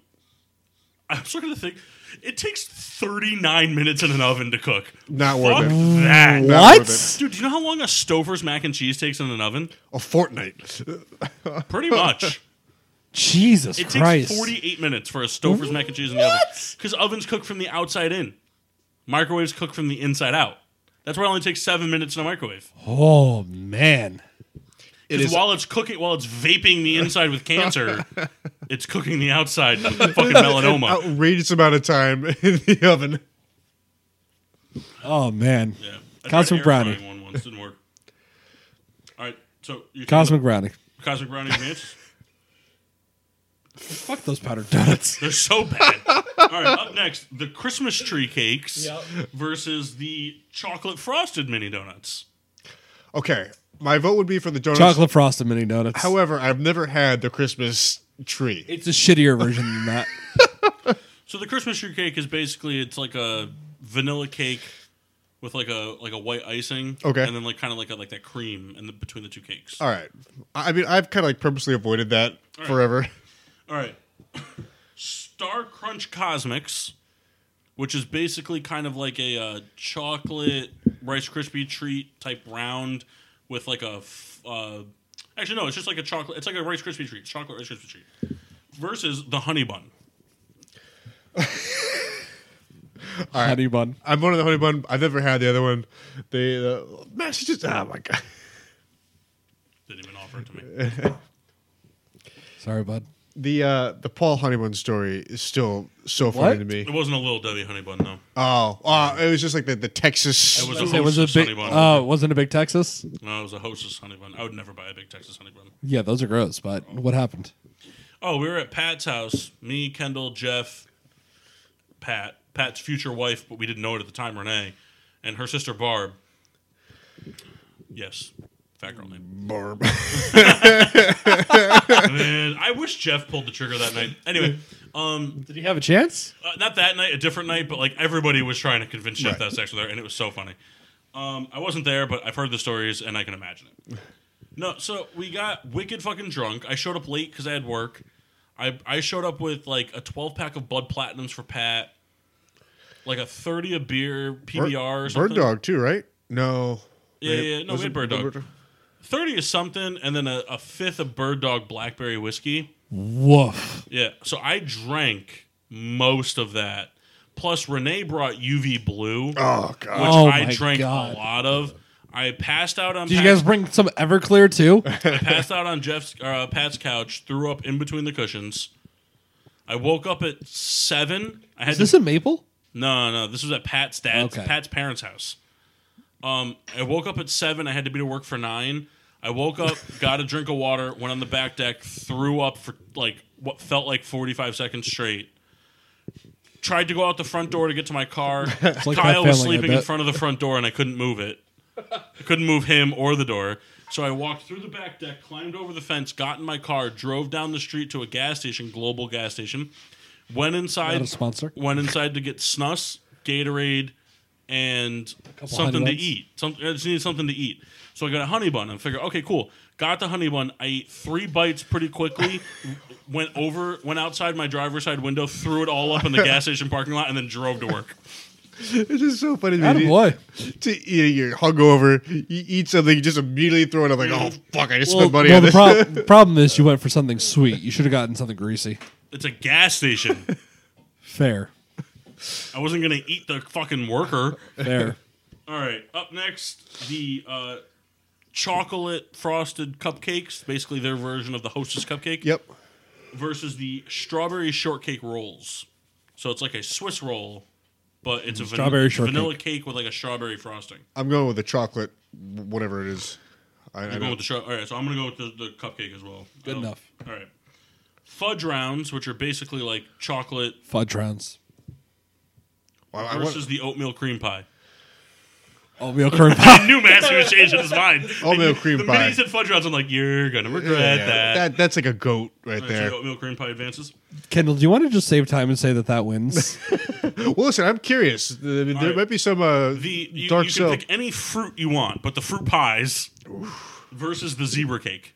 S1: I'm starting to think it takes 39 minutes in an oven to cook.
S2: Not
S1: Fuck
S2: worth it.
S1: that.
S2: Not
S3: What?
S2: worth
S1: Dude, do you know how long a Stouffer's mac and cheese takes in an oven?
S2: it. A fortnight.
S1: Pretty much.
S3: Jesus
S1: It
S3: Christ.
S1: takes 48 minutes for a Stouffer's mac and cheese in the oven. Because ovens cook from the outside in, microwaves cook from the inside out. That's why it only takes seven minutes in a microwave.
S3: Oh man.
S2: It
S1: Because
S2: is
S1: while it's cooking, while it's vaping the inside with cancer, it's cooking the outside with fucking melanoma.
S2: outrageous amount of time in the oven.
S3: Oh man.
S1: Yeah. I tried
S3: Cosmic
S1: air
S3: brownie.
S1: frying One once didn't work. All right, so you
S3: Cosmic brownie.
S1: cosmic brownie advance.
S3: Fuck those powdered donuts.
S1: They're so bad. All right, up next, the Christmas tree cakes versus the chocolate frosted mini donuts.
S2: Okay, my vote would be for the donuts.
S3: Chocolate frosted mini donuts.
S2: However, I've never had the Christmas tree.
S3: it's a shittier version than that.
S1: So the Christmas tree cake is basically it's like a vanilla cake with like a like a white icing.
S2: Okay.
S1: And then like kind of like a, like that cream in the, between the two cakes.
S2: All right. I I mean, I've kind of like purposely avoided that forever.
S1: All right. Star Crunch Cosmics, which is basically kind of like a uh, chocolate Rice Krispie treat type round with like a. F- uh, actually, no, it's just like a chocolate. It's like a Rice Krispie treat. It's chocolate Rice Krispie treat. Versus the Honey Bun.
S3: Honey bun.
S2: I'm one of the honey bun. I've never had the other one. The uh, messages. Oh my god.
S1: Didn't even offer it to me.
S3: Sorry, bud.
S2: The uh, the Paul Honeybun story is still so funny
S3: What?
S2: to
S1: It
S2: me.
S1: wasn't a little Debbie Honey Bun, though.
S2: Oh, oh, it was just like the the Texas.
S1: It was
S3: It
S1: a
S3: was a
S1: hostess honey bun.
S3: big. Oh, it wasn't a big Texas.
S1: No, it was a hostess honey bun. I would never buy a big Texas honey bun.
S3: Yeah, those are gross. But what happened?
S1: Oh, we were at Pat's house. Me, Kendall, Jeff, Pat, Pat's future wife, but we didn't know it at the time, Renee, and her sister Barb. Yes, fat girl name.
S2: Barb.
S1: Man, I wish Jeff pulled the trigger that night. Anyway, um,
S3: Did he have a chance?
S1: uh, not that night, a different night, but like everybody was trying to convince Jeff that's actually there, and it was so funny. Um, I wasn't there, but I've heard the stories, and I can imagine it. No, so we got wicked fucking drunk. I showed up late because I had work. I I showed up with like a twelve pack of Bud Platinums for Pat, like a thirty of beer PBR or something.
S2: Bird dog too, right? No.
S1: Yeah,
S2: Right?
S1: yeah, no,
S2: Was
S1: we had
S2: it
S1: bird dog. Thirty is something, and then a, a fifth of Bird Dog Blackberry whiskey.
S3: Woof.
S1: Yeah. So I drank most of that. Plus, Renee brought UV Blue,
S2: Oh god.
S1: which
S3: Oh
S1: I
S3: my
S1: drank
S3: God.
S1: a lot of. I passed out on.
S3: Did you
S1: Pat's-
S3: guys bring some Everclear too?
S1: I passed out on Jeff's uh, Pat's couch. Threw up in between the cushions. I woke up at seven. I had
S3: Is this
S1: to,
S3: a maple?
S1: no, no. This was at Pat's dad's
S3: Okay.
S1: Pat's parents' house. Um, I woke up at seven. I had to be to work for nine. I woke up, got a drink of water, went on the back deck, threw up for like what felt like forty-five seconds straight. Tried to go out the front door to get to my car.
S3: like
S1: Kyle
S3: my
S1: was
S3: family, I
S1: sleeping in
S3: bet.
S1: front of the front door, and I couldn't move it. I couldn't move him or the door. So I walked through the back deck, climbed over the fence, got in my car, drove down the street to a gas station, global gas station, went
S3: Not a
S1: inside,
S3: sponsor.
S1: went inside to get snus, Gatorade, and
S3: couple
S1: something to
S3: honey buns.
S1: eat. Some, I just needed something to eat. So I got a honey bun and figured, okay, cool. Got the honey bun. I ate three bites pretty quickly. went over, went outside my driver's side window, threw it all up in the gas station parking lot, and then drove to work.
S2: It's just so funny to me.
S3: Attaboy.
S2: To, you you're hungover, you eat something, you just immediately throw it up like,
S1: Mm.
S2: oh fuck, I just
S3: Well,
S2: spent money
S3: well,
S2: on
S3: the
S2: this.
S3: prob- problem is you went for something sweet. You should have gotten something greasy.
S1: It's a gas station.
S3: Fair.
S1: I wasn't gonna eat the fucking worker.
S3: Fair.
S1: All right, up next, the uh, chocolate frosted cupcakes, basically their version of the Hostess cupcake.
S2: yep.
S1: versus the strawberry shortcake rolls. So it's like a Swiss roll, but it's a van-
S3: Strawberry shortcake.
S1: vanilla cake with like a strawberry frosting.
S2: I'm going with the chocolate, whatever it is. I, I
S1: I'm
S2: don't-
S1: going with the stra- All right, so I'm gonna go with the, the cupcake as well. I
S3: Good
S1: don't-
S3: enough.
S1: All right, fudge rounds, which are basically like chocolate
S3: Fudge rounds.
S2: I- I want-
S1: versus the oatmeal cream pie.
S3: Oatmeal cream
S1: I knew Massey was changing his mind.
S2: Oatmeal
S1: I knew-
S2: cream
S1: the
S2: pie.
S1: minute he said fudge rounds, I'm like, you're gonna regret
S2: yeah,
S1: that.
S2: That's like a goat right
S1: All right, so
S2: there.
S1: the oatmeal cream pie advances.
S3: Kendall, do you want to just save time and say that that wins?
S2: Well, listen, I'm curious. Th- There,
S1: right.
S2: might be some uh,
S1: The you,
S2: dark
S1: you
S2: cell.
S1: can pick any fruit you want, but the fruit pies versus the zebra cake.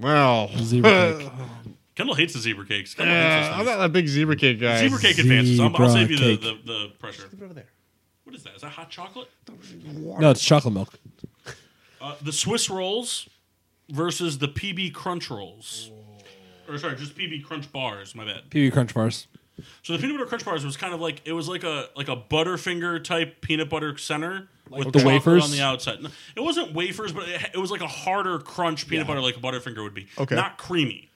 S2: Wow.
S3: Zebra cake.
S1: Kendall hates the zebra cakes. Kendall hates
S2: Yeah,
S1: those
S2: I'm
S1: things.
S2: not a big zebra cake guy.
S1: Zebra cake advances. I'm, I'll
S3: Zebra
S1: save you the,
S3: cake.
S1: the, the pressure.
S2: over there.
S1: What is that? Is that hot chocolate?
S3: No, it's chocolate milk.
S1: Uh, the Swiss rolls versus the PB Crunch rolls. Or sorry, just PB Crunch bars. My bad.
S3: PB Crunch bars.
S1: So the peanut butter crunch bars was kind of like it was like a like a Butterfinger type peanut butter center with
S3: the
S1: chocolate
S3: wafers?
S1: on the outside. No, it wasn't wafers, but it, it was like a harder crunch peanut butter like a Butterfinger would be.
S2: Okay.
S1: not creamy.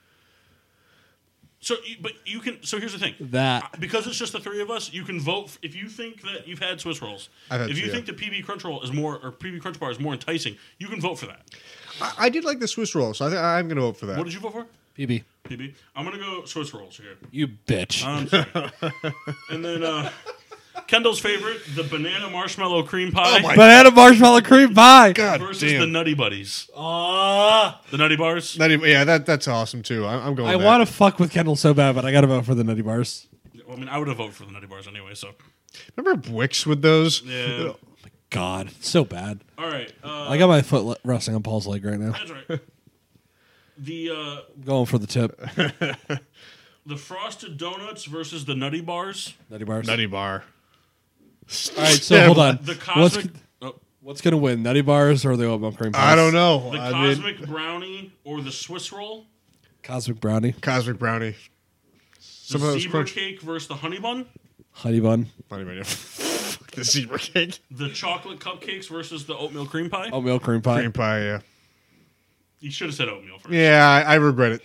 S1: So, you- but you can. So here's the thing.
S3: That-
S1: I- because it's just the three of us, you can vote f- if you think that you've had Swiss rolls.
S2: I've had
S1: if you
S2: two, yeah.
S1: think the PB Crunch roll is more or PB Crunch bar is more enticing, you can vote for that.
S2: I, I did like the Swiss roll, so I th- I'm going to vote for that.
S1: What did you vote for?
S3: PB.
S1: PB. I'm gonna go Swiss rolls here.
S3: You bitch.
S2: Um,
S1: I'm sorry. and then uh, Kendall's favorite, the banana marshmallow cream pie
S2: Oh my-
S3: Banana marshmallow cream pie.
S2: God
S1: versus
S2: damn.
S1: the Nutty Buddies.
S4: Ah,
S1: The Nutty Bars.
S2: Not even- yeah, that that's awesome too. I, I'm going.
S3: I want to fuck with Kendall so bad, but I got to vote for the Nutty Bars.
S1: I mean, I would have voted for the Nutty Bars anyway. So,
S2: to remember Wicks with those.
S1: Yeah.
S3: God, it's so bad.
S1: all right, uh,
S3: I got my foot le- resting on Paul's leg right now.
S1: that's all right. The uh,
S3: I'm going for the tip.
S1: the frosted donuts versus the Nutty Bars.
S3: Nutty Bars.
S2: Nutty bar.
S3: All right, so hold on.
S1: The
S3: What's,
S1: cosmic. oh,
S3: what's gonna win, Nutty Bars or the oat milk cream pies?
S2: I don't know.
S1: the
S2: I mean,
S1: cosmic brownie or the Swiss roll,
S3: Cosmic brownie,
S2: cosmic brownie.
S1: the
S2: Some of those
S1: zebra
S2: crunch.
S1: cake versus the honey bun,
S3: honey bun,
S2: Not even- Fuck the zebra cake.
S1: the chocolate cupcakes versus the oatmeal cream pie.
S2: Oh.
S3: oat milk cream pie.
S2: Cream pie. Yeah.
S1: You should have said oatmeal first.
S2: Yeah, I, I regret it.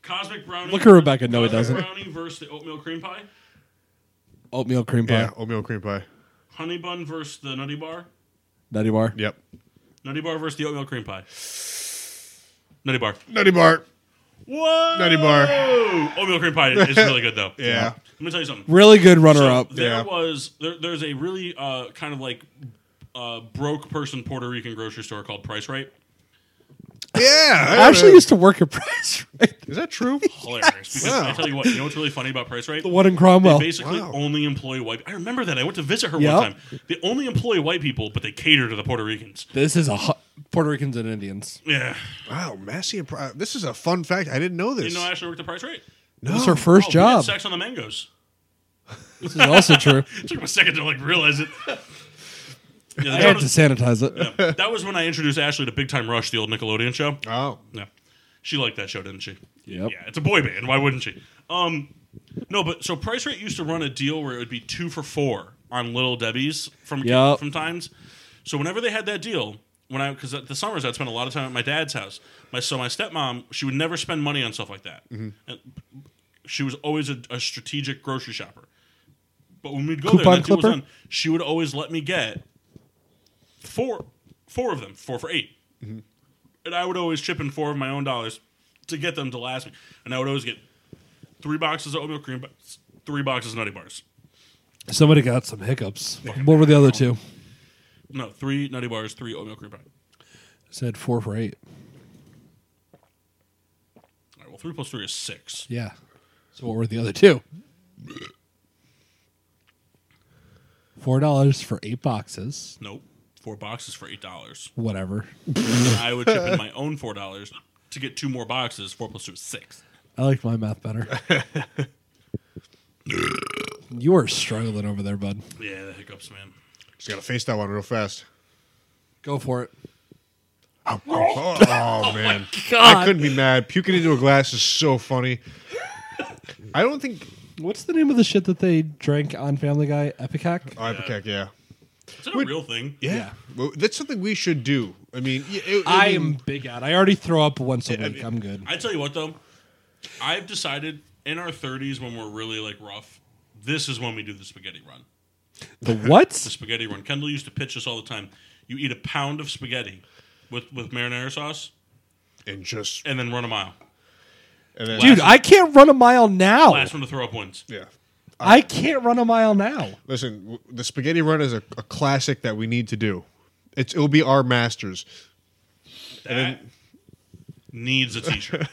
S1: Cosmic brownie.
S3: Look at Rebecca. No, he
S1: Cosmic
S3: doesn't.
S1: Brownie versus the oatmeal cream pie.
S3: Oatmeal cream pie.
S2: Yeah, oatmeal cream pie.
S1: Honey bun versus the nutty bar.
S3: Nutty bar.
S2: Yep.
S1: Nutty bar versus the oatmeal cream pie. Nutty bar.
S2: Nutty bar.
S1: Whoa!
S2: Nutty bar.
S1: Oh! Oatmeal cream pie is really good though.
S2: Yeah.
S1: Let me tell you something.
S3: Really good runner
S1: So
S3: up.
S1: There
S2: Yeah.
S1: was there, there's a really uh, kind of like uh, broke person Puerto Rican grocery store called Price Right.
S2: Yeah.
S3: I actually used to work at Price Right,
S2: Is that true?
S1: Hilarious. Because I
S2: Wow.
S1: tell you what, you know what's really funny about Price Right?
S3: the one in Cromwell.
S1: Basically,
S2: Wow.
S1: only employ white. I remember that. I went to visit her
S3: Yep.
S1: one time. They only employ white people, but they cater to the Puerto Ricans.
S3: This is a hu- Puerto Ricans and Indians.
S1: Yeah.
S2: Wow, Massey. This is a fun fact. I didn't know this.
S1: Didn't know I actually worked at Price Right.
S3: This is her first
S1: Oh, we had
S3: job.
S1: sex on the mangoes.
S3: This is also true.
S1: It took me a second to like realize it. Yeah,
S3: I
S1: that,
S3: had to
S1: was,
S3: sanitize it.
S1: yeah, that was when I introduced Ashley to Big Time Rush, the old Nickelodeon show.
S2: oh,
S1: Yeah, she liked that show, didn't she?
S3: Yep.
S1: Yeah, it's a boy band. Why wouldn't she? Um, no, but so Price Right used to run a deal where it would be two for four on Little Debbie's from
S3: Yep.
S1: from times. So whenever they had that deal, when I because the summers I'd spend a lot of time at my dad's house. My so my stepmom she would never spend money on stuff like that.
S3: Mm-hmm.
S1: And she was always a, a strategic grocery shopper. But when we'd go there,
S3: Coupon
S1: and that deal was
S3: clipper?
S1: done, she would always let me get four four of them, four for 8
S3: Mm-hmm.
S1: and I would always chip in four of my own dollars to get them to last me. And I would always get three boxes of oatmeal cream, but three boxes of nutty bars.
S3: Somebody got some hiccups. What were the other two?
S1: No, three nutty bars, three oatmeal cream pie.
S3: Said four for eight.
S1: All right, well, three plus three is six.
S3: Yeah. So what were the other two? Four dollars for eight boxes.
S1: Nope, four boxes for eight dollars.
S3: Whatever.
S1: I would chip in my own four dollars to get two more boxes. Four plus two is six.
S3: I liked my math better. you are struggling over there, bud.
S1: Yeah, the hiccups, man.
S2: just gotta face that one real fast.
S3: Go for it.
S2: Oh, oh, oh, man, I couldn't be mad. Puking into a glass is so funny. I don't think
S3: What's the name of the shit that they drank on Family Guy? Epicac?
S2: oh, Ipecac, yeah.
S1: Is that a real thing?
S2: yeah, Well, that's something we should do. I mean, y- it-
S3: I
S2: mean,
S3: am big at. I already throw up once a week. I'm good.
S1: I tell you what, though, I've decided in our thirties when we're really like rough, this is when we do the spaghetti run.
S3: The what?
S1: the spaghetti run. Kendall used to pitch us all the time. You eat a pound of spaghetti with, with marinara sauce
S2: and just
S1: and then run a mile.
S2: and then,
S3: Dude, I can't run a mile now.
S1: Last one to throw up wins.
S2: yeah.
S3: I can't run a mile now.
S2: Listen, w- the spaghetti run is a, a classic that we need to do. It's it'll be our masters.
S1: That needs a t-shirt.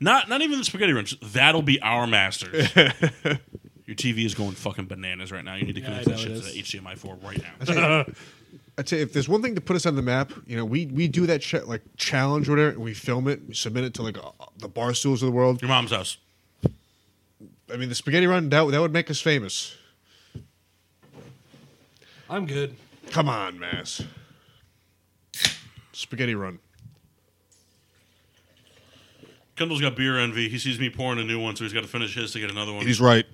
S1: not not even the spaghetti run. just That'll be our masters. Your TV is going fucking bananas right now. You need to
S3: I
S1: connect that
S3: know
S1: shit
S3: it
S1: to
S3: is.
S1: the HDMI four right now.
S2: I'd say if there's one thing to put us on the map, you know, we we do that ch- like challenge or whatever, and we film it, we submit it to like uh, the bar stools of the world.
S1: Your mom's house.
S2: I mean, the spaghetti run that that would make us famous.
S4: I'm good.
S2: Come on, Mass. Spaghetti run.
S1: Kendall's got beer envy. He sees me pouring a new one, so he's got to finish his to get another one.
S2: He's right.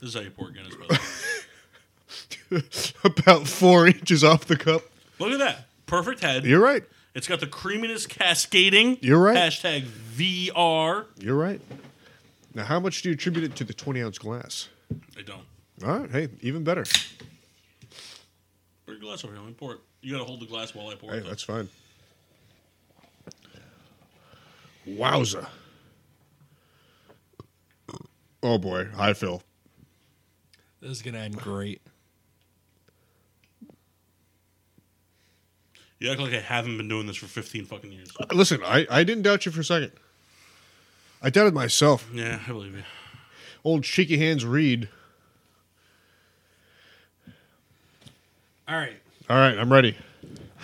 S1: this is how you pour Guinness, by the way.
S2: About four inches off the cup.
S1: Look at that. Perfect head.
S2: You're right.
S1: It's got the creaminess cascading.
S2: You're right.
S1: Hashtag VR.
S2: You're right. Now, how much do you attribute it to the 20 ounce glass?
S1: I don't.
S2: All right. Hey, even better.
S1: Put your glass over here. Let me pour it. You got to hold the glass while I pour
S2: Hey,
S1: it. though.
S2: that's fine. Wowza. Oh boy. Hi, Phil.
S4: This is gonna end great.
S1: You act like I haven't been doing this for 15 fucking years.
S2: Listen, I, I didn't doubt you for a second. I doubted myself.
S1: Yeah, I believe you.
S2: Old shaky hands read.
S4: All right.
S2: All right, I'm ready.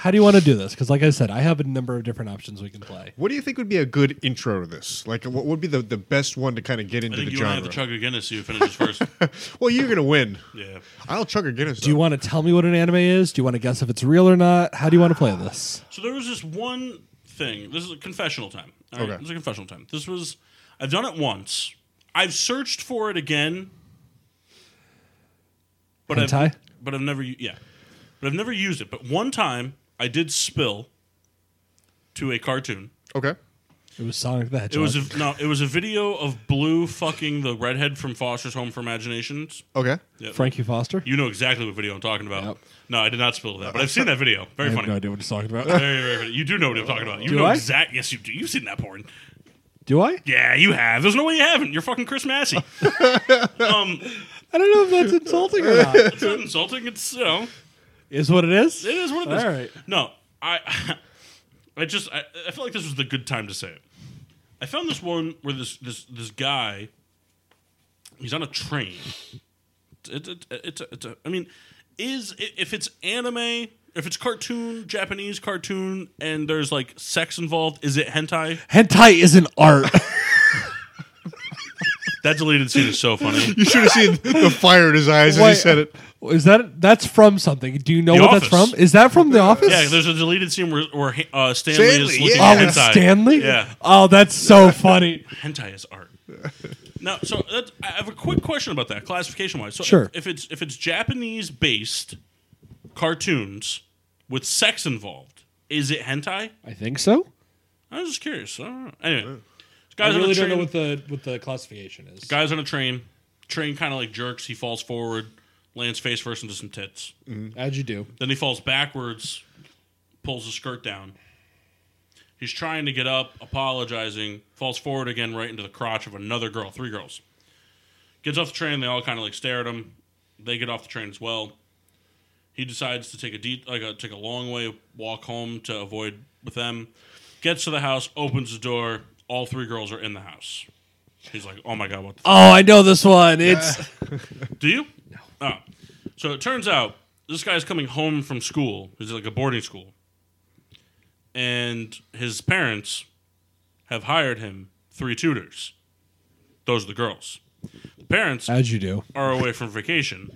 S3: How do you want to do this? Because, like I said, I have a number of different options we can play.
S2: What do you think would be a good intro to this? Like, what would be the, the best one to kind of get
S1: I
S2: into the
S1: think Uh, you and I
S2: genre?
S1: have to chug a Guinness so you finish this first.
S2: well, you're gonna win.
S1: yeah.
S2: I'll chug a Guinness.
S3: Do you want to tell me what an anime is? Do you want to guess if it's real or not? How do you want to play this?
S1: So there was this one thing. This is a confessional time. All right,
S2: Okay.
S1: This is a confessional time. This was, I've done it once. I've searched for it again. But I've,
S3: Hentai?
S1: but I've never, u- yeah. But I've never used it. But one time I did spill to a cartoon.
S2: Okay.
S3: It was Sonic the
S1: It
S3: Hedgehog.
S1: was a, no, it was a video of Blue fucking the redhead from Foster's Home for Imaginations.
S2: Okay.
S1: Yeah.
S3: Frankie Foster.
S1: You know exactly what video I'm talking about.
S3: Yep. Uh,
S1: No, I did not spill to that, but I've seen that video. Very
S3: I have
S1: funny. Uh,
S3: no idea what he's talking about.
S1: Very, very funny. You do know what I'm talking about. You
S3: Do
S1: know
S3: I?
S1: exact. Yes, you do. You've seen that porn.
S3: do I?
S1: Yeah, you have. There's no way you haven't. You're fucking Chris Massey. um,
S3: I don't know if that's insulting or not.
S1: it's not insulting. It's you know,
S3: Is what it is.
S1: it is what it is.
S3: All right.
S1: No, I, I just I, I felt like this was the good time to say it. I found this one where this this this guy, he's on a train. It, it, it's a, it's a, I mean, is i- if it's anime, if it's cartoon, Japanese cartoon, and there's like sex involved, is it hentai?
S3: Hentai isn't art.
S1: That deleted scene is so funny.
S2: You should have seen the fire in his eyes as he
S3: Wait.
S2: said it.
S3: is that that's from something? Do you know
S1: The
S3: what
S1: Office.
S3: that's from? Is that from The Office?
S1: Yeah, there's a deleted scene where, where uh, Stanley, is
S2: Stanley,
S1: looking
S2: yeah.
S1: at
S3: Oh, with
S1: hentai.
S3: Stanley?
S1: Yeah.
S3: Oh, that's so funny.
S1: Hentai is art. now, so that's, I have a quick question about that classification wise. So
S3: Sure.
S1: If, if it's if it's Japanese based cartoons with sex involved, is it hentai?
S3: I think so.
S1: I was just curious. I don't know. Anyway,
S4: I
S1: guys on
S4: really
S1: a
S4: don't
S1: train.
S4: know what the what the classification is.
S1: guys on a train. Train kind of like jerks. He falls forward, lands face first into some tits.
S4: How'd you do?
S1: Then he falls backwards, pulls his skirt down. He's trying to get up, apologizing, falls forward again right into the crotch of another girl, three girls. Gets off the train, they all kind of like stare at him. They get off the train as well. He decides to take a deep, like a, take a long way walk home to avoid with them. Gets to the house, opens the door. All three girls are in the house. He's like, "Oh my god, what the
S3: Oh, I know this one. It's
S1: do you? No. Oh. So it turns out this guy's coming home from school. He's like a boarding school. And his parents have hired him three tutors. Those are the girls. The parents
S3: how'd you do?
S1: are away from vacation.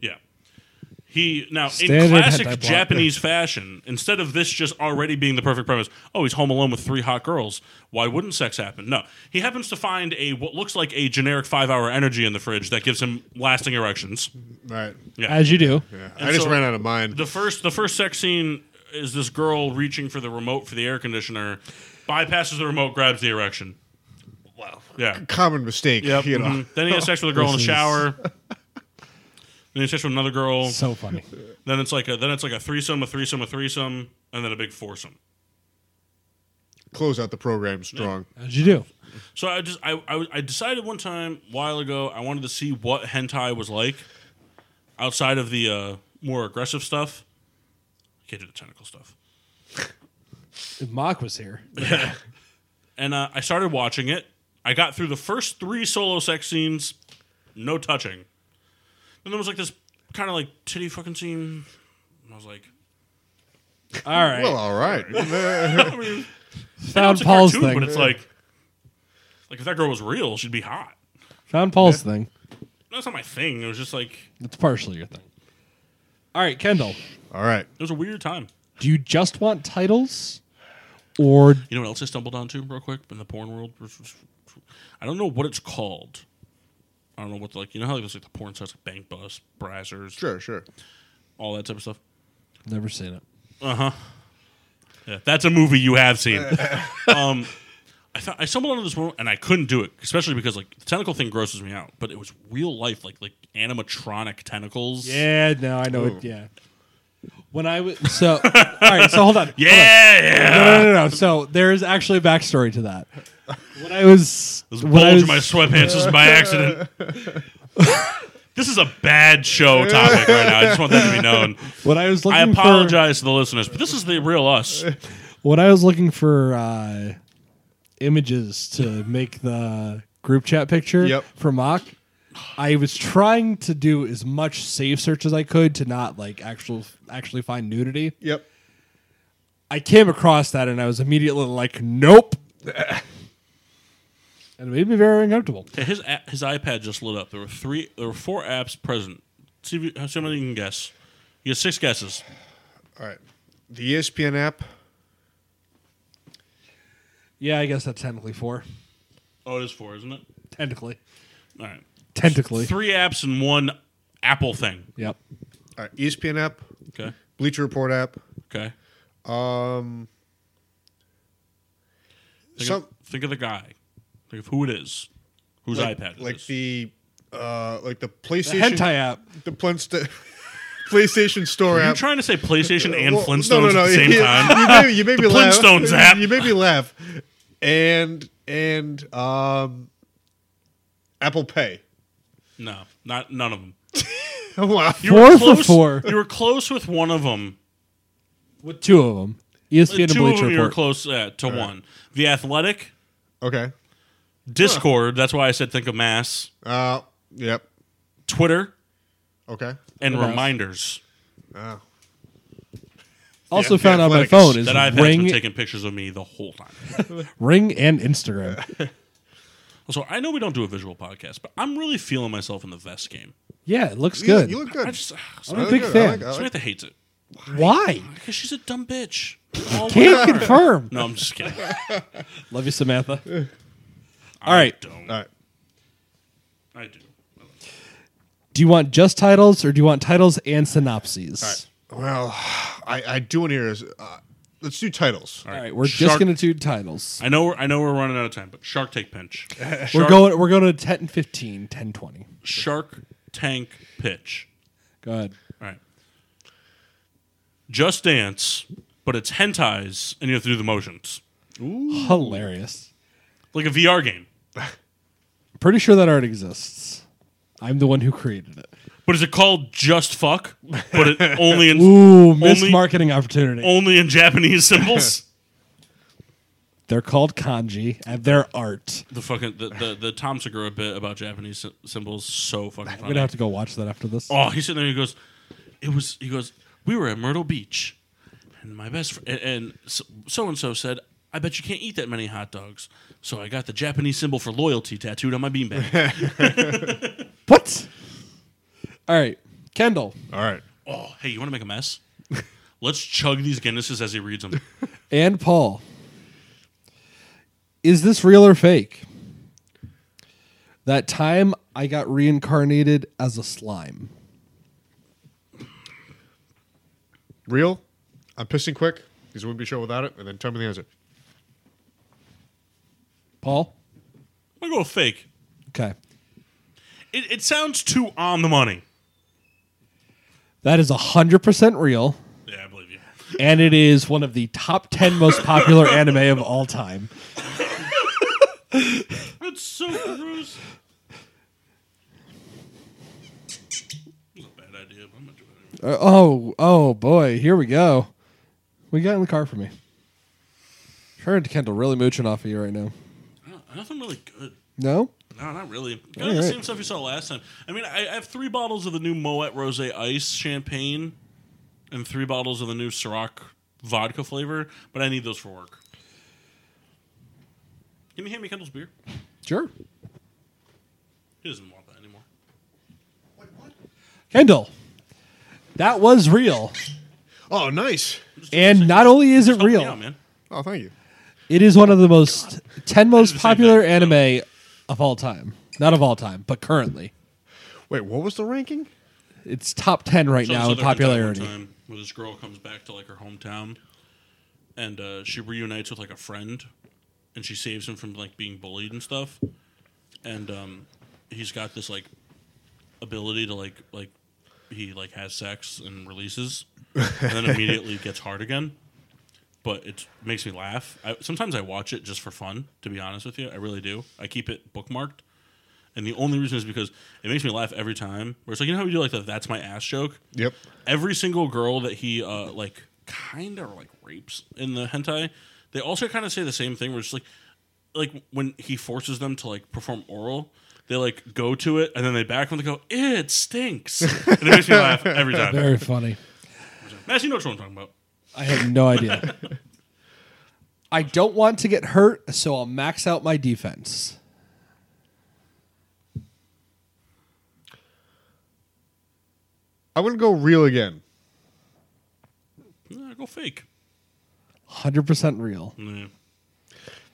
S1: Yeah. He now in
S3: Standard hentai
S1: classic
S3: plot.
S1: Japanese fashion, instead of this just already being the perfect premise, oh, he's home alone with three hot girls. Why wouldn't sex happen? No. He happens to find a what looks like a generic five hour energy in the fridge that gives him lasting erections.
S2: All right.
S3: As you do.
S2: Yeah.
S1: And
S2: I just
S1: so-
S2: ran out of mine.
S1: The first the first sex scene is this girl reaching for the remote for the air conditioner, bypasses the remote, grabs the erection. Wow. Yeah.
S2: Common mistake.
S1: Yep.
S2: You know.
S1: mhm. Then he has sex with a girl in the
S3: This is-
S1: shower. Then he has sex with another girl.
S3: So funny.
S1: Then it's like a then it's like a threesome, a threesome, a threesome, and then a big foursome.
S2: Close out the program strong.
S3: How'd you do?
S1: So I just I, I I decided one time a while ago I wanted to see what hentai was like outside of the uh, more aggressive stuff. I can't do the tentacle stuff.
S3: If Mock was here.
S1: And uh, I started watching it. I got through the first three solo sex scenes, no touching. Then there was like this kind of like titty fucking scene. And I was like,
S3: All right.
S2: Well, all right.
S1: I mean,
S3: Found
S1: it's a
S3: Paul's
S1: cartoon,
S3: thing.
S1: but it's like, like if that girl was real, she'd be hot.
S3: Found Paul's thing.
S1: That's not my thing. It was just like it
S3: It's partially your thing. All right, Kendall.
S2: all right.
S1: was a weird time.
S3: Do you just want titles, or
S1: You know what else I stumbled onto real quick in the porn world? I don't know what it's called. I don't know what like you know how there's like the porn sites like Bank Bus, Brazzers,
S2: Sure, sure.
S1: all that type of stuff.
S3: never seen it?
S1: Yeah, that's a movie you have seen. um, I, found, I stumbled onto this one and I couldn't do it, especially because like the tentacle thing grosses me out. But it was real life, like like animatronic tentacles.
S3: Yeah, no, I know
S1: Oh.
S2: Ooh.
S3: it. Yeah. When I was so, all right. So hold on. hold on.
S1: yeah, yeah.
S3: No, no, no, no. So there is actually a backstory to that. When I was,
S1: This
S3: when I
S1: bulge
S3: was
S1: in my sweatpants is by accident. this is a bad show topic right now. I just want that to be known.
S3: when I was looking
S1: I
S3: for-
S1: apologize to the listeners, but this is the real us.
S3: when I was looking for uh, images to make the group chat picture
S2: Yep.
S3: for mock, I was trying to do as much safe search as I could to not like actual actually find nudity.
S2: Yep.
S3: I came across that and I was immediately like, "Nope," and it made me very uncomfortable.
S1: Okay, His a- his iPad just lit up. There were three, there were four apps present. See if you, how many you can guess. You get six guesses.
S2: All right. The E ESPN app.
S3: Yeah, I guess that's technically four.
S1: Oh, it is four, isn't it?
S3: Technically,
S1: All right.
S3: technically,
S1: Three apps and one Apple thing.
S3: yep.
S2: All right. ESPN app.
S1: Okay.
S2: Bleacher Report app.
S1: Okay.
S2: Um.
S1: Think,
S2: some
S1: of, think of the guy. Think of who it is. Whose
S2: like,
S1: iPad it
S2: like
S1: is.
S2: the uh like the
S3: The
S2: PlayStation
S3: hentai app.
S2: the plun- st- PlayStation Store
S1: Are you
S2: app.
S1: trying to say PlayStation and
S2: Well,
S1: Flintstones at the same
S2: you,
S1: time?
S2: You made, you made me
S1: The
S2: laugh.
S1: Flintstones app.
S2: You made me laugh. And and um, Apple Pay.
S1: No, not none of them.
S2: wow.
S1: You
S3: Four
S1: were
S3: for
S1: close,
S3: four.
S1: You were close with one of them.
S3: With two of E them, ESPN and
S1: Two of
S3: Bleacher
S1: them you were
S3: Report.
S1: close uh, to one. The Athletic,
S2: Okay.
S1: Discord. That's why I said think of mass.
S2: Uh. Yep.
S1: Twitter
S2: Okay.
S1: and
S3: What else?
S1: reminders.
S2: Oh.
S3: also
S2: Yeah,
S3: found on my
S2: athletics.
S3: phone is
S1: That iPad's been
S3: Ring,
S1: taking pictures of me the whole time.
S3: Ring, and Instagram.
S1: Also, I know we don't do a visual podcast, but I'm really feeling myself in the vest game.
S3: Yeah, it looks
S2: You,
S3: good.
S2: You look good.
S1: I just ah,
S3: I'm a
S2: look
S3: big
S2: good.
S3: fan.
S2: I like- I like-
S1: Samantha hates it
S3: Why?
S1: because she's a dumb bitch. All
S3: Can't
S1: winter.
S3: confirm.
S1: No, I'm just kidding.
S3: Love you, Samantha. All right.
S1: Don't.
S2: All right.
S1: I do.
S3: Do you want just titles or do you want titles and synopses? All right.
S2: Well, I, I do want to hear. is, Uh, let's do titles.
S3: we're just
S1: Shark-
S3: gonna do titles.
S1: I know. We're, I know we're running out of time, but Shark Tank pinch. Shark,
S3: We're going we're going to 10 and 15, 10 20.
S1: Shark Tank pitch.
S3: Go ahead.
S1: All right. Just dance, but it's hentais, and you have to do the motions
S3: Hilarious.
S1: like a VR game.
S3: I'm pretty sure that art exists. I'm the one who created it.
S1: But is it called just fuck? But it only in
S3: Ooh, missed
S1: Only-
S3: marketing opportunity.
S1: only in Japanese symbols.
S3: They're called kanji and they're art.
S1: the fucking the, the the Tom Segura bit about Japanese sy- symbols so fucking funny.
S3: I'm gonna have to go watch that after this.
S1: Oh, he's sitting there. He goes, "It was." He goes, "We were at Myrtle Beach, and my best friend and so and so said." I bet you can't eat that many hot dogs. So I got the Japanese symbol for loyalty tattooed on my beanbag.
S3: What? All right, Kendall.
S2: All right.
S1: oh, hey, you want to make a mess? Let's chug these Guinnesses as he reads them.
S3: and Paul. Is this real or fake? That time I got reincarnated as a slime.
S2: Real. I'm pissing quick because it wouldn't be a show without it. And then tell me the answer.
S3: Paul?
S1: I'm going to go fake.
S3: Okay.
S1: It, it sounds too on the money.
S3: That is 100% real,
S1: Yeah, I believe you.
S3: and it is one of the top 10 most popular anime of all time.
S1: That's so gross. It was a bad idea, but I'm going to do it anyway.
S3: Uh, oh, oh boy, here we go. We got in the car for me. Her and Kendall really mooching off of you right now.
S1: I don't- Nothing really good.
S3: No?
S1: No, not really. Kind of the same stuff you saw last time. I mean, I, I have three bottles of the new Moet Rosé Ice Champagne, and three bottles of the new Ciroc Vodka flavor. But I need those for work. Can you hand me Kendall's beer?
S3: Sure.
S1: He doesn't want that anymore.
S3: Kendall, that was real.
S2: Oh, nice.
S3: And not only is it
S1: Help me
S3: real,
S1: out, man.
S2: Oh, thank you.
S3: it is one of
S1: Oh
S3: the most 10 most
S1: the same
S3: popular
S1: thing.
S3: anime of all time. Not of all time, but currently.
S2: Wait, what was the ranking?
S3: It's top 10 right
S1: So-
S3: now
S1: so there
S3: in
S1: was that one
S3: popularity.
S1: time where this girl comes back to like her hometown, and uh, she reunites with like a friend, and she saves him from like being bullied and stuff, and um, he's got this like ability to like like he like has sex and releases, and then immediately gets hard again. But it makes me laugh. I, sometimes I watch it just for fun. To be honest with you, I really do. I keep it bookmarked. And the only reason is because it makes me laugh every time. Where it's like, you know how we do like the "that's my ass" joke?
S2: Yep.
S1: every single girl that he uh like kind of like rapes in the hentai, they also kind of say the same thing. Where it's just like, like when he forces them to like perform oral, they like go to it and then they back when they go, it stinks. and it makes me laugh every time.
S3: Very funny.
S1: Mass, you know what I'm talking about.
S3: I have no idea. I don't want to get hurt, so I'll max out my defense.
S2: I would go real again.
S1: Nah, go fake.
S3: 100% real.
S1: Nah.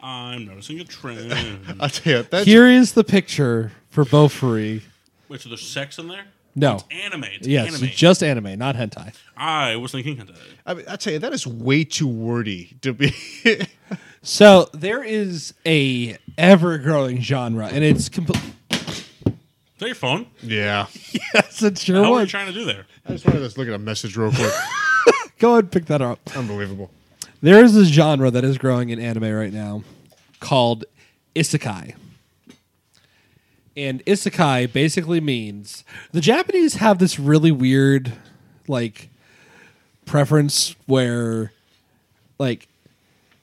S1: I'm noticing a trend.
S2: I tell you, that's
S3: Here is the picture for Beaufree.
S1: Wait, so there's sex in there?
S3: No.
S1: Anime. It's
S3: Yes,
S1: anime.
S3: just anime, not hentai.
S1: I was thinking hentai.
S2: I, mean, I tell you, that is way too wordy to be.
S3: So there is a ever-growing genre, and it's complete.
S1: Is that your phone?
S2: yeah.
S3: Yes, it sure
S1: How are you
S3: was.
S1: trying to do there?
S2: I just wanted to look at a message real quick.
S3: Go ahead, and pick that up.
S2: Unbelievable.
S3: There is this genre that is growing in anime right now called isekai. And isekai basically means the Japanese have this really weird like preference where like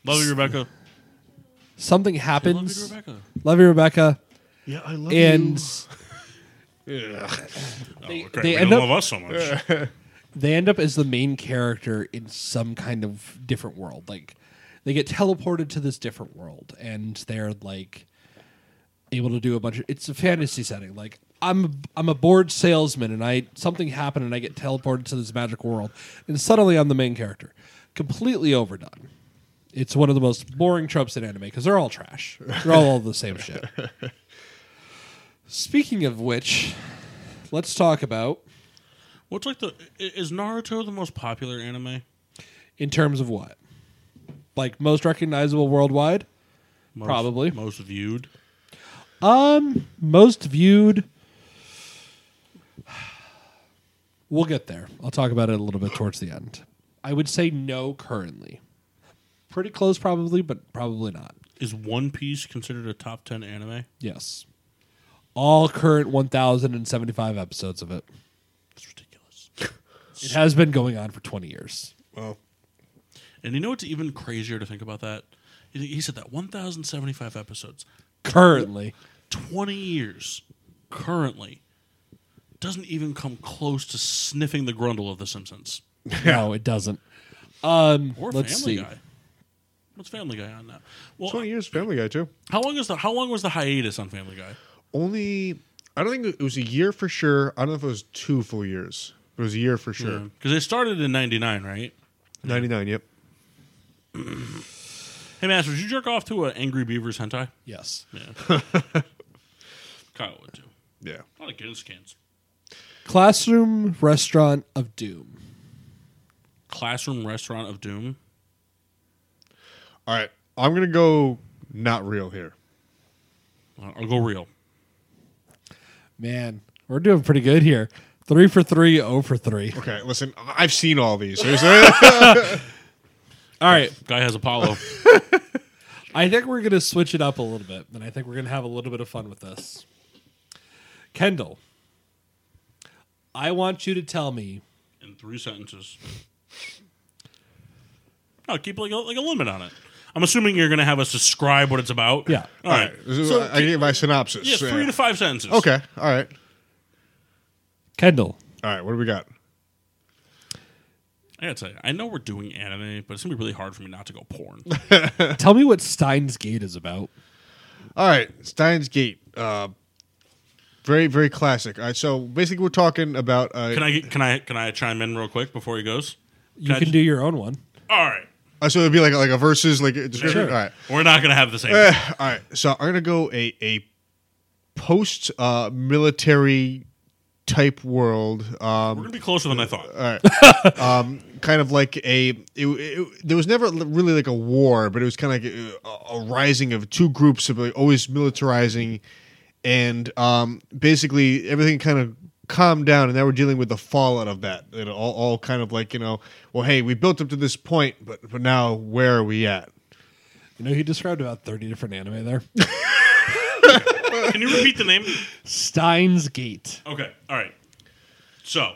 S1: Love you, Rebecca.
S3: something
S1: Love you,
S3: happens.
S1: Rebecca.
S3: Love you, Rebecca.
S2: Yeah, I love
S3: And
S1: They, oh, great.
S3: they
S1: we
S3: end
S1: don't
S3: up-
S1: love us so much.
S3: they end up as the main character in some kind of different world. Like they get teleported to this different world and they're like able to do a bunch of it's a fantasy setting. Like I'm I'm a bored salesman and I something happened and I get teleported to this magic world and suddenly I'm the main character. Completely overdone. It's one of the most boring tropes in anime because they're all trash. They're all, all the same shit. Speaking of which, let's talk about
S1: What's like the i- is Naruto the most popular anime?
S3: In terms of what? Like most recognizable worldwide,
S1: Most,
S3: Probably.
S1: most viewed.
S3: most viewed. We'll get there. I'll talk about it a little bit towards the end. I would say no currently. Pretty close, probably, but probably not.
S1: Is One Piece considered a top ten anime?
S3: Yes. All current 1,075 episodes of it.
S1: It's ridiculous.
S3: It has been going on for 20 years.
S2: Well,
S1: And you know what's even crazier to think about that? He he said that 1,075 episodes,
S3: Currently.
S1: 20 years, currently, doesn't even come close to sniffing the grundle of The Simpsons
S3: No, it doesn't. Um,
S1: or
S3: let's
S1: Family
S3: see.
S1: Guy. What's Family Guy on now? Well,
S2: 20 years Family Guy, too.
S1: how long is the how long was the hiatus on Family Guy?
S2: Only, I don't think it was a year for sure. I don't know if it was two full years, but it was a year for sure.
S1: Because they started in '99, right?
S2: 99, yep.
S1: Hey, Master, did you jerk off to an Angry Beavers hentai?
S3: Yes.
S1: Yeah. Kyle would too.
S2: Yeah.
S1: A lot of Guinness cans.
S3: Classroom Restaurant of Doom.
S1: Classroom Restaurant of Doom.
S2: All right. I'm going to go not real here.
S1: Uh, I'll go real.
S3: Man, we're doing pretty good here. Three for three, oh for three.
S2: Okay, listen, I- I've seen all these. There's-
S3: All right.
S1: Guy has Apollo.
S3: I think we're going to switch it up a little bit, and I think we're going to have a little bit of fun with this. Kendall, I want you to tell me.
S1: in three sentences. No, keep like a, like a limit on it. I'm assuming you're going to have us describe what it's about.
S3: Yeah.
S1: All right.
S2: This is-
S1: So,
S2: I, I gave my synopsis.
S1: yeah, three to five sentences.
S2: Okay. All right.
S3: Kendall.
S2: All right. What do we got?
S1: I gotta tell you, I know we're doing anime, but it's gonna be really hard for me not to go porn.
S3: Tell me what Steins Gate is about.
S2: All right, Steins Gate. Uh, very, very classic. All right, so basically, we're talking about. Uh,
S1: can I get- can I can I chime in real quick before he goes?
S3: You
S1: I
S3: can
S1: just-
S3: do your own one.
S1: All right,
S2: uh, so it'd be like like a versus, like a description.
S3: Sure.
S2: All right,
S1: we're not gonna have the same.
S2: Eh, all right. So I'm gonna go a a post uh, military type world. Um,
S1: we're gonna be closer than I thought.
S2: kind of like a it, it, there was never l- really like a war but it was kind of like a, a rising of two groups of like always militarizing and um, basically everything kind of calmed down and now we're dealing with the fallout of that it all, all kind of like you know well hey we built up to this point but, but now where are we at
S3: You know, he described about 30 different anime there.
S1: Can you repeat the name?
S3: Steins Gate.
S1: Okay. All right. So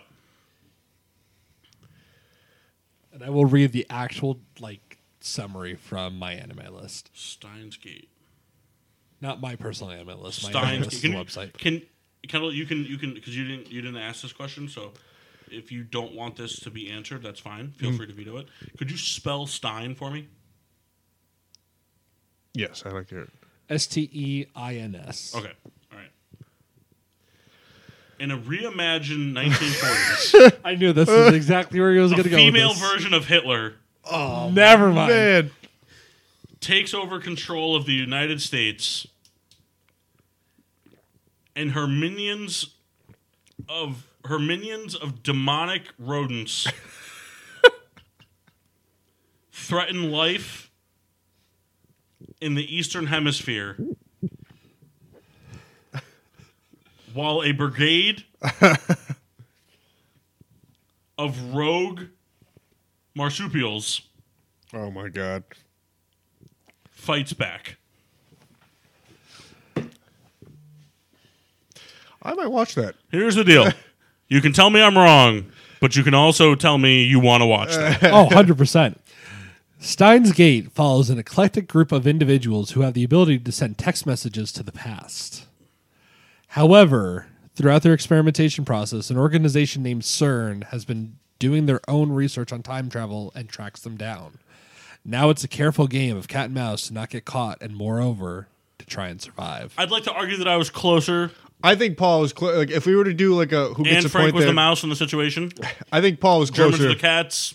S3: And I will read the actual, like, summary from my anime list.
S1: Steins Gate.
S3: Not my personal anime list. My anime
S1: Steins
S3: list
S1: Gate.
S3: is
S1: Can,
S3: the
S1: you-
S3: website.
S1: can Kendall? You can you can because you didn't you didn't ask this question. So if you don't want this to be answered, that's fine.
S3: Mm.
S1: Feel free to veto it. Could you spell Stein for me?
S2: yes i like it
S3: S T E I N S.
S1: Okay. All right. In a reimagined 1940s,
S3: I knew this is exactly where he was
S1: a
S3: going to go. with
S1: female
S3: this. Oh,
S1: version of Hitler
S3: Never mind.
S2: man
S1: takes over control of the United States and her minions of her minions of demonic rodents threaten life in the eastern hemisphere while a brigade of rogue marsupials
S2: oh my god
S1: fights back.
S2: i might watch that
S1: Here's the deal. You can tell me I'm wrong, but you can also tell me you want to watch that.
S3: oh, 100%. Steins Gate follows an eclectic group of individuals who have the ability to send text messages to the past. However, throughout their experimentation process, an organization named CERN has been doing their own research on time travel and tracks them down. Now it's a careful game of cat and mouse to not get caught and, moreover, to try and survive.
S1: I'd like to argue that I was closer
S2: i think paul is cl- like if we were to do like a who gets
S1: and
S2: a
S1: Frank
S2: point
S1: was
S2: there,
S1: the mouse in the situation.
S2: i think paul was
S1: Germans
S2: closer
S1: were the cats.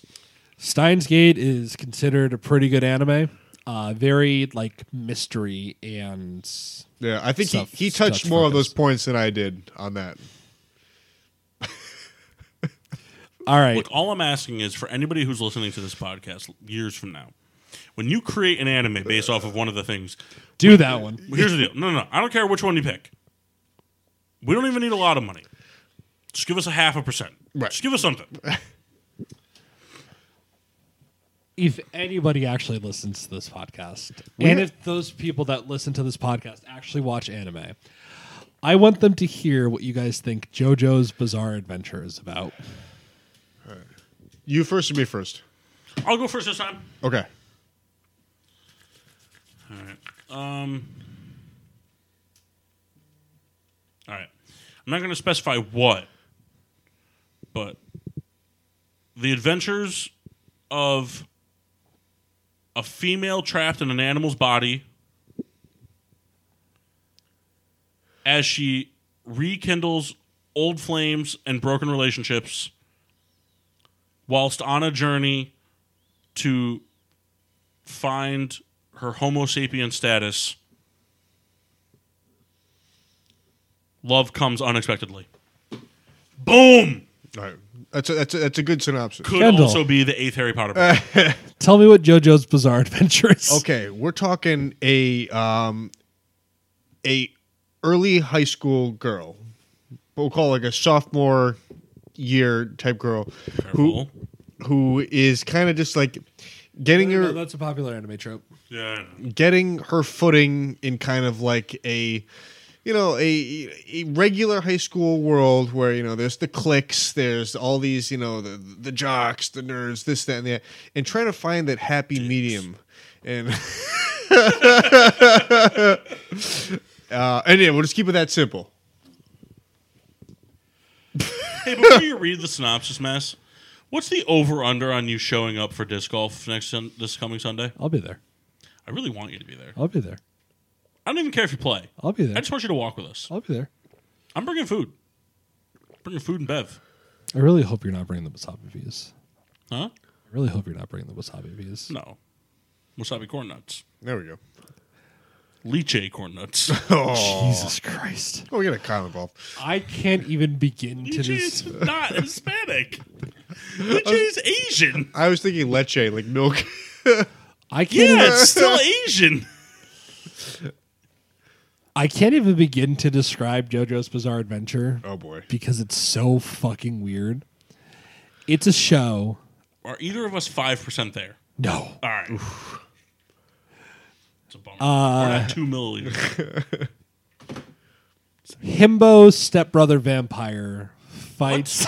S3: Steins Gate is considered a pretty good anime. Uh, very like mystery and
S2: Yeah, I think he,
S3: Stuff-
S2: he touched
S3: touch
S2: more of
S3: focus.
S2: those points than I did on that.
S3: all right.
S1: Look, all I'm asking is for anybody who's listening to this podcast years from now, when you create an anime based off of one of the things,
S3: Do
S2: uh,
S3: that one.
S1: here's the deal. No, no, no. I don't care which one you pick. We don't even need a lot of money. Just give us a half a percent.
S2: Right.
S1: Just give us something.
S3: If anybody actually listens to this podcast,
S2: We-
S3: and if those people that listen to this podcast actually watch anime, I want them to hear what you guys think JoJo's Bizarre Adventure is about.
S2: You first or me first?
S1: I'll go first this time.
S2: Okay.
S1: All right. Um. All right. I'm not going to specify what, but the adventures of a female trapped in an animal's body as she rekindles old flames and broken relationships whilst on a journey to find her Homo sapien status, love comes unexpectedly. Boom!
S2: All right. That's a, that's a, that's a good synopsis.
S1: Could
S3: Kendall.
S1: also be the eighth Harry Potter book.
S3: Tell me what JoJo's Bizarre Adventure is.
S2: Okay, we're talking a um a early high school girl. We'll call it like a sophomore year type girl
S1: Careful.
S2: who who is kind of just like getting her
S3: No, that's a popular anime trope.
S1: Yeah, I know.
S2: getting her footing in kind of like a you know a, a regular high school world where you know there's the cliques, there's all these you know the the jocks, the nerds, this that and that, and trying to find that happy medium, and. Uh, and yeah, we'll just keep it that simple.
S1: Hey, before you read the synopsis, Mass, what's the over under on you showing up for disc golf next sun- this coming Sunday?
S3: I'll be there.
S1: I really want you to be there.
S3: I'll be there.
S1: I don't even care if you play.
S3: I'll be
S1: I
S3: there.
S1: just want you to walk with us.
S3: I'll be there.
S1: I'm bringing food. Bringing food and bev.
S3: I really hope you're not bringing the wasabi views.
S1: Huh?
S3: I really hope you're not bringing the wasabi views.
S1: No. Wasabi corn nuts.
S2: There we go.
S1: Leche corn nuts.
S2: Oh,
S3: Jesus Christ.
S2: oh we got a con involved.
S3: I can't even begin to
S1: Leche is
S3: this.
S1: not Hispanic. Leche is Asian.
S2: I was thinking leche, like milk.
S3: I can't.
S1: Yeah,
S3: even-
S1: it's still Asian.
S3: I can't even begin to describe JoJo's Bizarre Adventure
S2: oh boy.
S3: because it's so fucking weird. It's a show.
S1: Are either of us 5% there?
S3: No,
S1: All right. It's a bummer. We're
S3: Uh,
S1: at 2 milliliters.
S3: Himbo's stepbrother vampire fights.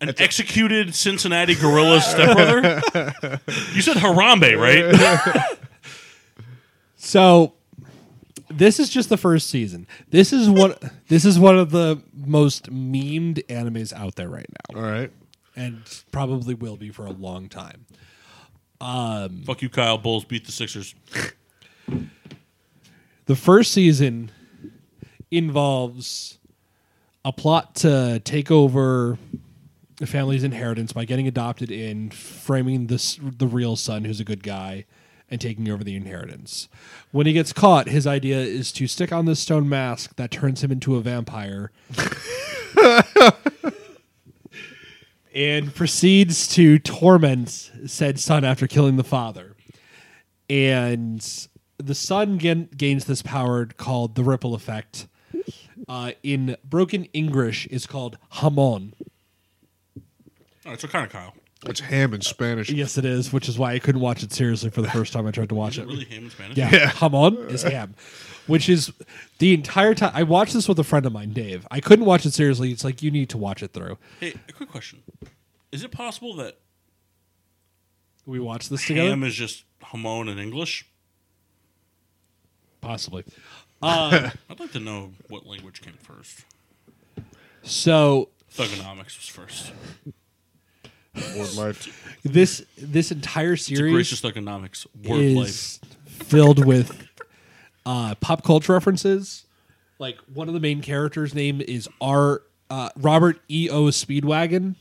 S1: An executed Cincinnati gorilla stepbrother? you said Harambe, right?
S3: So this is just the first season. This is one. this is one of the most memed animes out there right now,
S2: All right.
S3: and probably will be for a long time.
S1: Fuck you, Kyle. Bulls beat the Sixers.
S3: The first season involves a plot to take over a family's inheritance by getting adopted in, framing the s- the real son who's a good guy, and taking over the inheritance. When he gets caught, his idea is to stick on this stone mask that turns him into a vampire. and proceeds to torment said son after killing the father and the sun gain gains this power called the ripple effect. Uh, in broken English, is called hamon.
S1: All right, so kind of Kyle.
S2: It's ham in Spanish.
S3: Yes, it is, which is why I couldn't watch it seriously for the first time I tried to watch
S1: Is it
S3: it.
S1: really him in Spanish?
S3: Yeah, hamon is ham, which is the entire time I watched this with a friend of mine, Dave. I couldn't watch it seriously. It's like you need to watch it through.
S1: Hey, a quick question. Is it possible that
S3: We watched this together,
S1: ham is just hamon in English?
S3: possibly.
S1: I'd like to know what language came first.
S3: So
S1: Thugonomics was first.
S2: Ward life.
S3: this this entire
S1: It's a
S3: series
S1: gracious thugonomics word life.
S3: is filled with uh, pop culture references. Like one of the main characters' name is R. Uh, Robert E. O. Speedwagon.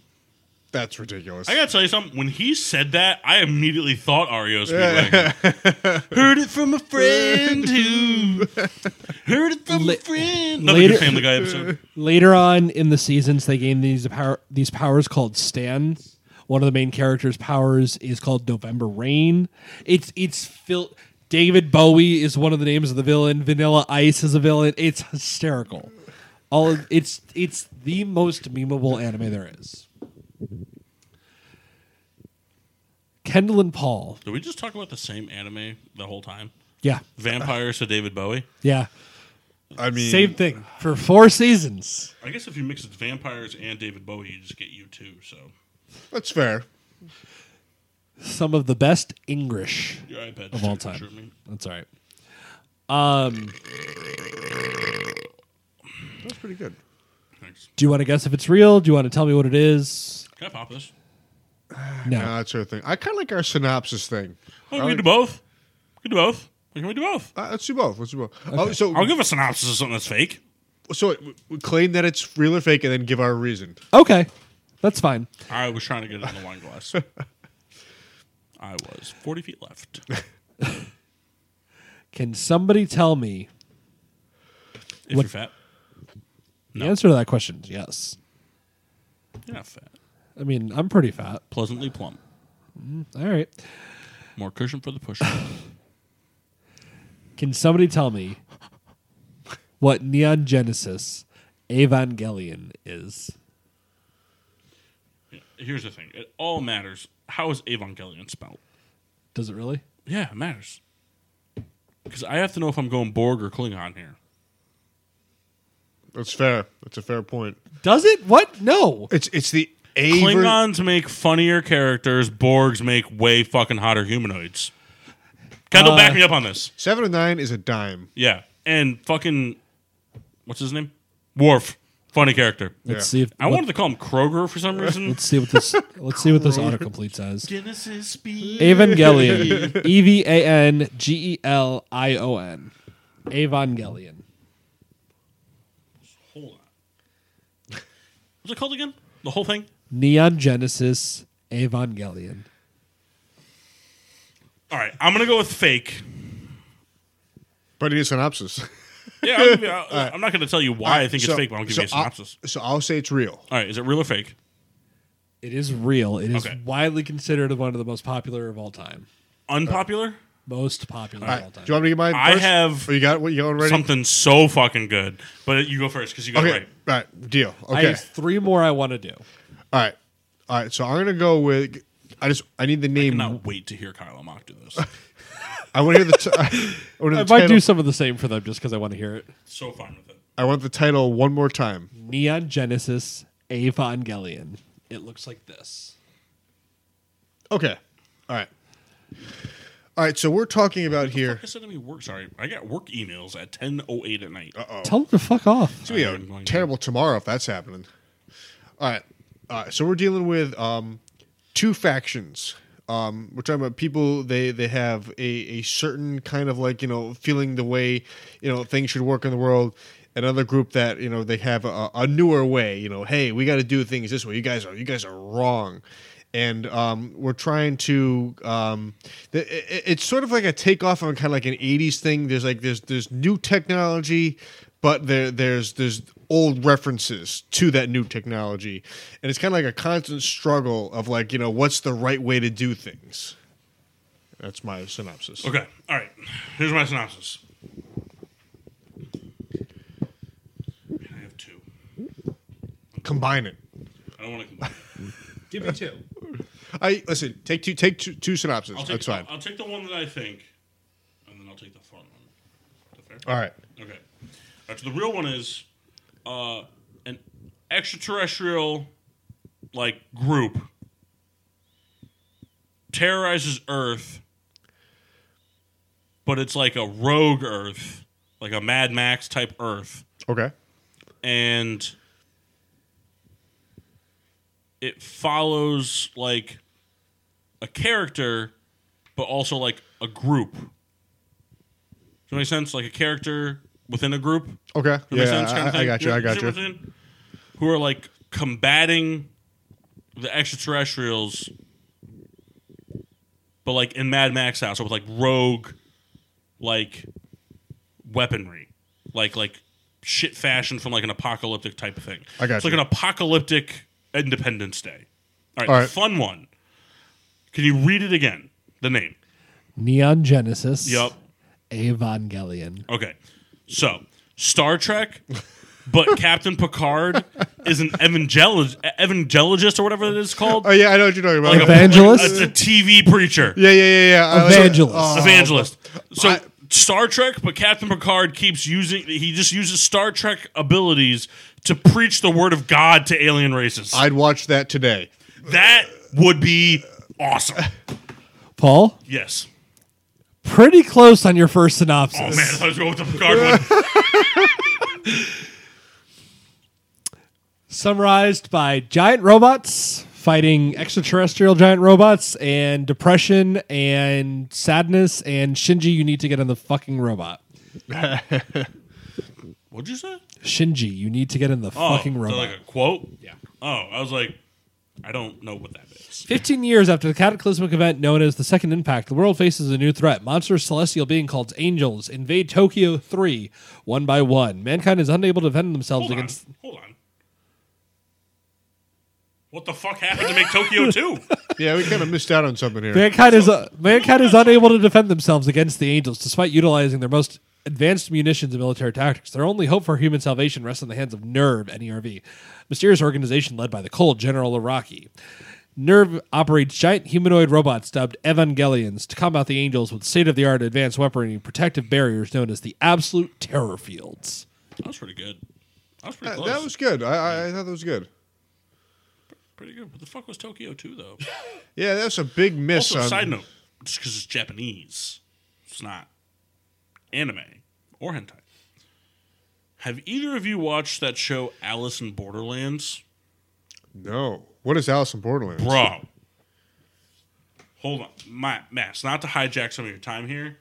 S2: That's ridiculous.
S1: I gotta tell you something. When he said that, I immediately thought Ario Speedwagon. Heard it from a friend who. Heard it from
S3: La-
S1: a friend. Another
S3: later-
S1: good Family Guy episode.
S3: Later on in the seasons, they gain these power these powers called stands. One of the main characters' powers is called November Rain. It's it's filled. David Bowie is one of the names of the villain. Vanilla Ice is a villain. It's hysterical. All of, it's it's the most memeable anime there is. Kendall and Paul.
S1: Did we just talk about the same anime the whole time?
S3: Yeah,
S1: Vampires to David Bowie.
S3: yeah.
S2: I mean,
S3: Same thing for four seasons.
S1: I guess if you mix vampires and David Bowie, you just get you two. So
S2: that's fair.
S3: Some of the best English
S1: your iPad
S3: of
S1: just
S3: all
S1: took a picture of
S3: time.
S1: me.
S3: That's all Um, right.
S2: That's pretty good.
S1: Thanks.
S3: Do you want to guess if it's real? Do you want to tell me what it is?
S1: Can I pop this? Oh,
S3: No.
S2: No, Uh, that's her thing. I kind of like our synopsis thing. I
S1: Oh, we can
S2: like-
S1: do both. We can do both. Can we do both?
S2: Uh, let's do both. Let's do both. Oh, so
S1: I'll give a synopsis of something that's fake.
S2: so we claim that it's real or fake, and then give our reason.
S3: Okay. That's fine.
S1: I was trying to get it in the wine glass. I was 40 feet left.
S3: Can somebody tell me?
S1: If
S3: What-
S1: you're fat,
S3: The answer to that question is yes.
S1: you're not fat.
S3: I mean, I'm pretty fat.
S1: Pleasantly plump.
S3: All right.
S1: More cushion for the push.
S3: Can somebody tell me what Neon Genesis Evangelion is?
S1: Here's the thing it all matters. How is Evangelion spelled?
S3: Does it really?
S1: Yeah, it matters. Because I have to know if I'm going Borg or Klingon here.
S2: That's fair. That's a fair point.
S3: Does it? What? No.
S2: It's it's the A ver-
S1: Klingons make funnier characters. Borgs make way fucking hotter humanoids. Kendall, back me up on this.
S2: seven and nine is a dime.
S1: Yeah, and fucking what's his name? Worf, funny character.
S2: Yeah.
S3: Let's see if
S1: I wanted to call him Kroger for some reason.
S3: Let's see what this. let's see what this autocomplete says.
S1: Genesis speed.
S3: Evangelion. E V A N G E L I O N. Evangelion.
S1: Hold on. What's it called again? The whole thing?
S3: Neon Genesis Evangelion.
S1: All right, I'm gonna go with fake.
S2: But it is synopsis.
S1: Yeah, I'm, gonna be- I- I'm not gonna tell you why I think
S2: So-
S1: it's fake, but I'll give
S2: so
S1: you a synopsis.
S2: I'll, so I'll say it's real.
S1: All right, is it real or fake?
S3: It is real. It is
S1: Okay.
S3: widely considered one of the most popular of all time.
S2: Uh,
S1: Unpopular?
S3: Most popular
S2: All
S3: of all
S2: right. Do
S3: time.
S2: you want me to get mine?
S1: I
S2: first?
S1: have
S2: Oh, you got what you already.
S1: something so fucking good, but you go first because you got
S2: Okay.
S1: it right.
S2: Right. Deal. Okay.
S3: I have three more I want to do.
S2: All right. All right. So I'm gonna go with. I just I need the name. I,
S1: Cannot wait to hear Kyle Mock do this.
S2: want to hear the. T- I, want
S3: I
S2: the
S3: might
S2: title.
S3: do some of the same for them just because I want to hear it.
S1: so fine with it.
S2: I want the title one more time.
S3: Neon Genesis Evangelion. It looks like this.
S2: Okay. All right. All right. So we're talking about here.
S1: I said to me work. Sorry, I got work emails at ten oh eight at night. Uh
S3: Tell them to fuck off.
S2: It's gonna
S1: I'm
S2: be a
S1: going to-
S2: terrible tomorrow if that's happening. All right, all right. So we're dealing with um, two factions. Um, we're talking about people they they have a, a certain kind of like you know feeling the way you know things should work in the world. Another group that you know they have a, a newer way. You know, hey, we got to do things this way. You guys are you guys are wrong. And um, we're trying to. Um, th- i- i- it's sort of like a takeoff on kind of like an '80s thing. There's like there's there's new technology, but there there's there's old references to that new technology and it's kind of like a constant struggle of like you know what's the right way to do things that's my synopsis
S1: Okay, all right. Here's my synopsis. I have two.
S2: combine it
S1: I don't want to.
S4: Give me two.
S2: i listen take two take two, two synopses
S1: I'll take.
S2: that's fine
S1: I'll take the one that I think, and then I'll take the fun one. Is that fair?
S2: all right
S1: Okay. All right, so the real one is uh, an extraterrestrial like group terrorizes Earth, but it's like a rogue Earth, like a Mad Max type Earth,
S2: okay
S1: and it follows like a character, but also like a group. Does that make sense? Like a character within a group.
S2: okay
S1: Does that
S2: yeah
S1: make sense? Kind of
S2: I, I
S1: thing?
S2: got you i
S1: know-
S2: got
S1: see what
S2: you
S1: I'm saying? Who are like combating the extraterrestrials, but like in Mad Max house, so with like rogue, like weaponry, like like shit fashioned from like an apocalyptic type of thing.
S2: I got
S1: It's like
S2: you.
S1: an apocalyptic Independence Day. All right,
S2: All right.
S1: fun one. Can you read it again? The name.
S3: Neon Genesis.
S1: Yup.
S3: Evangelion.
S1: Okay. So, Star Trek, but Captain Picard is an evangelist, evangelist or whatever it is called.
S2: oh yeah i know what you're talking about
S1: Like a-
S3: Evangelist?
S1: It's a TV preacher.
S2: yeah yeah yeah yeah I like-
S3: Evangelist.
S1: Evangelist. So,
S2: I-
S1: Star Trek, but Captain Picard keeps using, he just uses Star Trek abilities to preach the word of God to alien races.
S2: i'd watch that today
S1: that would be awesome.
S3: Paul,
S1: Yes.
S3: pretty close on your first synopsis.
S1: Oh, man, I thought I was going with the Picard one.
S3: Summarized by giant robots fighting extraterrestrial giant robots and depression and sadness and Shinji, you need to get on the fucking robot.
S1: What'd you say?
S3: Shinji, you need to get in the
S1: Oh,
S3: fucking
S1: is that
S3: robot.
S1: like a quote?
S3: Yeah.
S1: Oh, I was like, I don't know what that is.
S3: 15 years after the cataclysmic event known as the Second Impact, the world faces a new threat. Monstrous celestial being called angels invade Tokyo 3 one by one. Mankind is unable to defend themselves
S1: Hold on.
S3: against.
S1: Hold on. What the fuck happened to make Tokyo 2?
S2: yeah we kind of missed out on something here
S3: Mankind is uh, mankind is unable to defend themselves against the angels, despite utilizing their most advanced munitions and military tactics. Their only hope for human E salvation rests in the hands of NERV, N-E-R-V, mysterious organization led by the cold General Iraqi. Nerve operates giant humanoid robots dubbed Evangelions to combat the angels with state of the art advanced weaponry and protective barriers known as the Absolute Terror Fields.
S1: That was pretty good. That was pretty
S2: That,
S1: close.
S2: that was good. I, I, I thought that was good.
S1: pretty good. What the fuck was Tokyo 2 though?
S2: Yeah, that was a big miss.
S1: also,
S2: on,
S1: side note, just because it's Japanese, it's not anime or hentai. Have either of you watched that show Alice in Borderlands?
S2: No. What is Alice in Borderlands?
S1: Bro. Hold on. My Max, not to hijack some of your time here.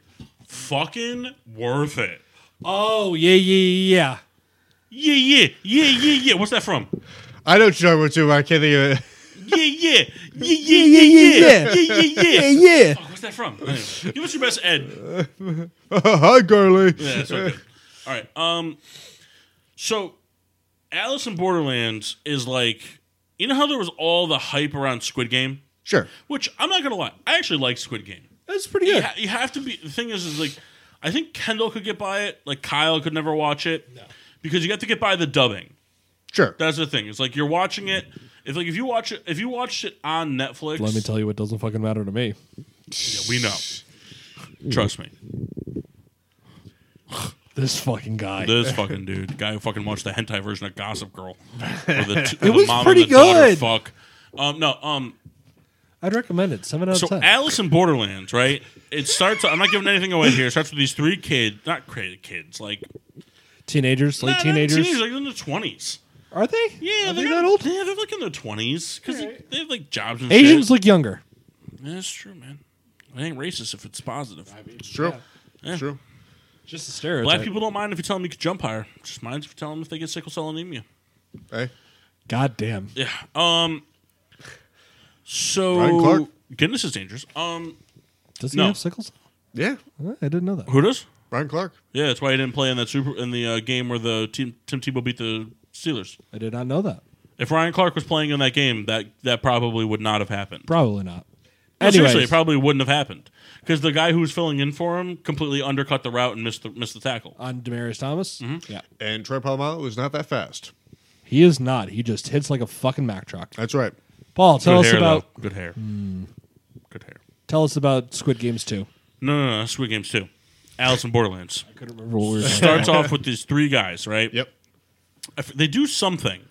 S1: Fucking worth it.
S3: Oh, yeah, yeah, yeah.
S1: Yeah, yeah, yeah, yeah, yeah. What's that from?
S2: I know what you're talking about too, but I can't think of it.
S1: Yeah, yeah, yeah, yeah, yeah, yeah, yeah, yeah, yeah.
S3: yeah.
S1: Fuck, what's that from? Anyway, give us your best Ed.
S2: Hi, Carly.
S1: Yeah, that's not good. All right. Um, so Alice in Borderlands is like, you know how there was all the hype around Squid Game,
S2: Sure.
S1: which I'm not gonna lie, I actually like Squid Game.
S3: That's pretty
S1: You,
S3: good.
S1: ha- you have to be. The thing is, is like, I think Kendall could get by it. Like Kyle could never watch it because you got to get by the dubbing.
S2: Sure.
S1: That's the thing. It's like you're watching it. If like if you watch it, if you watched it on Netflix,
S3: Let me tell you what doesn't fucking matter to me.
S1: Yeah, we know. Trust me.
S3: This fucking guy.
S1: This fucking dude, the guy who fucking watched the hentai version of Gossip Girl. Where the t-
S3: was
S1: mom and
S3: pretty
S1: the daughter
S3: good.
S1: Fuck. Um, no. Um.
S3: I'd recommend it. Seven out
S1: So
S3: of ten.
S1: Alice in Borderlands, right? It starts. I'm not giving anything away here. It starts with these three kids, not crazy kids, like
S3: teenagers, late
S1: Nah, not
S3: teenagers.
S1: teenagers, like in their twenties.
S3: Are they?
S1: Yeah,
S3: Are they
S1: they're
S3: that old?
S1: Yeah, they're like in their twenties because they, they have like jobs. And
S3: Asians
S1: shit.
S3: look younger.
S1: Yeah, that's true, man. It ain't racist if it's positive.
S2: It's true.
S1: Yeah.
S2: True.
S3: Just a stereotype.
S1: Black people don't mind if you tell them you could jump higher. Just mind if you tell them if they get sickle cell anemia.
S2: Hey.
S3: God damn.
S1: Yeah. Um. So
S2: Ryan Clark.
S1: goodness is dangerous. Um.
S3: Does he
S1: No.
S3: have sickles?
S2: Yeah.
S3: Huh? I didn't know that.
S1: Who does?
S2: Brian Clark.
S1: Yeah, that's why he didn't play in that super in the uh, game where the team Tim Tebow beat the Steelers.
S3: I did not know that.
S1: If Ryan Clark was playing in that game, that that probably would not have happened.
S3: Probably not.
S1: No, seriously, it
S3: Anyways.
S1: probably wouldn't have happened because the guy who was filling in for him completely undercut the route and missed the, missed the tackle.
S3: on Demarius Thomas.
S1: Mm-hmm.
S3: Yeah,
S2: And Troy Palomalo was not that fast.
S3: he is not. He just hits like a fucking Mack truck.
S2: That's right.
S3: Paul, tell
S1: Good
S3: us
S1: hair,
S3: about
S1: though. good hair. Good hair.
S3: tell us about Squid Games two.
S1: No, no, no. that's Squid Games too. Alice in Borderlands
S3: I couldn't remember what we were talking
S1: starts off with these three guys, right?
S2: Yep.
S1: if they do something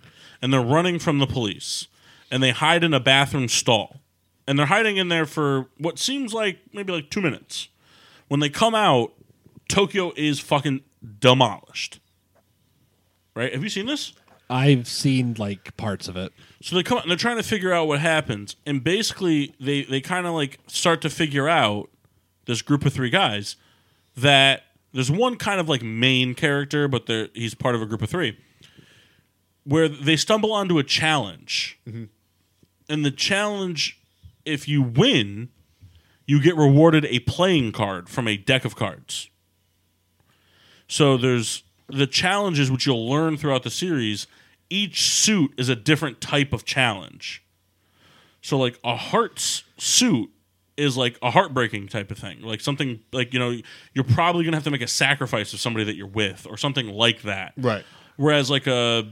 S1: and they're running from the police and they hide in a bathroom stall and they're hiding in there for what seems like maybe like two minutes when they come out tokyo is fucking demolished right have you seen this
S3: I've seen like parts of it.
S1: so they come out and they're trying to figure out what happens and basically they they kind of like start to figure out this group of three guys that there's one kind of like main character, but they're, he's part of a group of three, where they stumble onto a challenge. And the challenge, if you win, you get rewarded a playing card from a deck of cards. So there's the challenges which you'll learn throughout the series. Each suit is a different type of challenge. So like a hearts suit is like a heartbreaking type of thing. Like something like you know you're probably going to have to make a sacrifice of somebody that you're with or something like that.
S2: Right.
S1: Whereas like a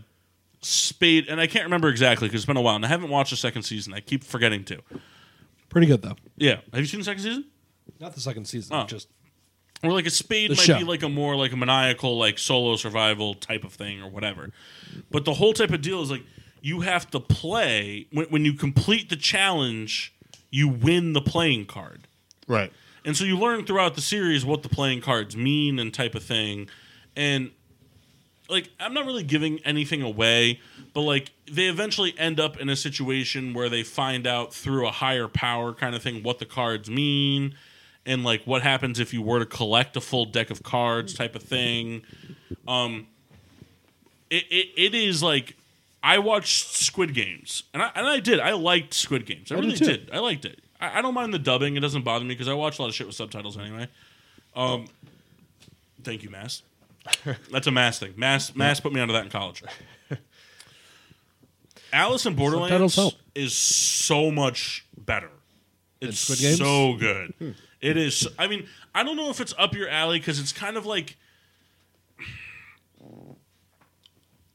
S1: spade and I can't remember exactly cuz it's been a while and I haven't watched the second season. I keep forgetting to.
S3: Pretty good though.
S1: Yeah. Have you seen the second season?
S3: Not the second season.
S1: Oh.
S3: Just
S1: Or like a spade
S3: The
S1: might
S3: show.
S1: be like a more like a maniacal like solo survival type of thing or whatever. But the whole type of deal is like you have to play when, when you complete the challenge, you win the playing card.
S2: Right.
S1: And so you learn throughout the series what the playing cards mean and type of thing. And like I'm not really giving anything away, but like they eventually end up in a situation where they find out through a higher power kind of thing what the cards mean and like what happens if you were to collect a full deck of cards type of thing. Um it it, it is like I watched Squid Games and I and I did. I liked Squid Games. I,
S3: did
S1: really
S3: too.
S1: did. I liked it. I, I don't mind the dubbing, it doesn't bother me because I watch a lot of shit with subtitles anyway. Um thank you, Mass. That's a mass thing. Mass mass put me onto that in college. Alice in
S3: Subtitles
S1: Borderlands
S3: help.
S1: is so much better. It's
S3: Squid Games? Hmm.
S1: so good. It is. I mean, I don't know if it's up your alley because it's kind of like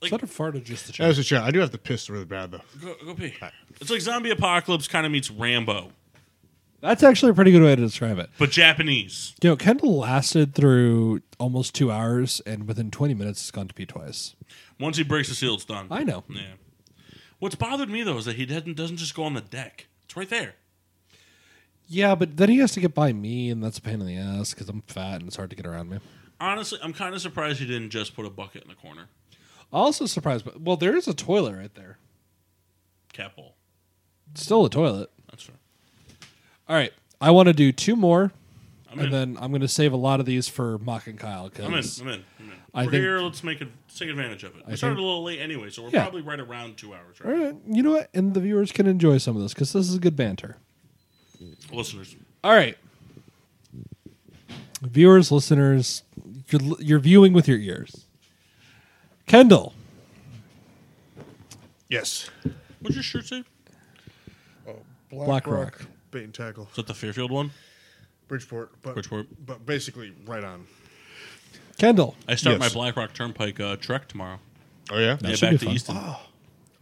S4: Is that a fart or just a
S2: That
S4: joke?
S2: was a shot. I do have to piss really bad though.
S1: Go, go pee. It's like zombie apocalypse kind of meets Rambo,
S3: That's actually a pretty good way to describe it.
S1: but Japanese.
S3: You know, Kendall lasted through almost two hours, and within 20 minutes, has gone to pee twice.
S1: Once he breaks the seal, it's done.
S3: I know.
S1: Yeah. What's bothered me though is that he doesn't doesn't just go on the deck. It's right there.
S3: Yeah, but then he has to get by me, and that's a pain in the ass because I'm fat and it's hard to get around me.
S1: Honestly, I'm kind of surprised he didn't just put a bucket in the corner.
S3: Also surprised, but well, there is a toilet right there.
S1: Cat bowl.
S3: It's still a toilet.
S1: That's fair.
S3: All right, I want to do two more,
S1: I'm in.
S3: and then I'm going to save a lot of these for Mock and Kyle.
S1: I'm in.
S3: 'cause-
S1: I'm in. I'm in.
S3: I
S1: We're
S3: think-
S1: here. Let's make it. let's Take advantage of it. We
S3: I
S1: started
S3: think-
S1: a little late anyway, so we're
S3: Yeah.
S1: probably right around two hours.
S3: All
S1: Right?
S3: right, you know what? And the viewers can enjoy some of this because this is good banter.
S1: Listeners,
S3: All right, viewers, listeners, you're, l- you're viewing with your ears. Kendall,
S2: Yes.
S1: what's your shirt say? Is
S3: Black Rock.
S2: bait and tackle,
S1: that the Fairfield one?
S2: Bridgeport, but
S1: Bridgeport.
S2: but basically right on.
S3: Kendall,
S1: I start
S2: Yes.
S1: my Black Rock Turnpike uh, trek tomorrow.
S2: Oh yeah,
S1: Yeah,
S3: should
S1: back to
S3: be fun. Oh.
S1: Easton.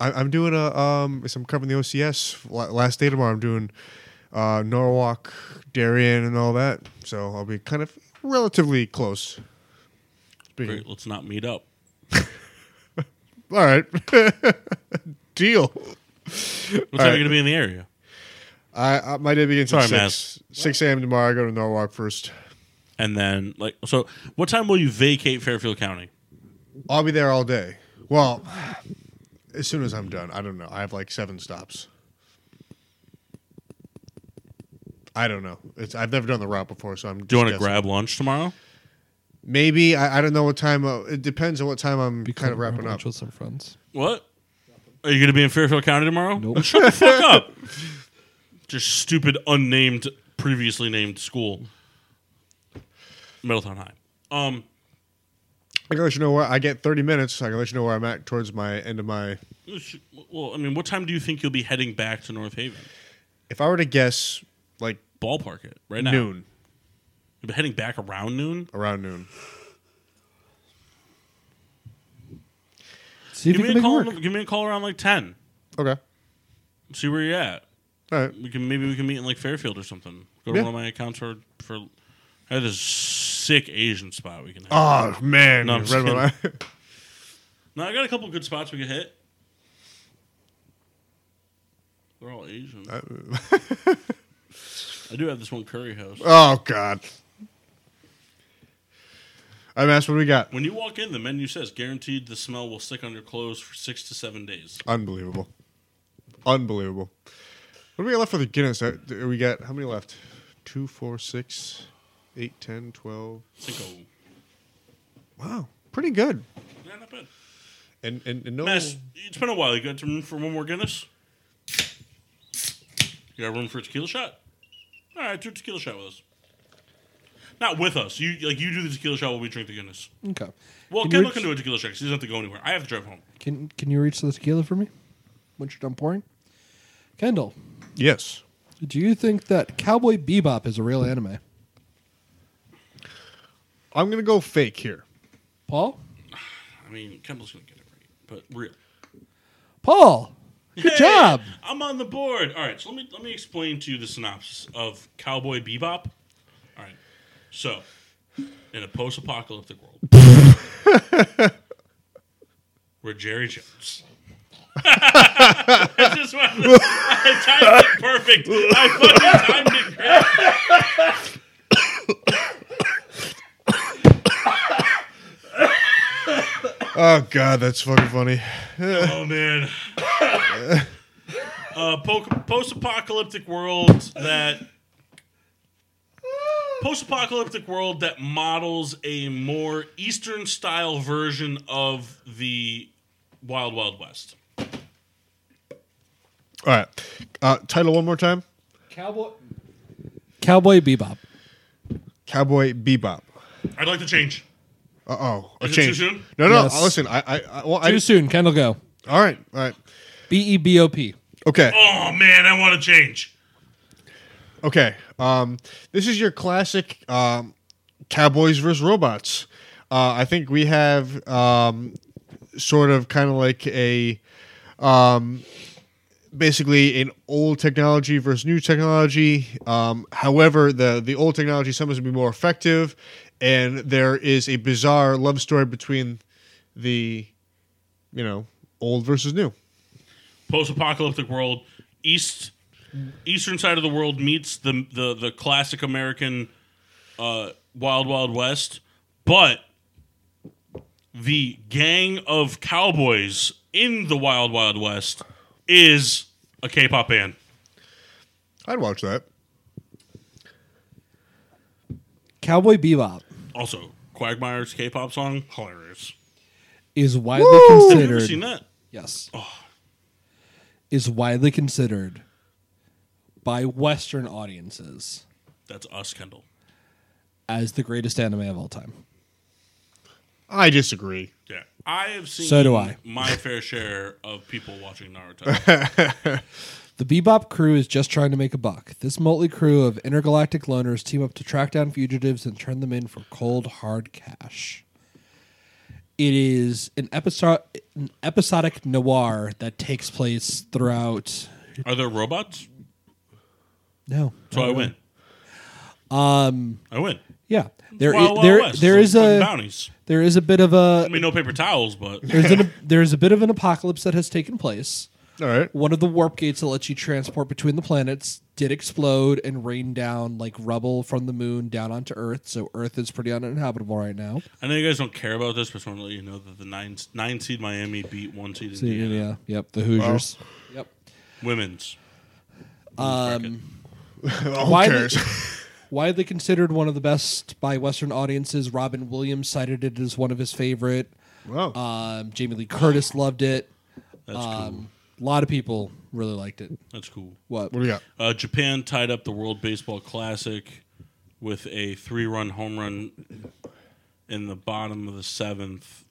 S2: I, I'm doing a um. so I'm covering the OCS la- last day tomorrow. I'm doing uh Norwalk, Darien, and all that. So I'll be kind of relatively close. Speaking.
S1: Great, let's not meet up.
S2: All right, deal.
S1: What time are you going to be in the area?
S2: I, I my day begins
S1: Sorry,
S2: at six six a.m. tomorrow. I go to Norwalk first.
S1: And then, like, so what time will you vacate Fairfield County?
S2: I'll be there all day. Well, as soon as I'm done, I don't know. I have like seven stops. I don't know. It's, I've never done the route before, so I'm.
S1: Do you
S2: just
S1: want to
S2: guessing.
S1: grab lunch tomorrow?
S2: Maybe I, I don't know what time. Uh, it depends on what time I'm kind of wrapping up.
S3: with some friends.
S1: What? Are you going to be in Fairfield County tomorrow?
S3: Nope.
S1: Shut the fuck up. Just stupid, unnamed, previously named school. Middletown High. Um,
S2: I can let you know where I get 30 minutes. I can let you know where I'm at towards my end of my.
S1: well, I mean, what time do you think you'll be heading back to North Haven?
S2: If I were to guess, like
S1: Ballpark it right now.
S2: noon,
S1: You'll be heading back around noon.
S2: around noon.
S3: See if
S1: Give
S3: you
S1: me
S3: can
S1: a
S3: make it
S1: call.
S3: work.
S1: Give me a call around like ten.
S2: Okay.
S1: See where you're at.
S2: All right.
S1: We can maybe we can meet in like Fairfield or something. Go to
S2: Yeah.
S1: one of my accounts for for. I had this sick Asian spot we can.
S3: Ah,
S1: Have.
S2: Oh man,
S1: No, I'm just
S2: Red Bull-
S1: No, I got a couple good spots we could hit. They're all Asian. I do have this one curry house.
S2: Oh god. I'm asked what we got.
S1: When you walk in, the menu says guaranteed the smell will stick on your clothes for six to seven days.
S2: Unbelievable. Unbelievable. What do we got left for the Guinness? Uh, do We got how many left? Two, four, six, eight, ten, twelve.
S1: Cinco.
S2: Wow, pretty good.
S1: Yeah, not bad.
S2: And and, and no.
S1: Mass, it's been a while. You got some room for one more Guinness? You got room for a tequila shot? All right, do a tequila shot with us. Not with us. You like you do the tequila shot while we drink the Guinness.
S3: Okay.
S1: Well,
S3: Can
S1: Kendall
S3: you
S1: can do a tequila shot 'cause he doesn't have to go anywhere. I have to drive home.
S3: Can can you reach the tequila for me once you're done pouring? Kendall,
S2: Yes.
S3: do you think that Cowboy Bebop is a real anime?
S2: I'm gonna go fake here.
S3: Paul?
S1: I mean, Kendall's gonna get it right, but real.
S3: Paul! Good
S1: Hey,
S3: job!
S1: I'm on the board. All right, so let me let me explain to you the synopsis of Cowboy Bebop. All right, so in a post-apocalyptic world where Jerry Jones. I just wanted to- I timed it perfect. I fucking timed it great.
S2: Oh god, that's fucking funny.
S1: Oh man. uh, po- post-apocalyptic world that post-apocalyptic world that models a more eastern-style version of the Wild Wild West.
S2: All right. Uh, title one more time.
S3: Cowboy Cowboy Bebop.
S2: Cowboy Bebop.
S1: I'd like to change.
S2: Uh oh. A
S1: Is it
S2: change.
S1: too soon?
S2: No, no.
S3: Yes.
S2: Listen, I, I, I, well, I
S3: Too soon, Kendall go.
S2: All right, all right.
S3: B E B O P.
S2: Okay.
S1: Oh man, I want to change.
S2: Okay. Um, this is your classic um, Cowboys versus Robots. Uh, I think we have um, sort of kind of like a um, basically an old technology versus new technology. Um, however, the the old technology sometimes would be more effective, and there is a bizarre love story between the you know old versus new.
S1: post-apocalyptic world east eastern side of the world meets the the, the classic american uh, wild wild west but the gang of cowboys in the wild wild west is a k-pop band
S2: I'd watch that.
S3: Cowboy Bebop
S1: also quagmire's k-pop song hilarious
S3: is widely
S1: I've never
S3: considered.
S1: seen that Oh.
S3: Yes. Is widely considered by Western audiences
S1: that's us kendall
S3: as the greatest anime of all time.
S2: I disagree.
S1: yeah i have seen
S3: So do I.
S1: my fair share of people watching naruto
S3: The Bebop crew is just trying to make a buck. This motley crew of intergalactic loners team up to track down fugitives and turn them in for cold, hard cash. It is an, episod- an episodic noir that takes place throughout.
S1: are there robots
S3: No,
S1: so i win um i win
S3: yeah, there,
S1: Wild
S3: i-
S1: Wild
S3: there,
S1: West.
S3: there
S1: It's
S3: is
S1: like fucking
S3: a,
S1: bounties.
S3: there is a bit of
S1: I
S3: a,
S1: mean, no paper towels, but
S3: there's an, there is a bit of an apocalypse that has taken place.
S2: All right.
S3: one of the warp gates that lets you transport between the planets did explode and rain down like rubble from the moon down onto Earth. So Earth is pretty uninhabitable right now.
S1: I know you guys don't care about this, but I just want to let you know that the nine nine seed Miami beat one seed Indiana
S3: Yep. The Hoosiers. Yep.
S1: women's.
S3: Um,
S2: Who
S3: Widely,
S2: cares?
S3: widely considered one of the best by Western audiences. Robin Williams cited it as one of his favorite.
S2: Well,
S3: Um, Jamie Lee Curtis loved it.
S1: That's
S3: Um, a lot of people really liked it.
S1: cool. That's cool.
S3: What?
S2: what do we got?
S1: Uh, Japan tied up the World Baseball Classic with a three run home run in the bottom of the seventh.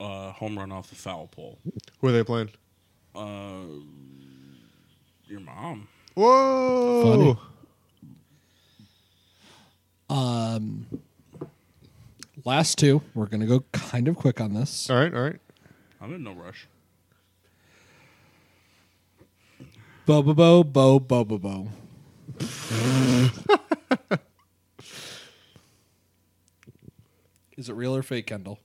S1: Uh, home run off the foul pole.
S2: Who are they playing?
S1: Your mom.
S2: Whoa!
S3: Funny. Um, last two. We're gonna go kind of quick on this.
S2: All right, all right.
S1: I'm in no rush.
S3: Bo bo bo bo bo bo bo. Is it real or fake, Kendall?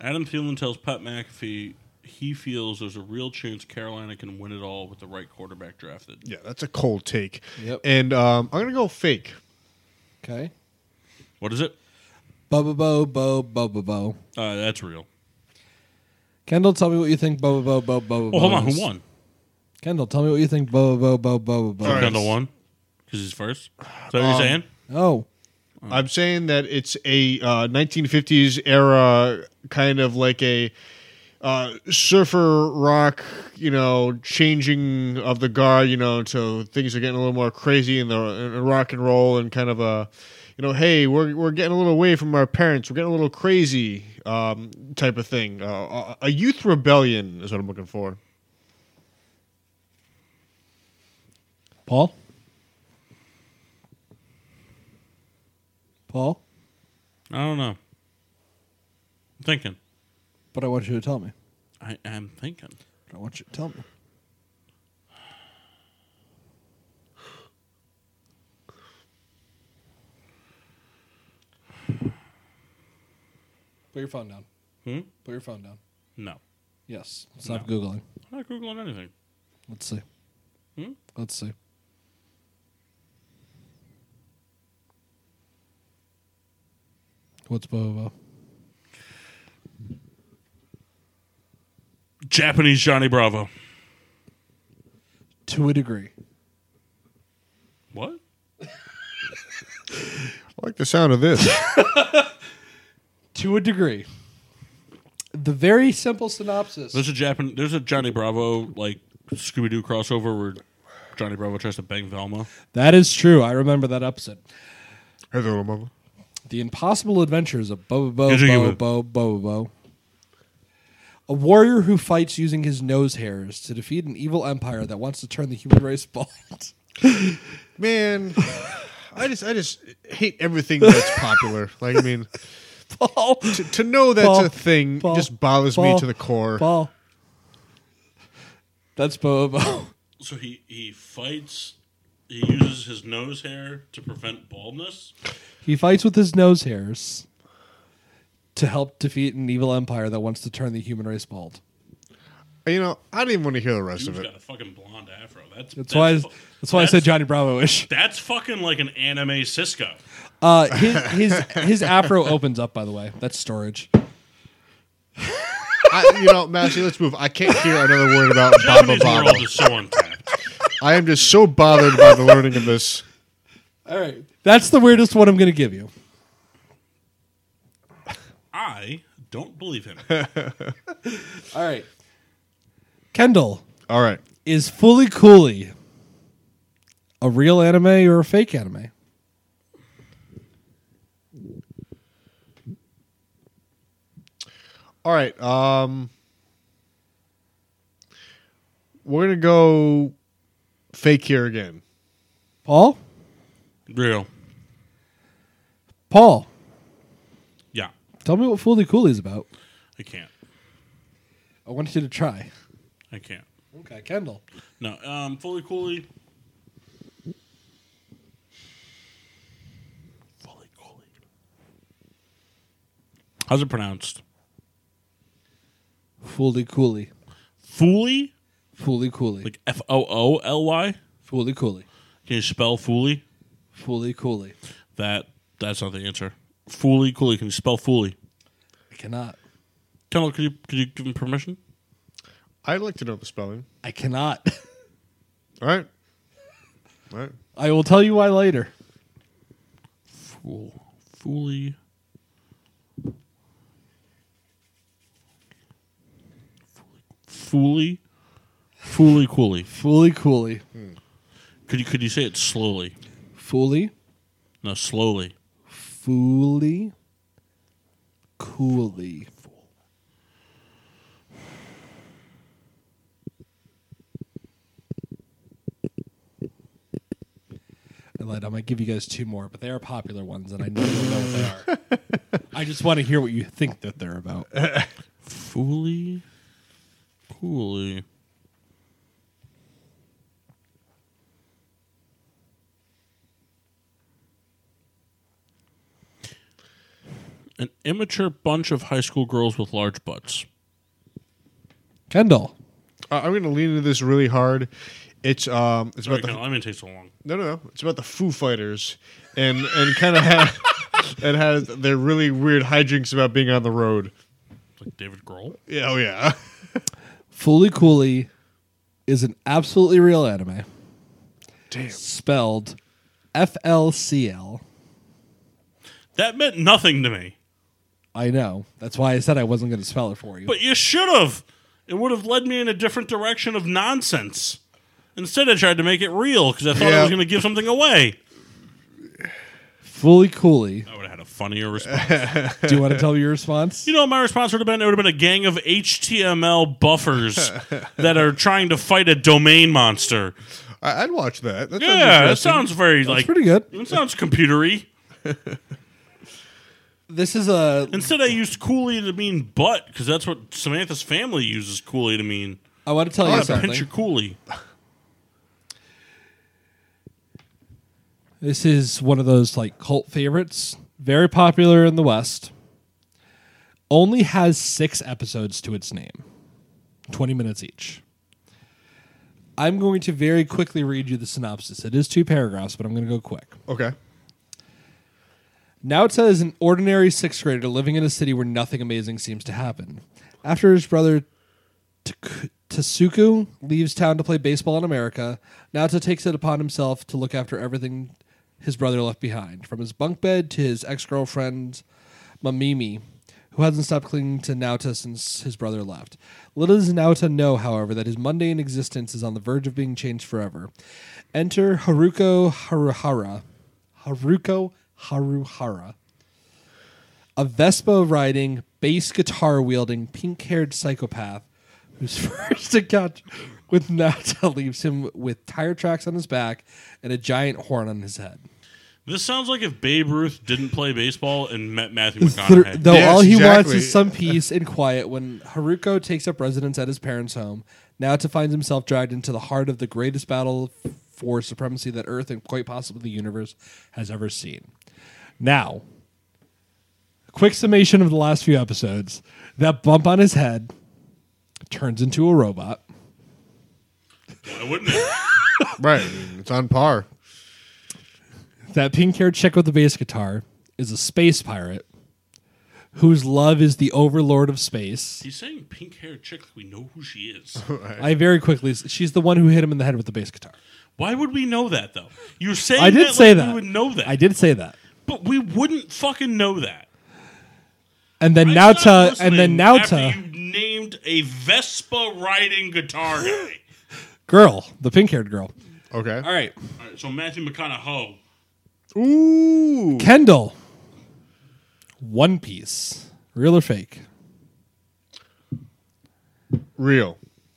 S1: Adam Thielen tells Pat McAfee he feels there's a real chance Carolina can win it all with the right quarterback drafted.
S2: Yeah, that's a cold take.
S3: Yep.
S2: And um, I'm gonna go fake.
S3: Okay.
S1: What is it?
S3: Bo bo bo bo bo bo bo.
S1: Uh, that's real.
S3: Kendall, tell me what you think. Bo bo bo bo bo. bo
S1: Well, Oh, hold on.
S3: is.
S1: Who won?
S3: Kendall, tell me what you think. Bo bo bo bo bo bo.
S2: All right.
S1: Kendall won because he's first. Is that what you're saying?
S3: Oh,
S2: I'm saying that it's a uh, 1950s era kind of like a uh, surfer rock, you know, changing of the guard, you know, so things are getting a little more crazy in the in rock and roll and kind of a, you know, hey, we're we're getting a little away from our parents, we're getting a little crazy, um, type of thing. Uh, a a youth rebellion is what I'm looking for.
S3: Paul. Paul,
S1: I don't know. I'm thinking.
S3: but I want you to tell me.
S1: I am thinking.
S3: I want you to tell me. Put your phone down.
S1: Hmm?
S3: Put your phone down.
S1: No.
S3: Yes. Stop
S1: No.
S3: Googling.
S1: I'm not Googling anything.
S3: Let's see.
S1: Hmm?
S3: Let's see. What's Bobo?
S1: Japanese Johnny Bravo.
S3: To a degree.
S1: What?
S2: I like the sound of this.
S3: To a degree. The very simple synopsis.
S1: There's a Japan. There's a Johnny Bravo like Scooby Doo crossover where Johnny Bravo tries to bang Velma.
S3: That is true. I remember that episode.
S2: Hey there, little mama.
S3: The Impossible Adventures of Bo Bo
S1: Here's what you
S3: Bo
S1: would-
S3: Bo Bo Bo. A warrior who fights using his nose hairs to defeat an evil empire that wants to turn the human race bald.
S2: Man, I just I just hate everything that's popular. Like I mean,
S3: Paul.
S2: to, to know that's
S3: Paul,
S2: a thing
S3: Paul,
S2: just bothers
S3: Paul,
S2: me to the core.
S3: Paul. That's Bobo.
S1: So he he fights. He uses his nose hair to prevent baldness.
S3: He fights with his nose hairs to help defeat an evil empire that wants to turn the human race bald.
S2: You know, I didn't want to hear the rest
S1: Dude's
S2: of
S1: got
S2: it.
S1: a fucking blonde afro. That's
S3: That's, why.
S1: fu-
S3: that's why I said Johnny Bravo-ish.
S1: That's fucking like an anime Cisco.
S3: Uh, his his his afro opens up. By the way, that's storage.
S2: I, you know, Massey, let's move. I can't hear another word about Baba
S1: Japanese
S2: Baba.
S1: world is so untapped.
S2: I am just so bothered by the learning of this.
S3: All right, that's the weirdest one I'm going to give you.
S1: I don't believe him.
S3: All right, Kendall
S2: All right.
S3: is fully coolly a real anime or a fake anime?
S2: All right. Um, we're gonna go fake here again.
S3: Paul,
S1: Real.
S3: Paul,
S1: Yeah.
S3: tell me what fully coolly is about.
S1: I can't.
S3: I want you to try.
S1: I can't.
S3: Okay, Kendall.
S1: No. Um. Fully coolly. Fully coolly. How's it pronounced?
S3: Fully coolly,
S1: Fooly?
S3: fully coolly,
S1: Like F O O L Y?
S3: fully coolly,
S1: Can you spell Fooly?
S3: fully coolly.
S1: That that's not the answer. Fooly coolly. Can you spell Fooly?
S3: I cannot.
S1: Kendall, could you could you give him permission?
S2: I'd like to know the spelling.
S3: I cannot.
S2: All right. All right.
S3: I will tell you why later.
S1: Fool. Fooly. Fooly. Fooly coolly.
S3: Fully coolly,
S1: Could you could you say it slowly?
S3: fully
S1: No, slowly.
S3: Fully, coolly. I lied. I might give you guys two more, but they are popular ones, and I know you know what they are. I just want to hear what you think that they're about.
S1: Fooly. Coolly. An immature bunch of high school girls with large butts.
S3: Kendall,
S2: I- I'm gonna lean into this really hard. It's um. It's
S1: Sorry,
S2: about the
S1: Kendall, I'm gonna take so long.
S2: No, no, no. It's about the Foo Fighters, and and kind of ha and has their really weird hijinks about being on the road.
S1: Like David Grohl.
S2: Yeah, oh yeah.
S3: fully coolly is an absolutely real anime.
S2: Damn.
S3: Spelled F L C L.
S1: That meant nothing to me.
S3: I know. That's why I said I wasn't going to spell it for you.
S1: But you should have. It would have led me in a different direction of nonsense. Instead, I tried to make it real because I thought I
S2: Yeah.
S1: was going to give something away.
S3: Fully coolly.
S1: I would have had a funnier response.
S3: Do you want to tell me your response?
S1: you know what my response would have been? It would have been a gang of HTML buffers that are trying to fight a domain monster.
S2: I- I'd watch that. that sounds
S1: Yeah, that
S2: interesting.
S1: sounds very
S3: That's
S1: like.
S3: pretty good.
S1: It sounds computery.
S3: This is a
S1: Instead, I used "coolie" to mean butt because that's what Samantha's family uses "coolie" to mean.
S3: I want to tell
S1: I
S3: you
S1: want to pinch your
S3: something.
S1: coolie.
S3: This is one of those like cult favorites, very popular in the West. Only has 6 episodes to its name. 20 minutes each. I'm going to very quickly read you the synopsis. It is two paragraphs, but I'm going to go quick.
S2: okay.
S3: Naota is an ordinary sixth grader living in a city where nothing amazing seems to happen. After his brother Tak- Tasuku leaves town to play baseball in America, Naota takes it upon himself to look after everything his brother left behind, from his bunk bed to his ex girlfriend, Mamimi, who hasn't stopped clinging to Naota since his brother left. Little does Naota know, however, that his mundane existence is on the verge of being changed forever. Enter Haruko Haruhara. Haruko Haruhara a Vespa riding, bass guitar wielding, pink haired psychopath whose first encounter with Nata leaves him with tire tracks on his back and a giant horn on his head.
S1: This sounds like if Babe Ruth didn't play baseball and met Matthew
S3: Thir-
S1: McConaughey.
S2: Yes,
S6: Though all he wants
S2: exactly.
S6: is some peace and quiet when Haruko takes up residence at his parents' home, now to find himself dragged into the heart of the greatest battle for supremacy that Earth and quite possibly the universe has ever seen.
S3: Now, quick summation of the last few episodes. That bump on his head turns into a robot.
S1: Why wouldn't it?
S2: Right. I mean, It's on par.
S3: That pink haired chick with the bass guitar is a space pirate whose love is the overlord of space.
S1: He's saying pink haired chick like we know who she is.
S3: I very quickly, she's the one who hit him in the head with the bass guitar.
S1: Why would we know that though? You're saying
S3: I did
S1: that
S3: say
S1: like
S3: that.
S1: we would know that.
S3: I did say that.
S1: But we wouldn't fucking know that.
S3: And then
S1: I stopped
S3: Nauta, and then
S1: listening after
S3: Nauta,
S1: You named a Vespa riding guitar guy.
S3: girl, the pink haired girl.
S2: Okay.
S3: All right.
S1: All right, so Matthew McConaughey.
S2: Ooh.
S3: Kendall, One Piece, real or fake?
S2: Real.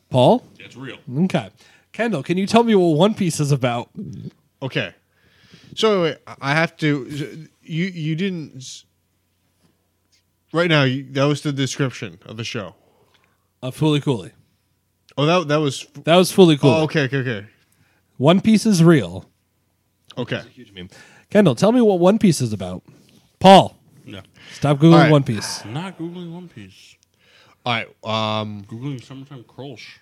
S3: Paul?
S1: That's real.
S3: Okay. Kendall, can you tell me what One Piece is about?
S2: Okay. So wait, I have to. You you didn't. s- Right now, you, that was the description of the show.
S3: A Fully Cooley.
S2: Oh, that that was.
S3: That was Fully Cooley.
S2: Oh, okay, okay, okay,
S3: One Piece is real.
S2: okay.
S3: Kendall, tell me what One Piece is about. Paul,
S1: No.
S3: stop Googling
S2: All right.
S3: One Piece.
S1: I'm not Googling One Piece.
S2: All right. Um.
S1: I'm Googling Summertime Krolsch.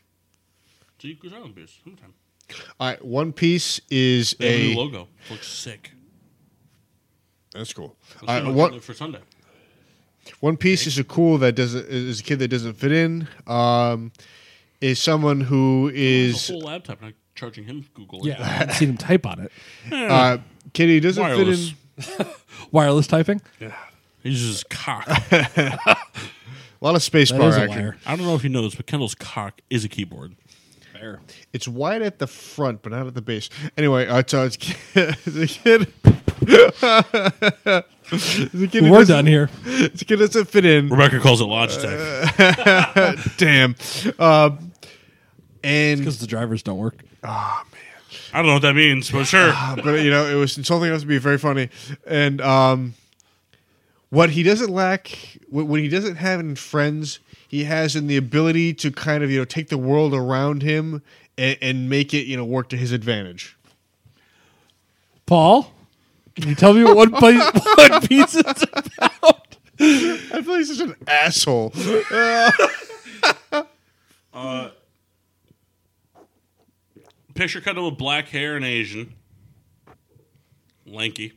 S1: See, good Island Beers. Summertime.
S2: All right. One Piece is
S1: They have a new
S2: a.
S1: logo. Looks sick.
S2: That's cool.
S1: Let's
S2: All
S1: see
S2: right,
S1: what
S2: one
S1: color for Sunday.
S2: One Piece is a cool that doesn't is a kid that doesn't fit in. Um, is someone who
S1: It's
S2: is
S1: a whole laptop, not charging him Google.
S3: Yeah, I haven't seen him type on it.
S2: uh, kid who doesn't
S1: Wireless.
S2: fit in.
S3: Wireless typing?
S1: He's just cock.
S2: A lot of space
S3: That
S2: bar
S3: is a
S2: action.
S3: wire.
S1: I don't know if you know this, but Kendall's cock is a keyboard.
S2: It's wide at the front, but not at the base. Anyway, uh, so it's the kid. the kid who
S3: We're
S2: doesn't-
S3: done here.
S2: The kid doesn't fit in.
S1: Rebecca calls it Logitech.
S2: Damn. Um, and
S3: Because the drivers don't work.
S1: I don't know what that means, but sure.
S2: but you know, it was insulting enough to be very funny. And um, what he doesn't lack, what, what he doesn't have in friends, he has in the ability to kind of you know take the world around him and, and make it you know work to his advantage.
S3: Paul, can you tell me what One Piece, one piece is about?
S2: I feel like such an asshole.
S1: Picture Kendall with black hair and Asian. Lanky.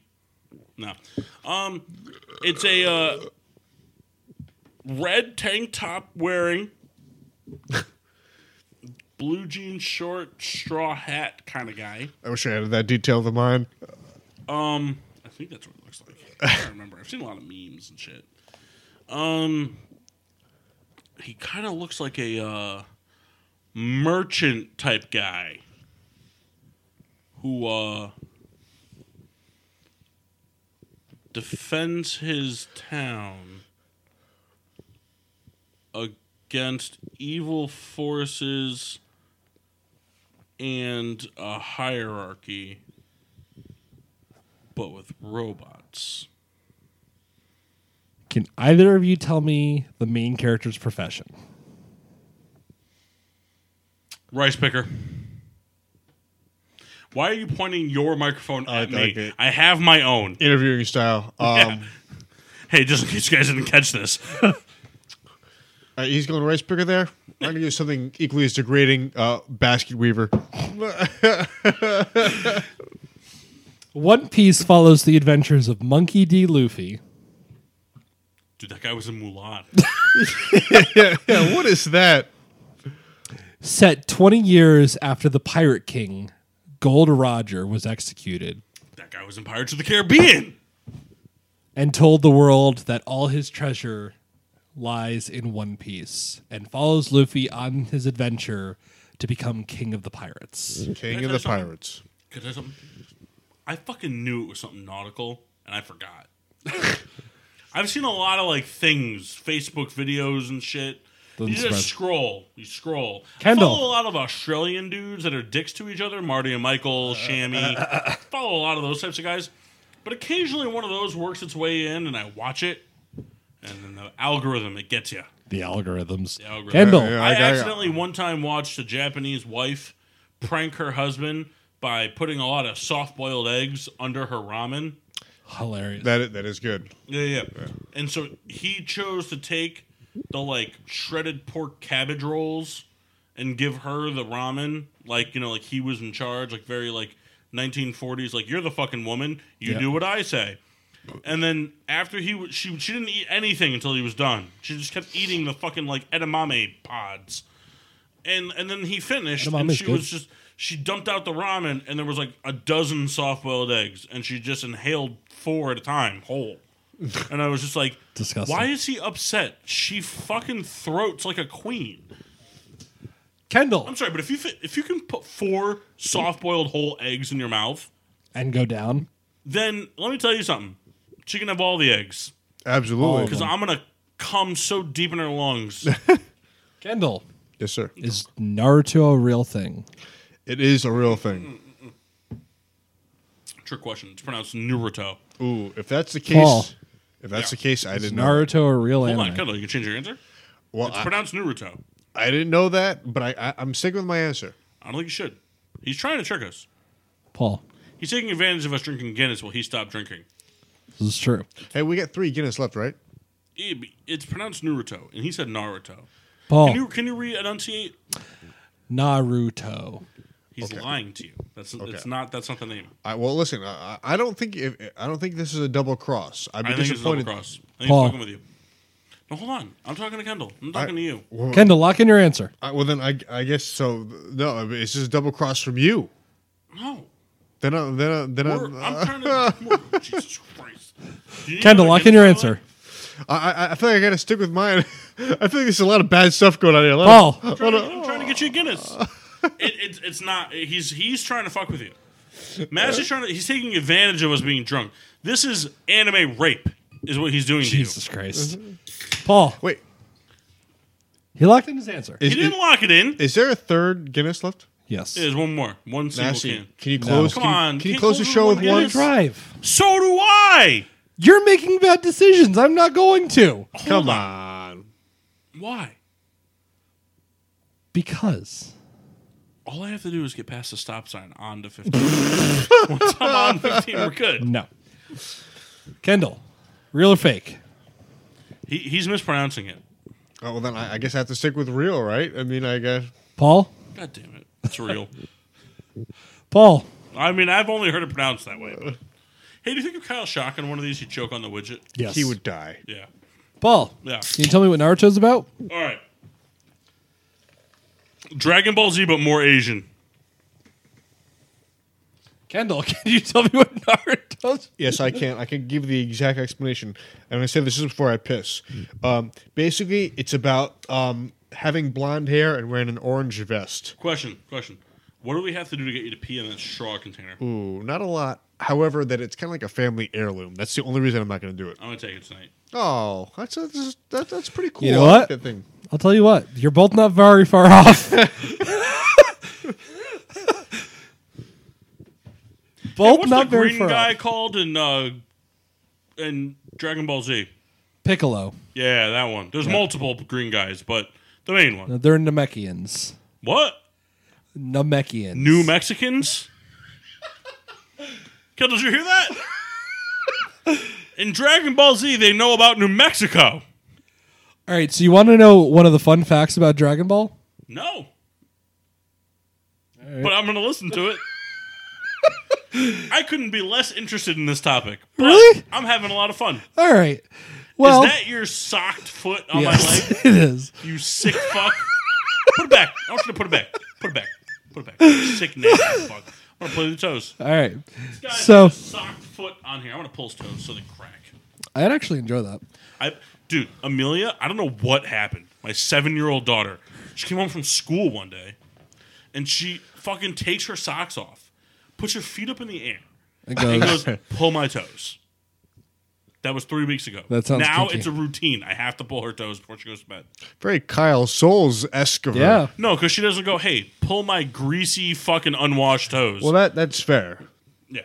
S1: No. Um, it's a uh, red tank top wearing, blue jean short, straw hat kind of guy.
S2: I wish I had that detail to mine.
S1: Um, I think that's what it looks like. I can't remember. I've seen a lot of memes and shit. Um, he kind of looks like a uh, merchant type guy who uh defends his town against evil forces and a hierarchy but with robots.
S3: Can either of you tell me the main character's profession?
S1: Rice picker. Why are you pointing your microphone at me?
S2: like it.
S1: I have my own.
S2: Interviewing style. Um,
S1: Hey, just in case you guys didn't catch this.
S2: all right, uh, he's going rice picker there. I'm gonna do something equally as degrading. Uh, basket weaver.
S3: One Piece follows the adventures of Monkey D. Luffy.
S1: Dude, that guy was in Mulan.
S2: Yeah, what is that?
S3: set 20 years after the Pirate King, Gold Roger, was executed
S1: that guy was in Pirates of the Caribbean.
S3: and told the world that all his treasure lies in One Piece and follows Luffy on his adventure to become King of the Pirates.
S2: King
S1: Can I
S2: of
S1: tell you
S2: the
S1: something?
S2: pirates.
S1: Could I, some- I fucking knew it was something nautical, and I forgot. I've seen a lot of like things, Facebook videos and shit. you
S3: Doesn't
S1: just
S3: surprise-
S1: scroll, you scroll.
S3: Kendall.
S1: I follow a lot of Australian
S3: Uh,
S1: dudes that are dicks to each other, Marty and Michael, Shammy. follow a lot of those types of guys. But occasionally one of those works its way in, and I watch it, and then the algorithm it gets you.
S3: The algorithms.
S1: The algorithm.
S3: Kendall.
S2: Yeah,
S1: I
S2: I- I-
S1: accidentally one time watched a Japanese wife prank her husband by putting a lot of soft boiled eggs under her ramen.
S3: Hilarious.
S2: That i- that is good.
S1: Yeah, yeah. And so he chose to take the like shredded pork cabbage rolls and give her the ramen, like you know, like he was in charge, like very like 1940s, like you're the fucking woman, you
S3: Yeah.
S1: do what I say. And then after he w- she she didn't eat anything until he was done. She just kept eating the fucking like edamame pods. And and then he finished and
S3: Edamame's
S1: she
S3: good.
S1: was just she dumped out the ramen and there was like a dozen soft boiled eggs and she just inhaled four at a time whole. And I was just like,
S3: Disgusting.
S1: Why is he upset? She fucking throats like a queen.
S3: Kendall.
S1: I'm sorry, but if you fi- if you can put four soft boiled whole eggs in your mouth,
S3: And go down.
S1: then let me tell you something. She can have all the eggs
S2: Absolutely.
S1: because I'm gonna come so deep in her lungs.
S3: Kendall.
S2: yes, sir.
S3: Is Naruto a real thing?
S2: It is a real thing.
S1: Trick question. It's pronounced Naruto.
S2: Ooh, if that's the case,
S3: Paul.
S2: if that's
S1: Mm. Yeah.
S2: the case, I
S3: Is
S2: didn't know.
S3: Naruto a real
S1: Hold
S3: anime?
S1: on, Kendall. You can change your answer.
S2: Well,
S1: It's
S2: I,
S1: pronounced Naruto.
S2: I didn't know that, but I, I I'm sticking with my answer.
S1: I don't think you should. He's trying to trick us.
S3: Paul.
S1: He's taking advantage of us drinking Guinness while he stopped drinking.
S3: This is true.
S2: Hey, we got three Guinness left, right?
S1: It- It's pronounced Naruto, and he said Naruto. Can
S3: Paul.
S1: you can you re-enunciate?
S3: Naruto.
S1: He's lying to you. That's it's not that's not the name.
S2: I, well, listen, I, I I don't think if, I don't think this is a double cross. I'd be
S1: I think it's double
S2: disappointed.
S1: cross. I think
S3: Paul.
S1: he's fucking with you. No, hold on. I'm talking to Kendall. I'm talking to you.
S2: Well,
S3: Kendall, lock in your answer.
S2: I- well, then I, I guess so. No, I mean, it's just a double cross from you.
S1: No.
S2: Then I, then I, then I,
S1: We're, I'm trying to. Jesus Christ. Do you need
S3: Kendall,
S1: another
S3: lock in your
S1: Guinness, by the
S3: answer.
S1: way?
S2: I, I- I feel like I gotta stick with mine. I feel like there's a lot of bad stuff going on here. Let
S3: Paul.
S2: us-
S1: trying to- I'm trying to get you a Guinness. it, it's it's not. He's he's trying to fuck with you. Maz is trying to. He's taking advantage of us being drunk. This is anime rape. Is what he's doing
S3: Jesus Christ. Paul.
S2: wait,
S3: He locked in his answer.
S1: to you.
S2: is,
S1: He didn't lock it in.
S2: is there a third Guinness left?
S3: yes.
S1: There's one more. One single
S2: Nasty.
S1: can.
S2: Can you close?
S1: Come
S2: can you-
S1: on,
S2: Can, you
S1: you can't
S2: close the
S1: close
S2: show
S1: with
S2: with
S1: one
S2: one?
S1: Guinness.
S3: drive.
S1: So do I.
S3: You're making bad decisions. I'm not going to.
S2: Come on.
S1: Why?
S3: Because.
S1: All I have to do is get past the stop sign on to 15. Once I'm on 15, we're good.
S3: No. Kendall, real or fake?
S1: He, he's mispronouncing it.
S2: Oh, well, then I, I guess I have to stick with real, right? I mean, I guess.
S3: Paul?
S1: God damn it. It's real.
S3: Paul.
S1: I mean, I've only heard it pronounced that way. but- Hey, do you think if Kyle Shock on one of these, he'd choke on the widget?
S3: Yes.
S2: He would die.
S1: Yeah.
S3: Paul.
S1: Yeah.
S3: Can you tell me what Naruto's about?
S1: All right. Dragon Ball Z, but more Asian.
S3: Kendall, can you tell me what Naruto's
S2: Yes, I can. I can give the exact explanation. And I said this is before I piss.
S3: Mm.
S2: Um, basically, it's about um, having blonde hair and wearing an orange vest.
S1: Question, question. What do we have to do to get you to pee in that straw container? I'm
S2: Ooh, not a lot. However, that it's kind of like a family heirloom. That's the only reason I'm not going to do it.
S1: going to take it tonight.
S2: Oh, that's that's, that, that's pretty cool.
S3: You know
S2: I like
S3: what?
S2: that thing.
S3: I'll tell you what, you're both not very far off.
S1: Hey,
S3: both
S1: what's
S3: not
S1: the
S3: very
S1: green
S3: far
S1: guy
S3: off.
S1: called in, uh, in Dragon Ball Z?
S3: Piccolo.
S1: Yeah, that one. There's multiple green guys, but the main one.
S3: They're Namekians.
S1: What?
S3: Namekians.
S1: New Mexicans? Kel, did you hear that? In Dragon Ball Z, they know about New Mexico.
S3: All right, so you want to know one of the fun facts about Dragon Ball?
S1: No. But I'm going to listen to it. I couldn't be less interested in this topic. But
S3: Really?
S1: I'm having a lot of fun.
S3: All right. Well,
S1: Is that your socked foot on
S3: yes,
S1: my leg?
S3: it is.
S1: You sick fuck. put it back. I want you to put it back. Put it back. Put it back. Sick nasty fuck. I'm going to play with the toes.
S3: All right.
S1: Guys,
S3: So-
S1: so socked foot on here. I'm gonna pull his toes so they crack.
S3: I'd actually enjoy that.
S1: I, dude, Amelia, I don't know what happened. My seven-year-old daughter, she came home from school one day, and she fucking takes her socks off, puts her feet up in the air,
S3: It
S1: and
S3: goes,
S1: goes, "Pull my toes." That was three weeks ago.
S3: That sounds
S1: now
S3: kinky.
S1: it's a routine. I have to pull her toes before she goes to bed.
S2: Very Kyle Souls esque of her.
S3: yeah.
S1: No, because she doesn't go, "Hey, pull my greasy fucking unwashed toes."
S2: Well, that that's fair.
S1: yeah.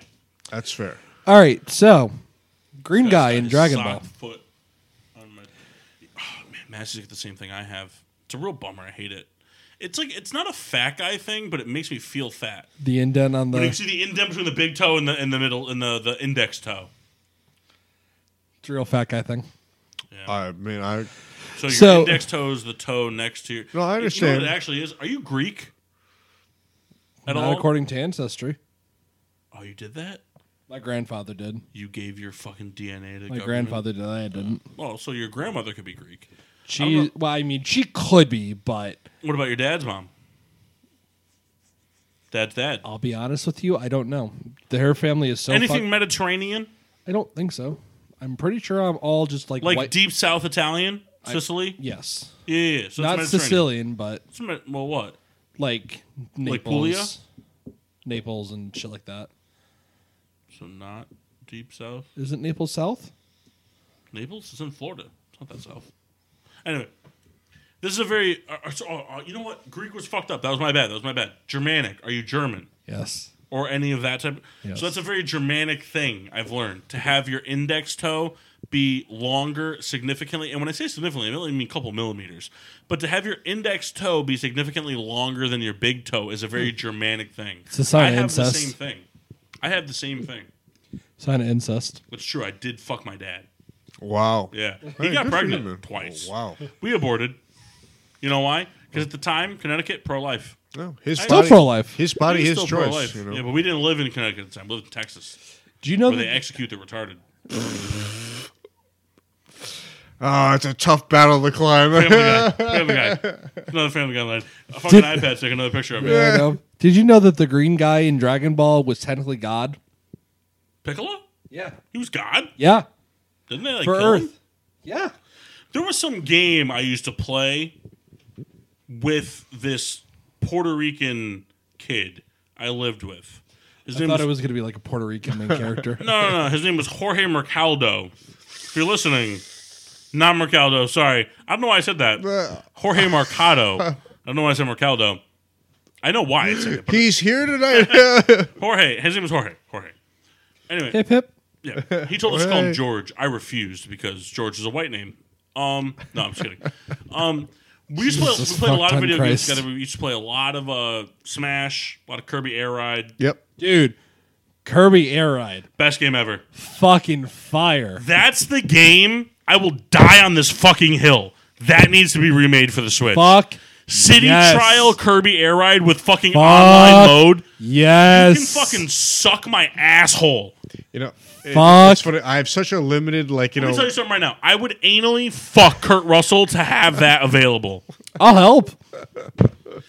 S2: That's fair.
S3: All right, so green guy in
S1: His
S3: Dragon
S1: sock
S3: Ball.
S1: Foot on my, oh man, matches get the same thing I have. It's a real bummer. I hate it. It's like it's not a fat guy thing, but it makes me feel fat.
S3: The indent on
S1: But you can
S3: the
S1: see the indent between the big toe and the and the middle and the, the index toe.
S3: it's a real fat guy thing.
S2: I mean, I
S1: So your
S3: So-
S1: index toe is the toe next to your.
S2: No, I
S1: You know
S2: understand.
S1: what it actually is? Are you Greek? At
S3: Not
S1: all?
S3: according to ancestry.
S1: oh, you did that.
S3: My grandfather did.
S1: You gave your fucking DNA to
S3: My
S1: government?
S3: grandfather did. I didn't.
S1: Well, so your grandmother could be Greek. don't
S3: She. Well, I mean, she could be, but
S1: What about your dad's mom? Dad's dad.
S3: I'll be honest with you, I don't know. The her family is Oh, so.
S1: Anything
S3: fuck-
S1: Mediterranean,
S3: I don't think so. I'm pretty sure I'm all just like
S1: like
S3: white-
S1: deep South Italian, Sicily.
S3: Yes,
S1: yeah, yeah, yeah. So
S3: not
S1: it's Mediterranean.
S3: Sicilian, but
S1: It's Med- well, what?
S3: like
S1: Like
S3: Naples,
S1: Puglia?
S3: Naples and shit like that.
S1: So not deep South.
S3: Isn't Naples south?
S1: Naples is in Florida. It's not that south. Anyway, this is a very. Uh, uh, so, uh, uh, you know what? Greek was fucked up. That was my bad. That was my bad. Germanic. Are you German
S3: Yes.
S1: or any of that type?
S3: Yes.
S1: So that's a very Germanic thing I've learned to have your index toe be longer significantly. And when I say significantly, I only mean a couple millimeters. But to have your index toe be significantly longer than your big toe is a
S2: Hmm.
S1: very Germanic thing.
S3: It's a sign
S1: I
S3: of
S1: have the
S3: incest.
S1: same thing. I have the same thing.
S3: Sign of incest.
S1: It's true. I did fuck my dad.
S2: wow.
S1: Yeah,
S2: Hey,
S1: he
S2: good for
S1: got
S2: you,
S1: pregnant
S2: man.
S1: twice.
S2: Oh, wow.
S1: We aborted. You know why? Because at the time, Connecticut pro life.
S2: No, his
S3: Still
S2: body,
S3: pro-life.
S2: His body, his choice. You know?
S1: Yeah, but we didn't live in Connecticut at the time. We lived in Texas,
S3: Do you know
S1: where they
S3: that
S1: execute the retarded.
S2: Oh, it's a tough battle to climb.
S1: Family Guy. Family Guy. Another Family Guy line. A fucking iPad took another picture of me.
S3: I know. Did you know that the green guy in Dragon Ball was technically God?
S1: Piccolo?
S3: Yeah.
S1: He was God?
S3: Yeah.
S1: Didn't they like
S3: For
S1: kill him?
S3: Earth. Yeah.
S1: There was some game I used to play with this Puerto Rican kid I lived with. His
S3: I thought it was going to be like a Puerto Rican main character.
S1: No, no, no. His name was Jorge Mercado. If you're listening, not Mercado. Sorry, I don't know why I said that. Jorge Mercado. I don't know why I said Mercado. I know why I said it. But
S2: He's here tonight.
S1: Jorge. His name was Jorge. Jorge. Anyway,
S3: Hip hip.
S1: yeah. He told us to call him
S2: Jorge.
S1: George. I refused because George is a white name. Um, no, I'm just kidding. Um, we used to play,
S3: Jesus
S1: we played a lot of
S3: fucking
S1: video
S3: Christ.
S1: games together. We used to play a lot of uh, Smash, a lot of Kirby Air Ride.
S2: yep.
S3: Dude, Kirby Air Ride.
S1: Best game ever.
S3: Fucking fire.
S1: That's the game. I will die on this fucking hill. That needs to be remade for the Switch.
S3: Fuck.
S1: City
S3: yes.
S1: Trial Kirby Air Ride with fucking
S3: Fuck
S1: online mode. You can
S3: Yes.
S1: fucking suck my asshole.
S2: You know, it-
S3: Fuck.
S2: it's funny. I have such a limited, like, you
S1: Let me tell
S2: know,
S1: you something right now. I would anally fuck Kurt Russell to have that available.
S3: I'll help.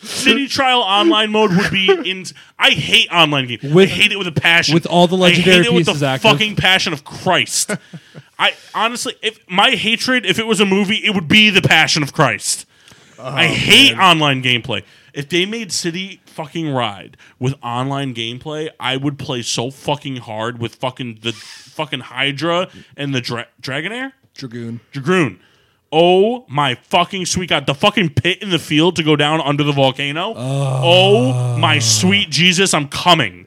S1: City Trial online mode would be in. I hate online games.
S3: With-
S1: I hate it with a passion.
S3: with all the
S1: I
S3: legendary
S1: hate it with
S3: pieces
S1: the
S3: active.
S1: fucking passion of Christ. I honestly, if my hatred, if it was a movie, it would be the Passion of Christ.
S3: Oh,
S1: I hate online gameplay. If they made City fucking Ride with online gameplay, I would play so fucking hard with fucking the fucking Hydra and the dra- Dragonair.
S3: Dragoon.
S1: Dragoon. Oh my fucking sweet god! The fucking pit in the field to go down under the volcano. oh my sweet Jesus! I'm coming.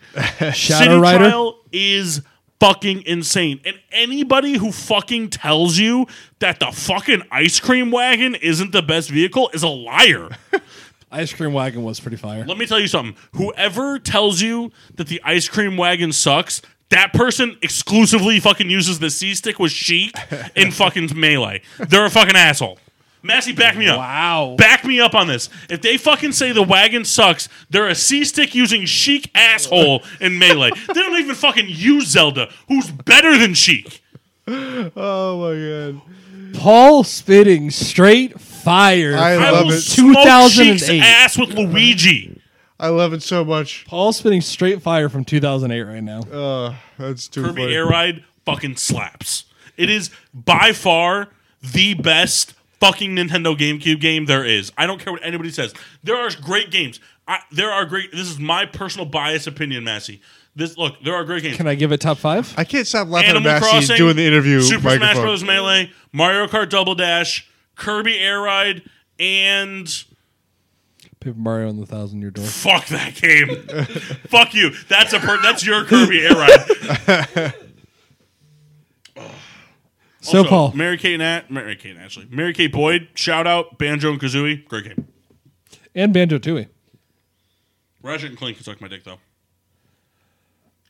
S3: Shadow Rider.
S1: Trial is fucking insane, and anybody who fucking tells you that the fucking ice cream wagon isn't the best vehicle is a liar.
S3: Ice Cream Wagon was pretty fire.
S1: Let me tell you something. Whoever tells you that the ice cream wagon sucks, that person exclusively fucking uses the C stick with chic in fucking melee. They're a fucking asshole. Massey, back me up.
S3: Wow.
S1: Back me up on this. If they fucking say the wagon sucks, they're a C stick using chic asshole in melee. they don't even fucking use Zelda, who's better than chic.
S2: oh my god.
S3: Paul spitting straight fire.
S2: I
S1: I,
S2: love
S1: will
S2: it.
S1: smoke Sheik's
S3: 2008.
S1: ass with Luigi.
S2: I love it so much.
S3: Paul spitting straight fire from 2008 right now.
S2: Uh, that's too
S1: Kirby
S2: funny.
S1: Air Ride fucking slaps. It is by far the best fucking Nintendo GameCube game there is. I don't care what anybody says. There are great games. I, there are great. This is my personal bias opinion, Massey. This look, there are great games.
S3: Can I give it top five?
S2: I can't stop laughing
S1: Animal
S2: at Massey
S1: Crossing,
S2: doing the interview
S1: Super Smash
S2: microphone.
S1: Bros. Melee, Mario Kart Double Dash, Kirby Air Ride, and
S3: Paper Mario and the Thousand Year Door.
S1: fuck that game. fuck you. That's a per- that's your Kirby Air Ride.
S3: So,
S1: Also,
S3: Paul.
S1: Oh, Mary Kate and At, Mary Kate and Ashley, Mary Kate Boyd, shout out Banjo and Kazooie, great game.
S3: and Banjo Tooie.
S1: Ratchet and Clank can suck my dick though.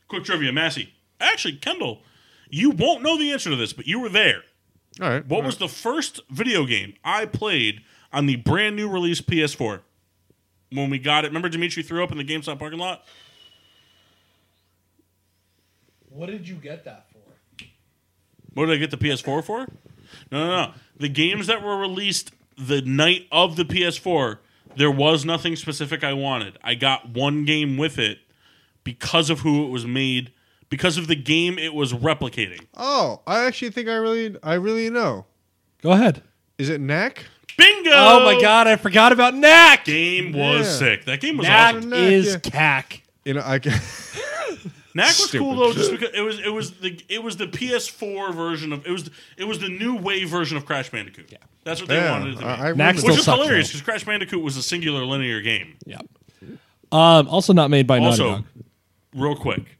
S1: Quick trivia, Massey. Actually, Kendall, you won't know the answer to this, but you were there.
S2: All right.
S1: What was the first video game I played on the brand new release PS4? When we got it, remember Dimitri threw up in the GameStop parking lot?
S4: What did you get that for?
S1: What did I get the PS4 for? No, no, no. The games that were released the night of the PS4, there was nothing specific I wanted. I got one game with it because of who it was made, because of the game it was replicating.
S2: Oh, I actually think I really, I really know.
S3: Go ahead.
S2: Is it Knack?
S1: Bingo!
S6: Oh my god, I forgot about Knack.
S1: Game was
S2: Yeah.
S1: sick. That game was
S6: Knack
S1: awesome.
S2: Knack,
S6: is
S2: yeah.
S6: cack.
S2: You know, I can.
S1: Knack was
S2: Stupid.
S1: cool though, just because it was it was the it was the PS4 version of it was it was the new wave version of Crash Bandicoot. Yeah. That's what they
S2: Yeah,
S1: wanted it to be.
S2: I- I
S3: Knack
S2: remember
S1: which
S3: still
S2: that.
S1: is
S3: sucked,
S1: hilarious because Crash Bandicoot was a singular linear game.
S3: Yeah.
S6: Um, also not made by Naughty
S1: Also,
S6: Dog.
S1: real quick,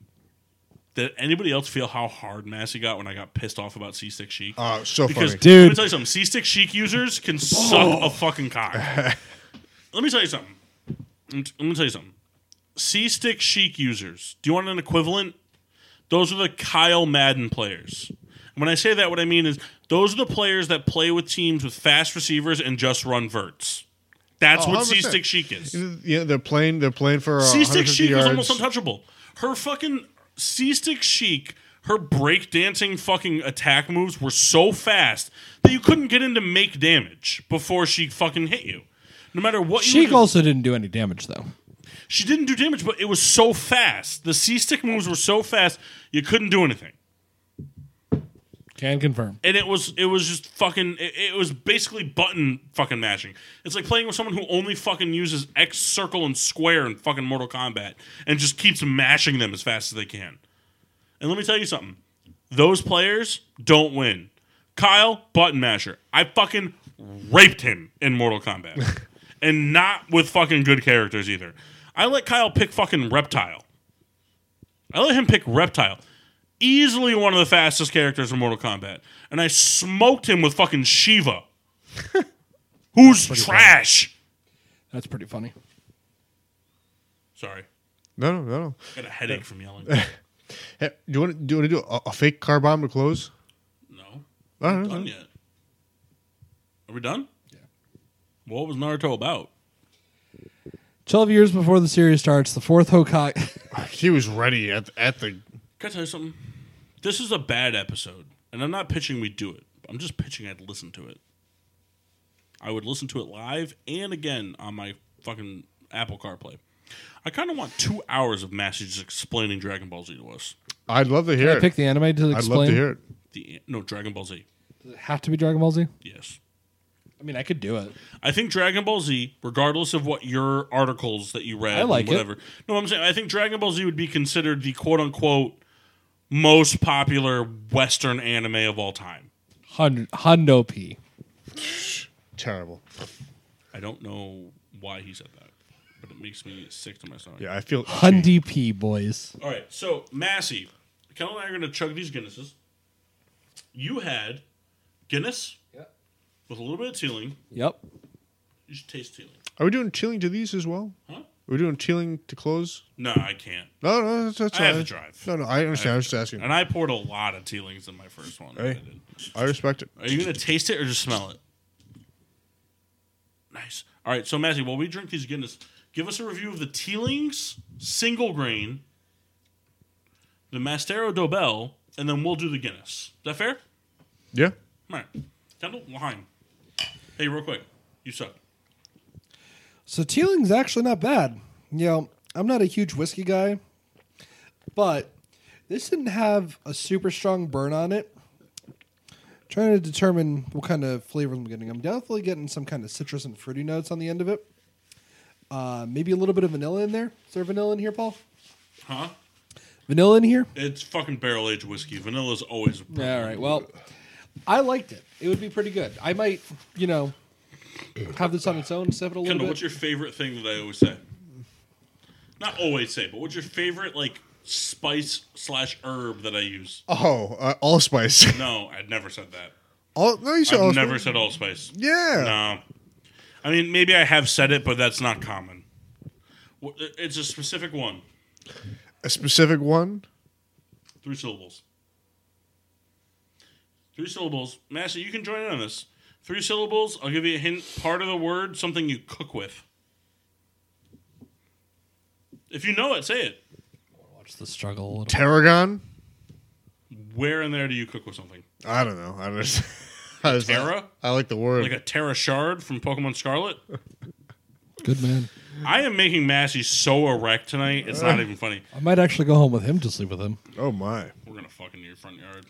S1: did anybody else feel how hard Massey got when I got pissed off about C6 Chic?
S2: Oh, it's so
S1: because
S2: funny.
S1: let
S3: Dude.
S1: me tell you something. C6 Chic users can suck a fucking cock. let me tell you something. Let me- let me tell you something. C6 Chic users. Do you want an equivalent? Those are the Kyle Madden players. And When I say that, what I mean is those are the players that play with teams with fast receivers and just run verts. That's
S2: Oh,
S1: what
S2: 100%.
S1: C6 Chic is.
S2: you know, they're playing, they're playing for uh,
S1: C Stick
S2: 150
S1: Chic
S2: yards.
S1: is almost untouchable. Her fucking C Stick Chic, her breakdancing fucking attack moves were so fast that you couldn't get in to make damage before she fucking hit you. No matter what you
S6: Sheik
S1: were doing-
S6: also didn't do any damage though.
S1: she didn't do damage, but it was so fast. The C Stick moves were so fast you couldn't do anything.
S6: Can confirm.
S1: and it was it was just fucking it, it was basically button fucking mashing. It's like playing with someone who only fucking uses X circle and square in fucking Mortal Kombat and just keeps mashing them as fast as they can. And let me tell you something. Those players don't win. Kyle Button Masher. I fucking raped him in Mortal Kombat. and not with fucking good characters either. I let Kyle pick fucking Reptile. I let him pick Reptile. Easily one of the fastest characters in Mortal Kombat. And I smoked him with fucking Shiva. Who's trash.
S6: That's pretty funny.
S1: Sorry.
S2: No, no, no, no.
S1: Got a headache from yelling.
S2: Hey, do you want to do, you want to do a, a fake car bomb to close?
S1: No.
S2: I don't know.
S1: Done yet. Are we done? Yeah. What was Naruto about?
S6: Twelve years before the series starts, the fourth Hokage.
S2: He was ready at at the.
S1: Can I tell you something? This is a bad episode, and I'm not pitching we do it. I'm just pitching I'd listen to it. I would listen to it live and again on my fucking Apple CarPlay. I kind of want two hours of Massey just explaining Dragon Ball Z to us.
S2: I'd love to hear
S6: I
S2: it.
S6: picked the anime to explain.
S2: I'd love to hear it.
S1: The no Dragon Ball Z.
S6: Does it have to be Dragon Ball Z?
S1: Yes,
S6: I mean, I could do it.
S1: I think Dragon Ball Z, regardless of what your articles that you read,
S6: I like
S1: and
S6: it.
S1: whatever. No, I'm saying I think Dragon Ball Z would be considered the quote unquote most popular Western anime of all time.
S6: Hun- Hundo P.
S2: Terrible.
S1: I don't know why he said that, but it makes me sick to my stomach.
S2: Yeah, I feel. itchy.
S6: Hundy P, boys.
S1: All right, so Massey, Kendall and I are going to chug these Guinnesses. You had Guinness with a little bit of tealing.
S6: Yep.
S1: You should taste tealing.
S2: Are we doing chilling to these as well?
S1: Huh?
S2: Are we doing chilling to close?
S1: No, I can't.
S2: No, no, that's, that's
S1: I have
S2: all
S1: to
S2: right.
S1: drive.
S2: No, no, I understand. I was just asking.
S1: And I poured a lot of tealings in my first one.
S2: Hey. I respect it.
S1: Are you going to taste it or just smell it? Nice. All right, so Massey, while we drink these Guinness, give us a review of the tealings, single grain, the Mastero Dobel, and then we'll do the Guinness. Is that fair?
S2: Yeah.
S1: All right. Kendall, Laheim. Hey, real quick. You suck.
S6: So Tealing's actually not bad. You know, I'm not a huge whiskey guy, but this didn't have a super strong burn on it. trying to determine what kind of flavors I'm getting. I'm definitely getting some kind of citrus and fruity notes on the end of it. Uh, maybe a little bit of vanilla in there. Is there vanilla in here, Paul?
S1: Huh?
S6: Vanilla in here?
S1: It's fucking barrel aged whiskey. Vanilla's always.
S6: Yeah, all right. Well, I liked it. It would be pretty good. I might, you know, have this on its own, sip it a little
S1: Kendall,
S6: bit.
S1: what's your favorite thing that I always say? Not always say, but what's your favorite, like, spice slash herb that I use.
S2: Oh, uh, allspice.
S1: No, I'd never said that.
S2: All, no, you said
S1: I've
S2: allspice.
S1: never said allspice.
S2: Yeah.
S1: No. I mean, maybe I have said it, but that's not common. Wh- uh, It's a specific one.
S2: A specific one.
S1: Three syllables. Three syllables. Master, you can join in on this. Three syllables. I'll give you a hint. Part of the word, something you cook with. If you know it, say it.
S7: Watch the struggle a little.
S2: Tarragon.
S1: Where in there do you cook with something?
S2: I don't know. I don't. I just-
S1: Terra?
S2: I like the word.
S1: Like a Terra Shard from Pokemon Scarlet?
S3: Good man.
S1: I am making Massey so erect tonight, it's not even funny.
S3: I might actually go home with him to sleep with him.
S2: oh my.
S1: We're gonna fuck into your front yard.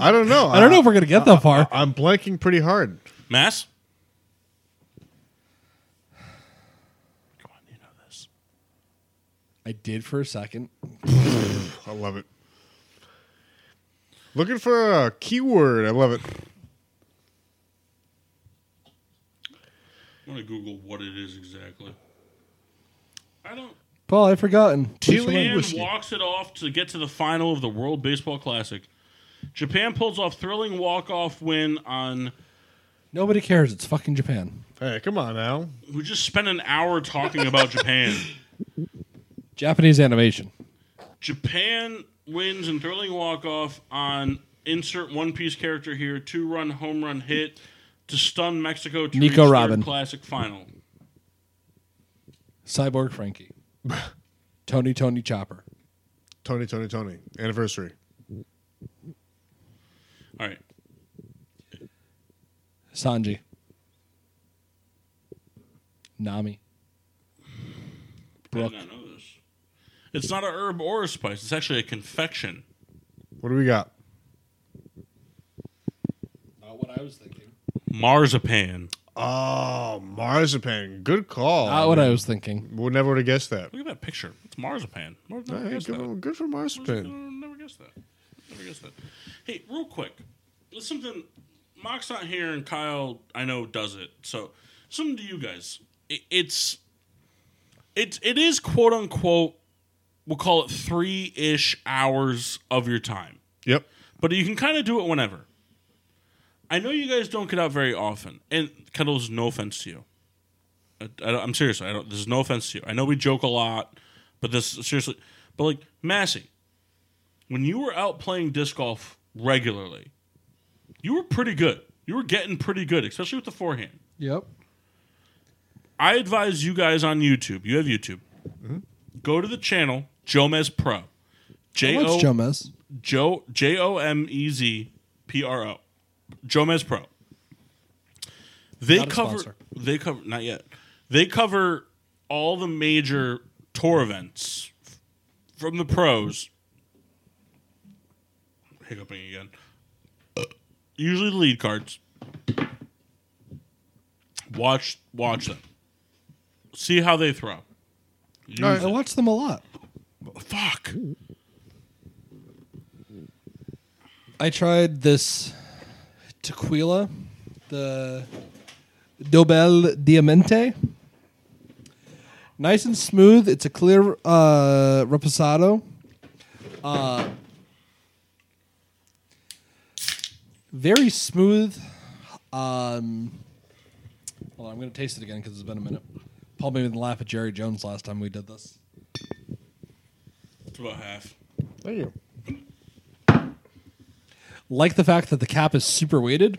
S2: I don't know.
S8: I don't know if we're gonna get
S3: Uh,
S8: that far.
S2: I'm blanking pretty hard.
S1: Mass? Come on, you know this.
S3: I did for a second.
S2: I love it. Looking for a keyword. I love it.
S1: I'm gonna Google what it is exactly. I don't
S3: Paul, I've forgotten. Please remind
S1: Japan
S3: me.
S1: walks it off to get to the final of the World Baseball Classic. Japan pulls off thrilling walk-off win on.
S3: Nobody cares. It's fucking Japan.
S2: Hey, come on now.
S1: We just spent an hour talking about Japan.
S3: Japanese animation.
S1: Japan wins in thrilling walk-off on insert One Piece character here, two-run home run hit to stun Mexico to
S3: Nico
S1: reach their
S3: Robin.
S1: Classic final.
S3: Cyborg Frankie. Tony Tony Chopper.
S2: Tony, Tony, Tony. Anniversary.
S1: All right,
S3: Sanji. Nami. Brooke.
S1: I did not know this. It's not a herb or a spice. It's actually a confection.
S2: What do we got?
S3: Not what I was thinking.
S1: Marzipan.
S2: Oh, marzipan. Good call.
S3: Not what I was thinking.
S2: would never would have guessed that.
S1: Look at that picture. It's marzipan. Mar-
S2: All
S1: never
S2: right,
S1: guessed
S2: good,
S1: that.
S2: good for marzipan.
S1: Never, never guessed that. Never guessed that. Hey, real quick, there's something. Mock's not here, and Kyle I know does it. So, something to you guys. It, it's it's it is quote unquote. We'll call it three ish hours of your time
S2: Yep.
S1: but you can kind of do it whenever. I know you guys don't get out very often, and Kettle's no offense to you. I, am serious. I don't. There's no offense to you. I know we joke a lot, but this seriously. But like Massey, when you were out playing disc golf regularly, you were pretty good. You were getting pretty good, especially with the forehand.
S3: Yep.
S1: I advise you guys on YouTube. You have YouTube. Go to the channel Jomez Pro. J
S3: What's
S1: O
S3: Jumez?
S1: Joe J O M E Z P R O. Jomez Pro. They
S3: Not a
S1: cover
S3: sponsor.
S1: they cover not yet. They cover all the major tour events f- from the pros. Hiccuping again. Usually the lead cards. Watch watch them. See how they throw. Use
S2: right.
S1: it.
S3: I watch them a lot.
S1: Fuck.
S3: I tried this tequila, the Dobel Diamante. Nice and smooth. It's a clear uh, reposado. Uh, very smooth. Um, hold on, I'm going to taste it again because it's been a minute. Paul made me laugh at Jerry Jones last time we did this.
S1: It's about half.
S2: Thank you.
S3: like the fact that the cap is super weighted.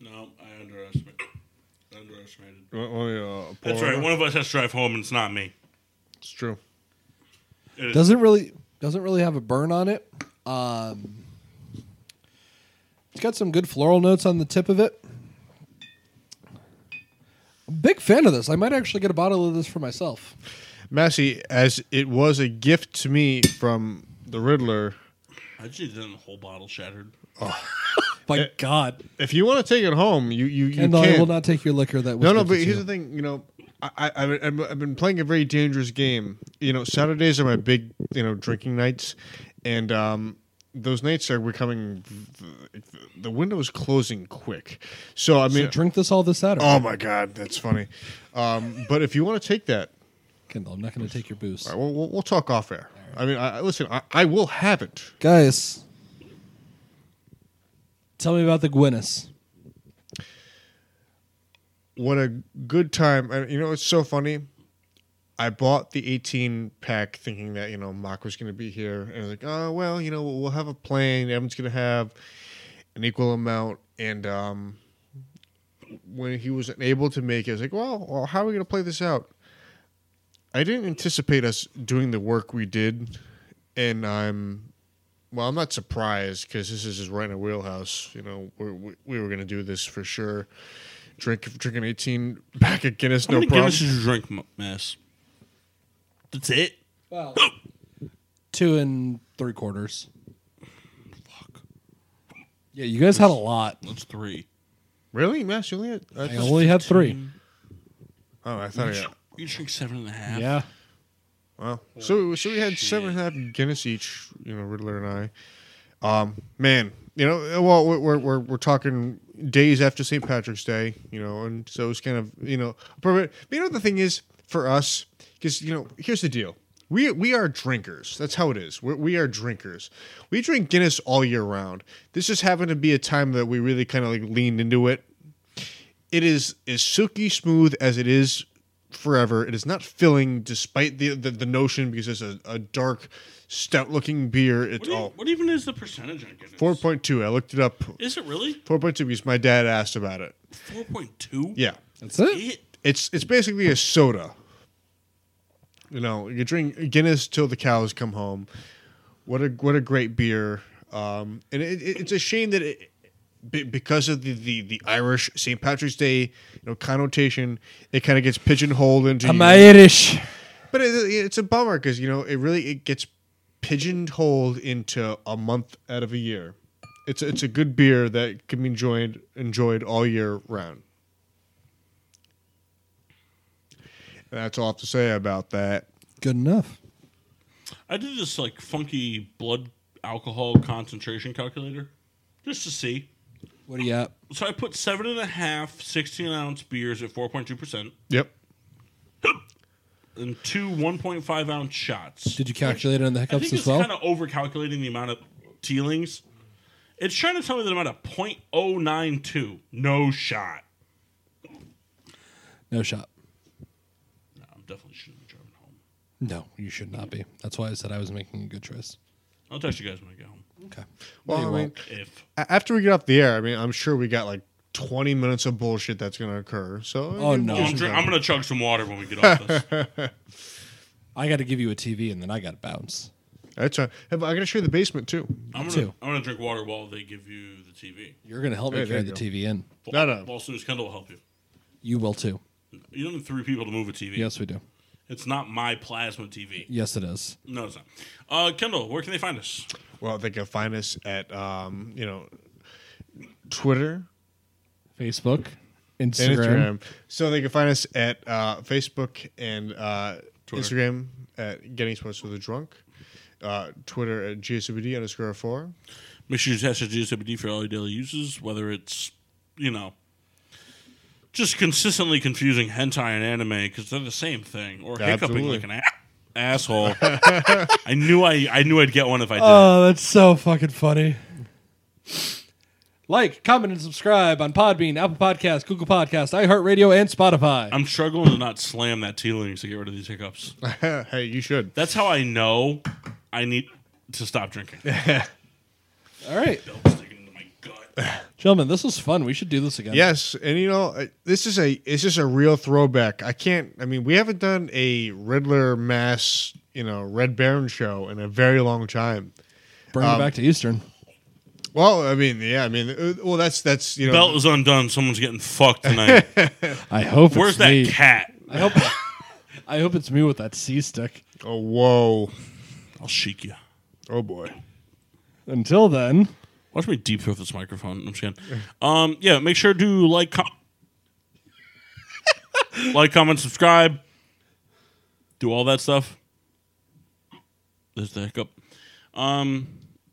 S1: No, I underestimated. Underestimated.
S2: Let- let me, uh, pour
S1: That's
S2: it
S1: right.
S2: out.
S1: One of us has to drive home, and it's not me.
S2: It's true.
S1: It is-
S3: Doesn't really doesn't really have a burn on it. Um, it's got some good floral notes on the tip of it. I'm a big fan of this. I might actually get a bottle of this for myself.
S2: Massey, as it was a gift to me from the Riddler,
S1: I just need the whole bottle shattered.
S3: My God,
S2: if you want to take it home, you you, you
S3: and
S2: can.
S3: I will not take your liquor. That was
S2: no, no,
S3: gifted
S2: but
S3: to
S2: here's
S3: you.
S2: the thing. You know, I, I I've- I've I've been playing a very dangerous game. You know, Saturdays are my big you know drinking nights, and um, those nights are becoming the window is closing quick. So I mean,
S3: So drink this all this Saturday.
S2: Um, oh my god, that's funny. Um, but if you want to take that,
S3: Kendall, I'm not going to take your booze.
S2: All right, we'll, we'll, we'll talk off air. I mean, I, I- listen, I, I will have it.
S6: Guys,
S3: Tell me about the Gwynnis.
S2: What a good time. I, you know, it's so funny. I bought the 18 pack thinking that, you know, Mock was going to be here. And I was like, oh, well, you know, we'll have a plane. Everyone's going to have an equal amount. And um, when he was unable to make it, I was like, well, well how are we going to play this out? I didn't anticipate us doing the work we did. And I'm, well, I'm not surprised because this is just right in our wheelhouse. You know, we're, we, we were going to do this for sure. Drink, drink an 18 pack of Guinness,
S1: How
S2: no
S1: many
S2: problem.
S1: Guinnesses you drink, M- Mass? That's it.
S6: well, two and three quarters.
S1: Fuck.
S3: Yeah, you guys had a lot.
S1: That's three.
S2: Really, Mass? You only had, I
S3: I
S2: thought-
S3: only had three.
S2: oh, I thought I
S1: You
S2: had.
S1: drink- You drink seven and a half.
S3: Yeah.
S2: Wow. So so we had seven and a half Guinness each, you know, Riddler and I. Um, man, you know, well, we're we're we're, we're talking days after St. Patrick's Day, you know, and so it's kind of you know, perfect. But you know, the thing is for us, because you know, here's the deal. We, we are drinkers. That's how it is. We're, we are drinkers. We drink Guinness all year round. This just happened to be a time that we really kind of like leaned into it it is as silky smooth as it is forever. It is not filling, despite the the, the notion, because it's a, a dark, stout looking beer.
S1: What,
S2: It's
S1: do you-
S2: all
S1: what even is the percentage on Guinness?
S2: four point two. I looked it up.
S1: Is it really
S2: Four point two because my dad asked about it.
S1: four point two?
S2: Yeah,
S3: That's it?
S1: It.
S2: it's it's basically a soda. You know, you drink Guinness till the cows come home. What a what a great beer. Um, and it, it, it's a shame that it, be- because of the, the, the Irish St. Patrick's Day you know connotation, it kind of gets pigeonholed into.
S3: I'm
S2: you know,
S3: Irish.
S2: but it, it's a bummer because you know it really it gets pigeonholed into a month out of a year. It's it's a good beer that can be enjoyed enjoyed all year round. And that's all I have to say about that.
S6: Good enough.
S1: I did this like funky blood alcohol concentration calculator just to see.
S6: What do you got?
S1: So I put seven and a half 16 ounce beers at 4.2%
S2: Yep.
S1: and two 1.5 ounce shots.
S6: Did you calculate it on the
S1: I
S6: hiccups
S1: think
S6: as
S1: it's
S6: well?
S1: kind of overcalculating the amount of tealings. It's trying to tell me that I'm at a .092. No shot.
S6: no shot.
S1: No, I'm definitely shouldn't be driving home.
S6: No, you should not be. That's why I said I was making a good choice.
S1: I'll text you guys when I get home.
S6: Okay.
S2: Well, I mean,
S1: If
S2: a- after we get off the air, I mean, I'm sure we got like 20 minutes of bullshit that's going to occur. So
S3: Oh, no.
S1: Well, I'm, drink, I'm gonna chug some water when we get off this.
S6: I got to give you a TV and then I got to bounce.
S2: that's a, hey, but I got to show you the basement too.
S1: I'm gonna
S6: too.
S1: I'm gonna drink water while they give you the TV.
S6: You're going to help
S2: Hey,
S6: me
S2: there
S6: carry
S2: you
S6: the
S2: go.
S6: TV in.
S2: No, no.
S1: Well, soon as Kendall will help you.
S6: You will too.
S1: You don't need three people to move a TV.
S6: Yes, we do.
S1: It's not my plasma TV.
S6: Yes, it is.
S1: No, it's not. Uh, Kendall, where can they find us?
S2: Well, they can find us at um, you know, Twitter,
S3: Facebook,
S2: and
S3: Instagram.
S2: Instagram. So they can find us at uh, Facebook and uh, Instagram at Getting Sports with a Drunk. Uh, Twitter at GSBD underscore four.
S1: Make sure you test your GSWD for all your daily uses, whether it's, you know, just consistently confusing hentai and anime because they're the same thing, or hiccuping
S2: Absolutely.
S1: like an a- asshole. I knew I, I knew I'd get one if I did.
S3: Uh.
S6: Oh, that's so fucking funny. Like, comment, and subscribe on Podbean, Apple Podcasts, Google Podcasts, iHeartRadio, and Spotify.
S1: I'm struggling to not slam that tea links to get rid of these hiccups.
S2: hey, you should.
S1: That's how I know I need to stop drinking.
S6: All right,
S1: Bell's sticking to my gut.
S6: gentlemen, this was fun. We should do this again.
S2: Yes, and you know uh, this is a it's just a real throwback. I can't. I mean, we haven't done a Riddler mass you know Red Baron show in a very long time.
S6: Bring
S1: um,
S6: it back to Eastern.
S2: Well, I mean, yeah, I mean, uh, well, that's that's you know
S1: Belt is undone. Someone's getting fucked tonight.
S6: I hope
S1: Where's
S6: it's
S1: that
S6: me.
S1: cat?
S6: I hope I hope it's me with that C stick.
S2: Oh whoa,
S1: I'll chic you.
S2: oh boy.
S6: Until then,
S1: Watch me deep throat this microphone. I'm just kidding. Um, yeah, make sure to like, com- like, comment, subscribe, do all that stuff. There's the hiccup. Um,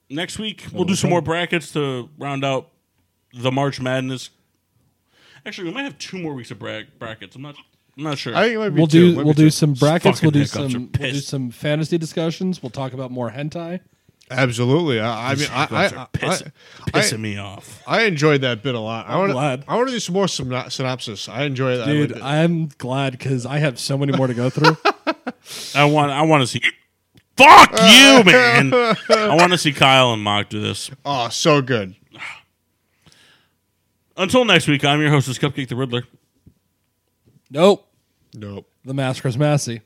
S1: next week we'll do some more brackets to round out the March Madness. Actually, we might have two more weeks of bra- brackets. I'm not I'm not sure.
S2: I think it might be
S3: we'll
S2: two.
S3: do
S2: It might
S3: we'll
S2: be
S3: do
S2: two.
S3: some brackets.
S1: fucking
S3: We'll do
S1: hiccups are
S3: some we'll do
S1: pissed.
S3: some fantasy discussions. We'll talk about more hentai.
S2: Absolutely. I, I mean, I, I,
S1: Hiccups are piss-
S2: I-
S1: pissing me off.
S2: I enjoyed that bit a lot. I want
S3: glad.
S2: to. I want to do some more syno- synopsis. I enjoy that.
S3: Dude,
S2: I, liked it.
S3: I'm glad because I have so many more to go through.
S1: I want. I want to see. Fuck you, man. I want to see Kyle and Mock do this.
S2: oh, so good.
S1: Until next week, I'm your hostess, Cupcake the Riddler.
S3: nope,
S2: Nope.
S3: the Masquer's Massey.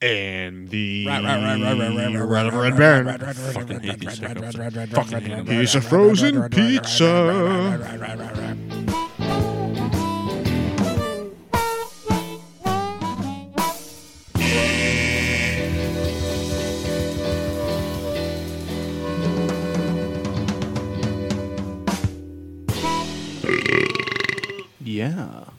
S2: And the
S3: Right, right, right, right, right, right, right,
S2: Red Red Baron.
S1: Fucking hate these psychos. Fucking hate 'em.
S2: He's a frozen pizza.
S9: Yeah.